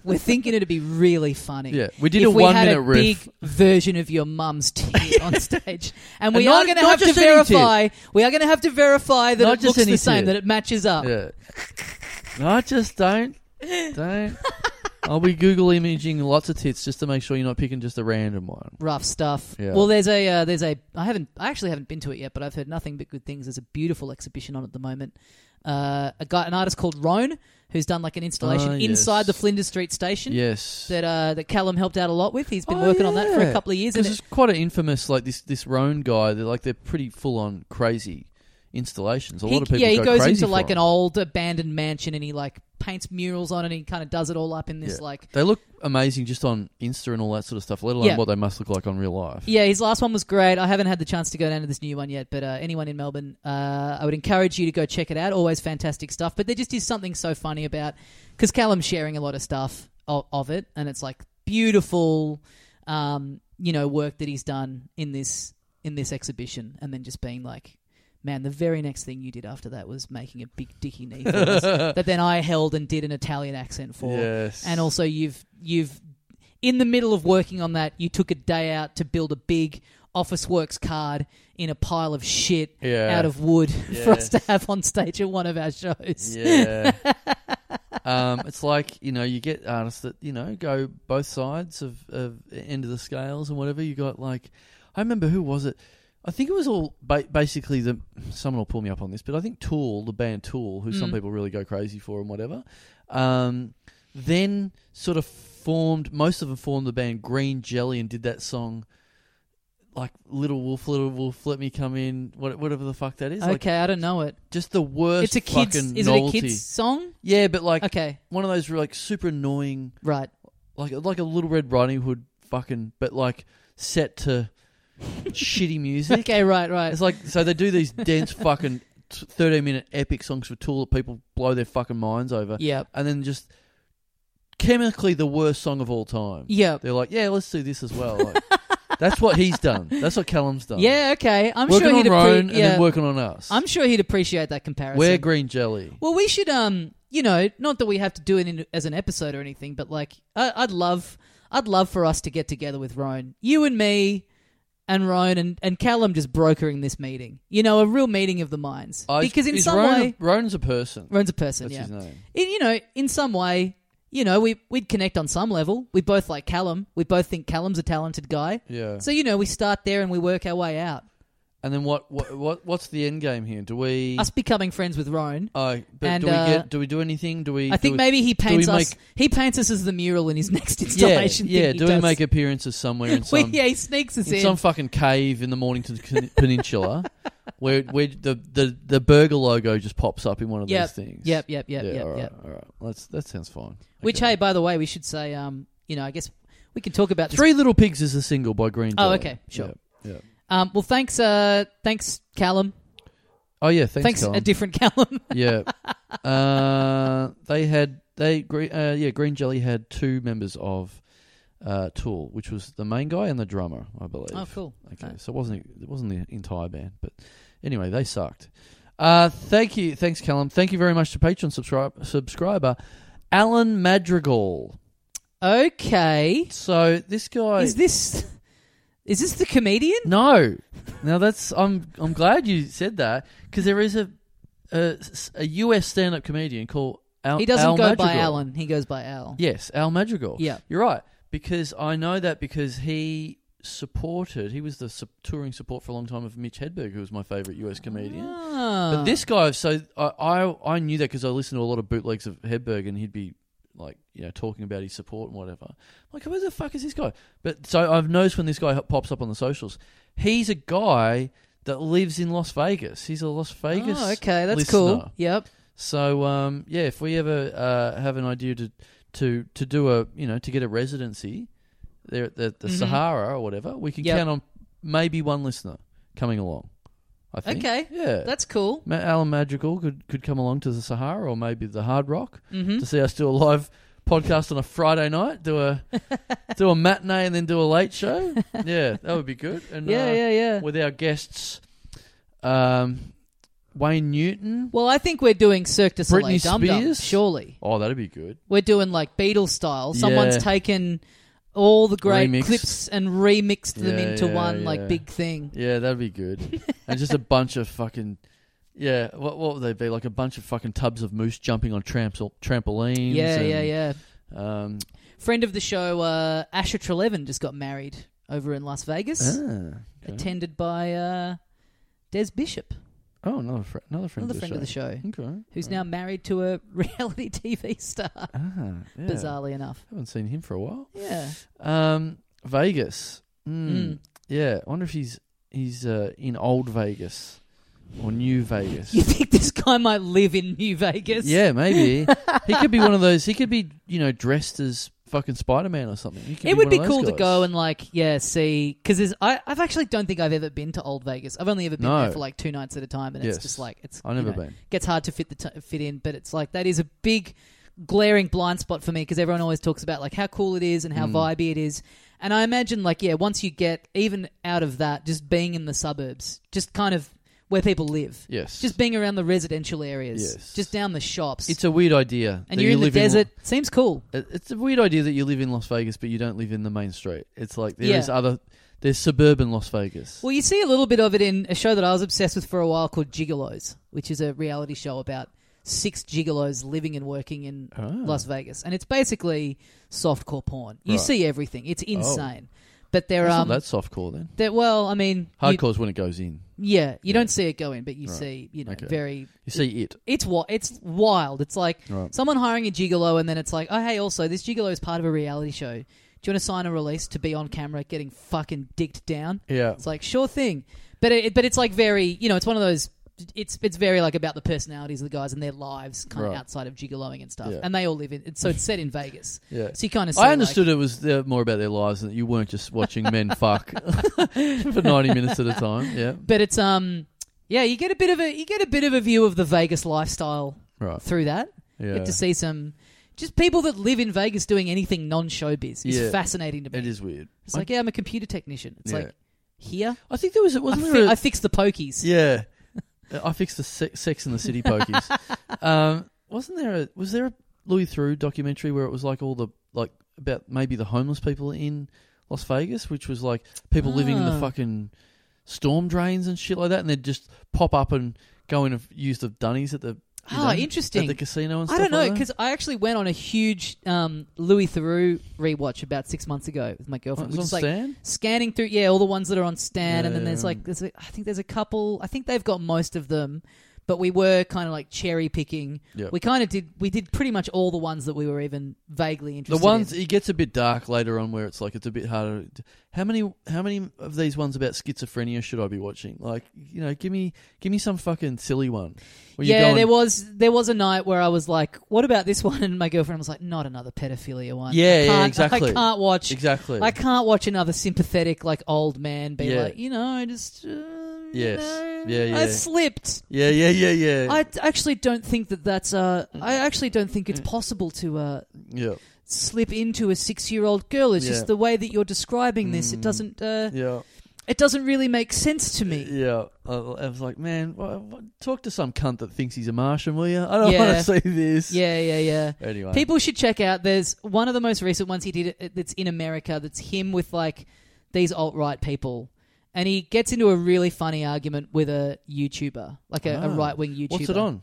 A: we're thinking it'd be really funny."
B: Yeah, we did
A: if
B: a
A: we
B: one
A: had
B: minute
A: a
B: riff.
A: big version of your mum's tit on stage, and we
B: And
A: are
B: not-
A: going to
B: not
A: have to
B: just any tit.
A: verify. We are going to have to verify that
B: Not
A: it
B: just
A: looks the
B: any
A: same,
B: tit.
A: that it matches up.
B: Yeah. No, I just don't. Don't. I'll be Google imaging lots of tits just to make sure you're not picking just a random one.
A: Rough stuff.
B: Yeah.
A: Well, there's a uh, there's a I haven't I actually haven't been to it yet, but I've heard nothing but good things. There's a beautiful exhibition on at the moment. Uh, a guy, an artist called Roan, who's done like an installation
B: Ah, yes.
A: inside the Flinders Street station.
B: Yes.
A: that uh, that Callum helped out a lot with. He's been
B: Oh,
A: working on that for a
B: yeah.
A: couple of years, and
B: Because it's quite an infamous, like this this Roan guy. They're like they're pretty full on crazy installations. A
A: it- he-
B: lot of people
A: yeah, he
B: go
A: goes
B: crazy
A: into
B: for
A: like an
B: them.
A: old abandoned mansion and he like paints murals on it. and He kind of does it all up in this
B: Yeah.
A: like.
B: They look amazing just on Insta and all that sort of stuff. Let alone
A: Yeah.
B: what they must look like on real life.
A: Yeah, his last one was great. I haven't had the chance to go down to this new one yet, but uh, anyone in Melbourne, uh, I would encourage you to go check it out. Always fantastic stuff. But there just is something so funny about because Callum's sharing a lot of stuff of, of it, and it's like beautiful, um, you know, work that he's done in this in this exhibition, and then just being like. Man, the very next thing you did after that was making a big dicky knee for us that then I held and did an Italian accent for
B: Yes.
A: and also you've you've in the middle of working on that you took a day out to build a big office works card in a pile of shit
B: Yeah.
A: out of wood for us
B: Yes.
A: to have on stage at one of our shows
B: Yeah. um, it's like, you know, you get artists that, you know, go both sides of, of end of the scales and whatever. You got like, I remember who was it? I think it was all ba- basically the. Someone will pull me up on this, but I think Tool, the band Tool, who some
A: Mm.
B: people really go crazy for and whatever, um, then sort of formed. Most of them formed the band Green Jelly and did that song, like Little Wolf, Little Wolf, Let Me Come In, what- whatever the fuck that is. Like
A: okay i don't know it
B: just the
A: it's
B: worst.
A: a kids
B: fucking
A: is
B: novelty.
A: it a kids song
B: Yeah, but like
A: okay
B: one of those like super annoying,
A: right
B: like like a Little Red Riding Hood fucking, but like set to shitty music.
A: okay right right
B: It's like so they do these dense fucking t- thirteen minute epic songs for Tool that people blow their fucking minds over,
A: yeah
B: and then just chemically the worst song of all time.
A: yeah
B: They're like, yeah, let's do this as well. Like, that's what he's done. That's what Callum's done.
A: yeah okay i'm
B: working
A: sure
B: on
A: he'd
B: Roan
A: appre-
B: and
A: yeah.
B: then working on us.
A: i'm sure he'd appreciate that comparison
B: We're green jelly.
A: Well, we should, um, you know, not that we have to do it in, as an episode or anything, but like, I, I'd love, I'd love for us to get together with Roan, you and me, and Roan and, and Callum just brokering this meeting. You know, a real meeting of the minds,
B: I-
A: because in
B: is
A: some
B: Roan a-
A: way,
B: Roan's a person.
A: Roan's a person.
B: That's
A: yeah,
B: his name.
A: In- you know, in some way, you know, we we'd connect on some level. We both like Callum. We both think Callum's a talented guy.
B: Yeah.
A: So you know, we start there and we work our way out.
B: And then what, what? What? What's the end game here? Do we?
A: Us becoming friends with Roan.
B: Oh, but
A: and,
B: do we
A: uh,
B: get? Do we do anything? Do we?
A: I
B: do
A: think
B: we-
A: maybe he paints
B: we
A: us.
B: make-
A: He paints us as the mural in his next
B: Yeah,
A: installation.
B: yeah.
A: thing he
B: Do we
A: does.
B: make appearances somewhere in
A: We-
B: some
A: yeah, he sneaks us
B: in
A: in.
B: some fucking cave in the Mornington Con- Peninsula, where where the, the the burger logo just pops up in one of
A: Yep,
B: those things?
A: Yep, yep, yep,
B: yeah.
A: yep,
B: all right,
A: yep.
B: all right. That's that sounds fine.
A: Which,
B: Okay.
A: hey, by the way, we should say, um, you know, I guess we can talk about this.
B: Three Little Pigs is a single by Green.
A: Oh,
B: Jelly.
A: okay, sure.
B: Yeah, yeah.
A: Um, well, thanks, uh, thanks, Callum.
B: Oh yeah. Thanks.
A: Thanks,
B: Colin.
A: a different Callum.
B: yeah. Uh, they had they Gre- uh, yeah Green Jelly had two members of uh, Tool, which was the main guy and the drummer, I believe.
A: oh, cool.
B: Okay, so it wasn't it wasn't the entire band, but anyway, they sucked. Uh, thank you, thanks Callum. Thank you very much to Patreon subscribe, subscriber Alan Madrigal.
A: Okay,
B: So this guy
A: is this is this the comedian?
B: no, now that's I'm I'm glad you said that because there is a a, a US stand up comedian called Al.
A: He doesn't
B: Al
A: go by
B: Madrigal.
A: Alan. He goes by Al.
B: Yes, Al Madrigal.
A: Yeah.
B: You're right because I know that because he supported. He was the su- touring support for a long time of Mitch Hedberg, who was my favorite US comedian.
A: Ah.
B: But this guy, so I I, I knew that because I listened to a lot of bootlegs of Hedberg, and he'd be like, you know, talking about his support and whatever. I'm like, who the fuck is this guy? But so I've noticed when this guy pops up on the socials, he's a guy that lives in Las Vegas. He's a Las Vegas.
A: Oh, okay, that's
B: listener.
A: cool. Yep.
B: So um, yeah, if we ever uh, have an idea to to to do a you know to get a residency there at the, the
A: Mhm.
B: Sahara or whatever, we can
A: Yep.
B: count on maybe one listener coming along. I think.
A: Okay.
B: Yeah.
A: That's cool.
B: Ma- Alan Madrigal could, could come along to the Sahara or maybe the Hard Rock
A: hmm
B: to see us do a live podcast on a Friday night, do a do a matinee and then do a late show. Yeah, that would be good. And
A: Yeah,
B: uh,
A: yeah, yeah.
B: with our guests um, Wayne Newton.
A: Well, I think we're doing Cirque du Soleil
B: Britney
A: Dum Dum,
B: Spears?
A: surely.
B: Oh, that'd be good.
A: We're doing like Beatles style. Someone's
B: Yeah.
A: taken all the great
B: Remixed.
A: clips and remixed them
B: Yeah,
A: into
B: yeah,
A: one like
B: yeah.
A: big thing.
B: Yeah, that'd be good. and just a bunch of fucking yeah. What what would they be like? A bunch of fucking tubs of moose jumping on tramps- trampolines.
A: Yeah,
B: and,
A: yeah, yeah.
B: Um,
A: Friend of the show, uh, Asher Trelevin, just got married over in Las Vegas,
B: ah, okay.
A: attended by uh, Des Bishop,
B: Oh, another fr- another friend,
A: another
B: of, the
A: friend of the
B: show.
A: show,
B: Okay.
A: who's now married to a reality TV star,
B: Ah, yeah.
A: bizarrely enough.
B: Haven't seen him for a while.
A: Yeah.
B: Um, Vegas. Mm.
A: Mm.
B: Yeah, I wonder if he's he's uh, in old Vegas or new Vegas.
A: You think this guy might live in New Vegas?
B: Yeah, maybe he could be one of those. He could be you know dressed as fucking Spider Man or something. He could
A: It would
B: one
A: be
B: of those
A: cool to
B: guys.
A: go and like, yeah, see, because I I've actually don't think I've ever been to Old Vegas. I've only ever been
B: No.
A: there for like two nights at a time, and
B: Yes.
A: it's just like it's
B: I've
A: you
B: never
A: know,
B: been.
A: gets hard to fit the t- fit in. But it's like that is a big glaring blind spot for me because everyone always talks about like how cool it is and
B: Mm.
A: how vibey it is. And I imagine like yeah, once you get even out of that, just being in the suburbs, just kind of where people live,
B: Yes,
A: just being around the residential areas,
B: Yes.
A: just down the shops,
B: it's a weird idea.
A: and
B: that
A: you're
B: you
A: in the
B: live in-
A: desert. Seems cool.
B: It- it's a weird idea that you live in Las Vegas, but you don't live in the main street. It's like there is
A: Yeah.
B: other. There's suburban Las Vegas.
A: Well, you see a little bit of it in a show that I was obsessed with for a while called Gigolos, which is a reality show about six gigolos living and working in
B: Ah.
A: Las Vegas. And it's basically softcore porn. You
B: Right. Oh.
A: see everything. It's insane. But there
B: That's
A: um
B: not that softcore then.
A: there well, I mean you-
B: Hardcore's when it goes in.
A: yeah, you
B: Yeah.
A: don't see it go in, but you
B: Right.
A: see, you know,
B: Okay.
A: very
B: You see it.
A: it's what it's wild. It's like
B: Right.
A: someone hiring a gigolo and then it's like, "Oh, hey, also this gigolo is part of a reality show. Do you want to sign a release to be on camera getting fucking dicked down?"
B: Yeah.
A: It's like sure thing, but it, but it's like very you know it's one of those. It's it's very like about the personalities of the guys and their lives, kind
B: Right.
A: of outside of gigoloing and stuff.
B: Yeah.
A: And they all live in. It's, so it's set in Vegas.
B: Yeah.
A: So you kind of.
B: I understood it was uh, more about their lives and that you weren't just watching men fuck for 90 minutes at a time. Yeah.
A: but it's um yeah you get a bit of a you get a bit of a view of the Vegas lifestyle
B: Right.
A: through that. You
B: Yeah.
A: Get to see some just people that live in Vegas doing anything non showbiz is
B: Yeah.
A: fascinating to me.
B: It is weird.
A: It's like yeah, I'm a computer technician. It's
B: Yeah.
A: like here
B: I think there was,
A: I,
B: wasn't
A: fi-
B: there a-
A: I fix the pokies.
B: Yeah, Uh, I fixed the se- Sex in the City pokies. um, wasn't there a was there a Louis Through documentary where it was like all the like about maybe the homeless people in Las Vegas, which was like people living in the
A: Ah.
B: fucking storm drains and shit like that, and they'd just pop up and go in and f- use the dunnies at the you
A: Ah,
B: know, at
A: interesting.
B: the casino and
A: I
B: stuff.
A: don't know
B: like that.
A: because I actually went on a huge um, Louis Theroux rewatch about six months ago with my
B: Oh, it
A: girlfriend.
B: was
A: Which
B: on
A: is like
B: Stan?
A: scanning through, yeah, all the ones that are on Stan, and then there's
B: Yeah.
A: like, there's a, I think there's a couple. I think they've got most of them, but we were kind of like cherry picking.
B: Yep.
A: We kind of did. We did pretty much all the ones that we were even vaguely
B: The
A: interested.
B: ones
A: in.
B: it gets a bit dark later on, where it's like it's a bit harder. How many how many of these ones about schizophrenia should I be watching? Like you know, give me give me some fucking silly one. where you're
A: yeah,
B: going-
A: there was there was a night where I was like, "What about this one?" And my girlfriend was like, "Not another pedophilia one."
B: Yeah,
A: I
B: yeah,
A: can't-
B: exactly.
A: I can't watch.
B: exactly.
A: I can't watch another sympathetic like old man be
B: Yeah.
A: like, you know, just uh, you
B: Yes.
A: know,
B: Yeah, yeah.
A: I slipped.
B: yeah, yeah, yeah, yeah.
A: I t- actually don't think that that's. Uh, I actually don't think it's possible to uh,
B: yeah,
A: slip into a six-year-old girl. It's
B: Yeah.
A: just the way that you're describing this.
B: Mm.
A: It doesn't. Uh,
B: yeah,
A: It doesn't really make sense to me.
B: yeah. I, I was like, man, wha- wha- talk to some cunt that thinks he's a Martian, will you? I don't
A: Yeah.
B: want to see this.
A: Yeah, yeah, yeah.
B: Anyway,
A: People should check out. There's one of the most recent ones he did uh, that's in America. That's him with like these alt right people, and he gets into a really funny argument with a YouTuber, like a, a
B: Ah.
A: right wing YouTuber.
B: what's it on?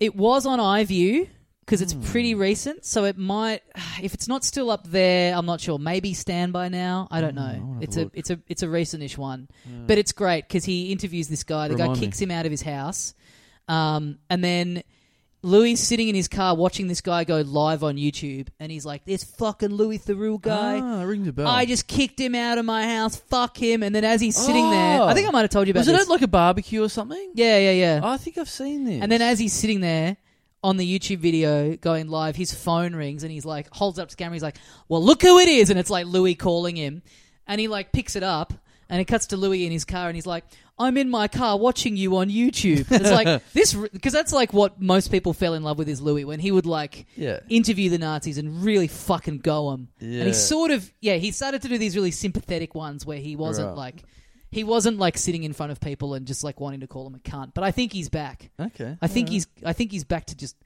A: It was on iView because it's
B: Hmm.
A: pretty recent, so it might. If it's not still up there, I'm not sure. Maybe Stand by now. I don't
B: Hmm, I wanna
A: know.
B: have
A: it's
B: a
A: a,
B: look.
A: it's a it's a recentish one, but it's great because he interviews this guy. The
B: Remind
A: guy
B: me.
A: kicks him out of his house, um, and then Louis sitting in his car watching this guy go live on YouTube, and he's like, "This fucking Louis Theroux guy."
B: Ah, ring the bell.
A: I just kicked him out of my house. Fuck him. And then as he's sitting there,
B: Oh.
A: I think I might have told you about
B: was it
A: this.
B: at like a barbecue or something?
A: yeah, yeah, yeah.
B: I think I've seen this.
A: And then as he's sitting there on the YouTube video going live, his phone rings and he's like, holds up to the camera. He's like, well, look who it is. And it's like Louis calling him. And he like picks it up and it cuts to Louis in his car and he's like, I'm in my car watching you on YouTube. And it's like this, because that's like what most people fell in love with is Louis when he would like
B: yeah,
A: interview the Nazis and really fucking go them. And
B: Yeah.
A: he sort of, yeah, he started to do these really sympathetic ones where he wasn't
B: Right.
A: like, he wasn't like sitting in front of people and just like wanting to call them a cunt. But I think he's back.
B: okay.
A: I think
B: Alright.
A: he's I think he's back to just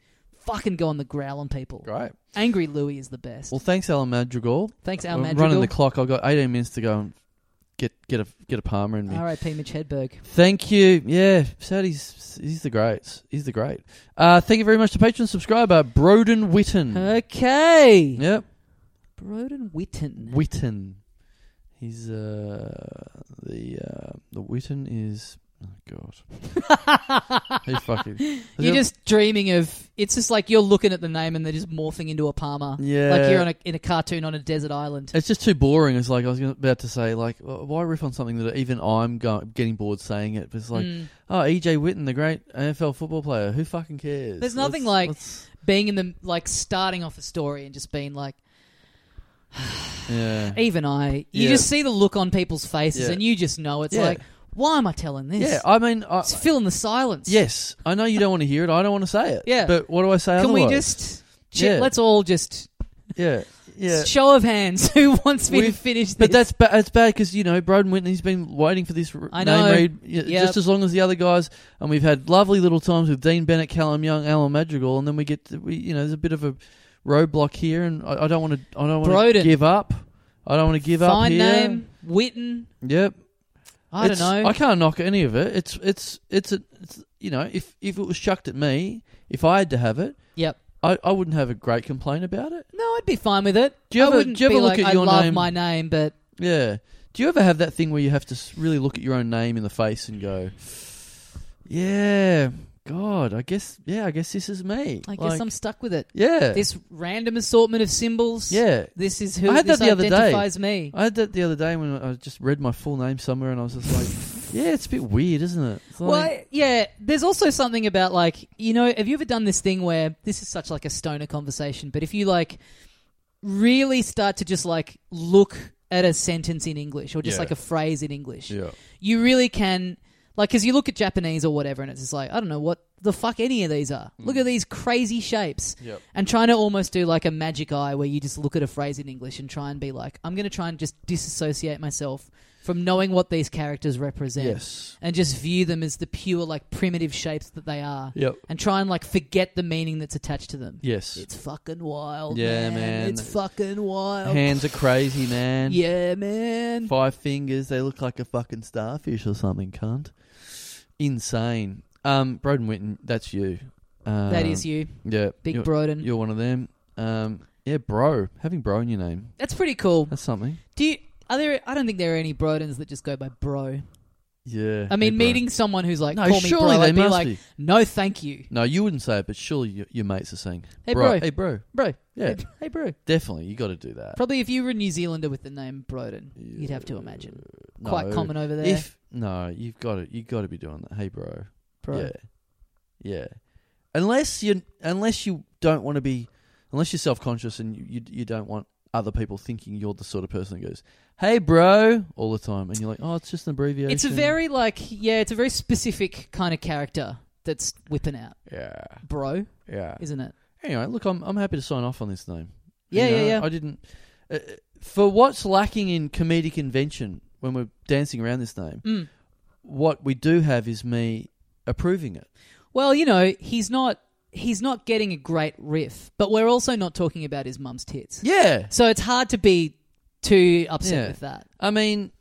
A: fucking go on the growl on people.
B: great.
A: Angry Louis is the best.
B: Well, thanks, Alan Madrigal.
A: Thanks, Al
B: I'm
A: Madrigal.
B: running the clock. I've got 18 minutes to go and get get a get a Palmer in me.
A: R.I.P. Mitch Hedberg.
B: Thank you. Yeah, Saudi's he's the great. He's the great. Uh, thank you very much to Patreon subscriber Broden Witten.
A: Okay.
B: Yep,
A: Broden Witten.
B: Witten. He's uh the uh the Witten is oh god. He fucking
A: you're just dreaming of. It's just like you're looking at the name and they're just morphing into a Palmer.
B: yeah.
A: Like you're on a, in a cartoon on a desert island.
B: It's just too boring. It's like I was gonna- about to say, like, uh, why riff on something that even I'm go- getting bored saying it? But it's like,
A: Mm.
B: oh, EJ Witten, the great NFL football player. Who fucking cares?
A: There's nothing like-
B: let's-
A: being in the like starting off a story and just being like
B: yeah.
A: even I. You
B: Yeah.
A: just see the look on people's faces
B: Yeah.
A: and you just know it's
B: Yeah.
A: like why am I telling this?
B: Yeah, I mean, I,
A: it's filling the silence.
B: yes, I know you don't want to hear it. I don't want to say it.
A: Yeah.
B: But what do I say
A: Can we
B: otherwise?
A: just? Ch-
B: Yeah.
A: Let's all just
B: Yeah. Yeah.
A: show of hands. Who wants me to
B: We've-
A: finish this?
B: But that's ba- it's bad because you know Broden Whitney has been waiting for this r-
A: I know.
B: name read y-
A: Yep.
B: just as long as the other guys, and we've had lovely little times with Dean Bennett, Callum Young, Alan Madrigal, and then we get to, we you know there's a bit of a roadblock here, and I, I don't want to I don't want to
A: Broden.
B: give up. I don't want to give up
A: fine
B: here.
A: name Witten.
B: Yep.
A: I
B: It's-
A: don't know.
B: I can't knock any of it. It's it's it's, a, it's you know if if it was chucked at me, if I had to have it,
A: Yep.
B: I, I wouldn't have a great complaint about it.
A: No, I'd be fine with it.
B: Do you
A: I
B: ever-
A: wouldn't
B: do you ever
A: be
B: look
A: like
B: at
A: I
B: your
A: love
B: name-
A: my name, but
B: Yeah. Do you ever have that thing where you have to s- really look at your own name in the face and go, "Yeah, God, I guess, yeah, I guess this is me."
A: I guess
B: Like,
A: I'm stuck with it.
B: Yeah,
A: This random assortment of symbols.
B: yeah.
A: This is who
B: I had
A: this
B: that the other day.
A: identifies me.
B: I had that the other day when I just read my full name somewhere, and I was just like, "Yeah, it's a bit weird, isn't it?" It's
A: Well,
B: like-
A: I- yeah. There's also something about like you know, have you ever done this thing where this is such like a stoner conversation, but if you like really start to just like look at a sentence in English or just
B: Yeah.
A: like a phrase in English,
B: yeah,
A: you really can like because you look at Japanese or whatever, and it's just like I don't know what the fuck any of these are. Look at these crazy shapes,
B: Mm. Yep.
A: and trying to almost do like a magic eye where you just look at a phrase in English and try and be like, I'm going to try and just disassociate myself from knowing what these characters represent
B: yes,
A: and just view them as the pure like primitive shapes that they are
B: yep,
A: and try and like forget the meaning that's attached to them
B: yes.
A: it's fucking wild
B: Yeah,
A: man.
B: man.
A: it's fucking wild
B: Hands are crazy, man.
A: yeah man
B: Five fingers, they look like a fucking starfish or something, cunt. Insane. Um, Broden Whitten, that's you. Um,
A: that is you
B: Yeah,
A: big
B: you're,
A: broden
B: You're one of them. Um, yeah, bro. Having bro in your name,
A: that's pretty cool
B: that's something.
A: do you are there i don't think there are any brodens that just go by bro
B: Yeah.
A: i mean
B: hey, bro.
A: meeting someone who's like
B: No,
A: call me bro
B: surely they
A: i'd be
B: must
A: like
B: be.
A: no thank you
B: No, you wouldn't say it, but surely your, your mates are saying,
A: hey bro,
B: Hey, bro.
A: bro
B: Yeah,
A: Hey, hey bro
B: definitely. You got to do that.
A: probably if you were a new zealander with the name broden you'd have to imagine
B: No,
A: quite common over there
B: If no, you've got to you got to be doing that. Hey, bro.
A: bro
B: Yeah, yeah. Unless you unless you don't want to be unless you're self conscious and you, you you don't want other people thinking you're the sort of person that goes, "Hey, bro," all the time, and you're like, "Oh, it's just an abbreviation."
A: It's a very like yeah, it's a very specific kind of character that's whipping out,
B: yeah
A: bro,
B: yeah.
A: isn't it?
B: Anyway, look, I'm I'm happy to sign off on this name.
A: Yeah,
B: You know,
A: yeah, yeah.
B: I didn't uh, for what's lacking in comedic invention when we're dancing around this name.
A: Mm.
B: What we do have is me approving it.
A: Well, you know, he's not he's not getting a great riff, but we're also not talking about his mum's tits.
B: Yeah.
A: So it's hard to be too upset
B: Yeah.
A: with that.
B: I mean,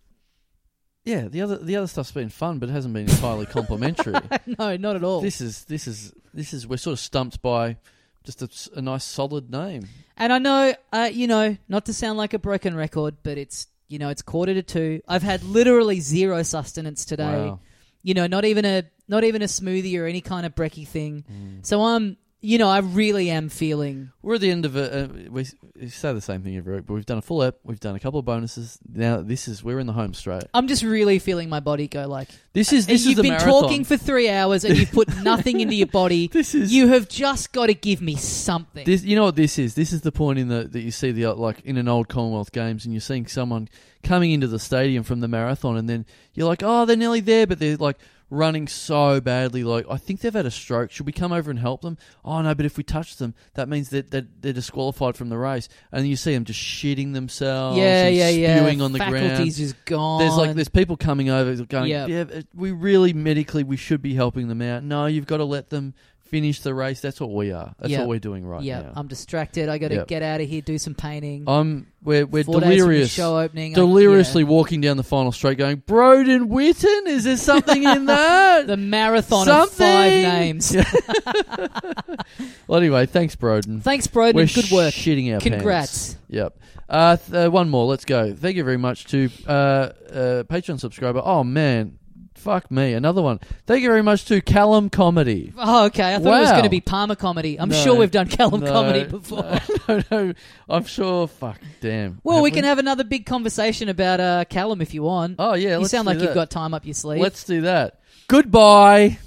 B: yeah, the other the other stuff's been fun, but it hasn't been entirely complimentary.
A: No, not at all.
B: This is this is this is we're sort of stumped by just a, s- a nice solid name.
A: And I know, uh, you know, not to sound like a broken record, but it's you know, it's quarter to two. I've had literally zero sustenance today.
B: Wow.
A: Mm. You know, not even a not even a smoothie or any kind of brekkie thing. So I'm you know, I really am feeling.
B: We're at the end of a. Uh, we, s- we say the same thing every week, but we've done a full app. We've done a couple of bonuses. Now this is we're in the home straight.
A: I'm just really feeling my body go like.
B: This is this
A: you've
B: is the
A: been
B: marathon.
A: talking for three hours and you've put nothing into your body.
B: This is-
A: You have just got to give me something.
B: This, you know what this is? This is the point in the that you see the uh, like in an old Commonwealth Games, and you're seeing someone coming into the stadium from the marathon, and then you're like, oh, they're nearly there, but they're like running so badly. Like, I think they've had a stroke. Should we come over and help them? Oh no, but if we touch them, that means that that they're disqualified from the race. And you see them just shitting themselves,
A: yeah,
B: and
A: yeah, yeah.
B: spewing on the
A: Faculties
B: ground.
A: is gone.
B: There's like there's people coming over going,
A: Yep.
B: yeah, but we really medically we should be helping them out. No, you've got to let them finish the race. That's what we are. That's
A: Yep.
B: what we're doing right
A: yeah,
B: now.
A: I'm distracted. I got to
B: Yep.
A: get out of here, do some painting.
B: I'm we're Oh, we're
A: Four days from the
B: delirious,
A: show opening. I-
B: deliriously
A: yeah.
B: walking down the final straight, going, Broden Witten, is there something in that?
A: The marathon of
B: Something!
A: five names.
B: Yeah. well, anyway, thanks, Broden.
A: Thanks, Broden.
B: we're
A: Good work.
B: Shitting our pants.
A: Congrats.
B: Yep. Uh, th- uh, one more. Let's go. Thank you very much to uh, uh, Patreon subscriber. Oh man, fuck me. Another one. Thank you very much to Callum Comedy.
A: Oh, okay. I thought it was
B: Wow.
A: going to be Palmer comedy. I'm
B: No.
A: sure we've done Callum
B: No,
A: comedy before.
B: No, no, no. I'm sure. Fuck. Damn.
A: Well, we
B: Have
A: can have another big conversation about uh, Callum if you want.
B: Oh yeah.
A: you
B: let's
A: sound
B: do
A: like you've
B: that.
A: got time up your sleeve.
B: Let's do that. Goodbye.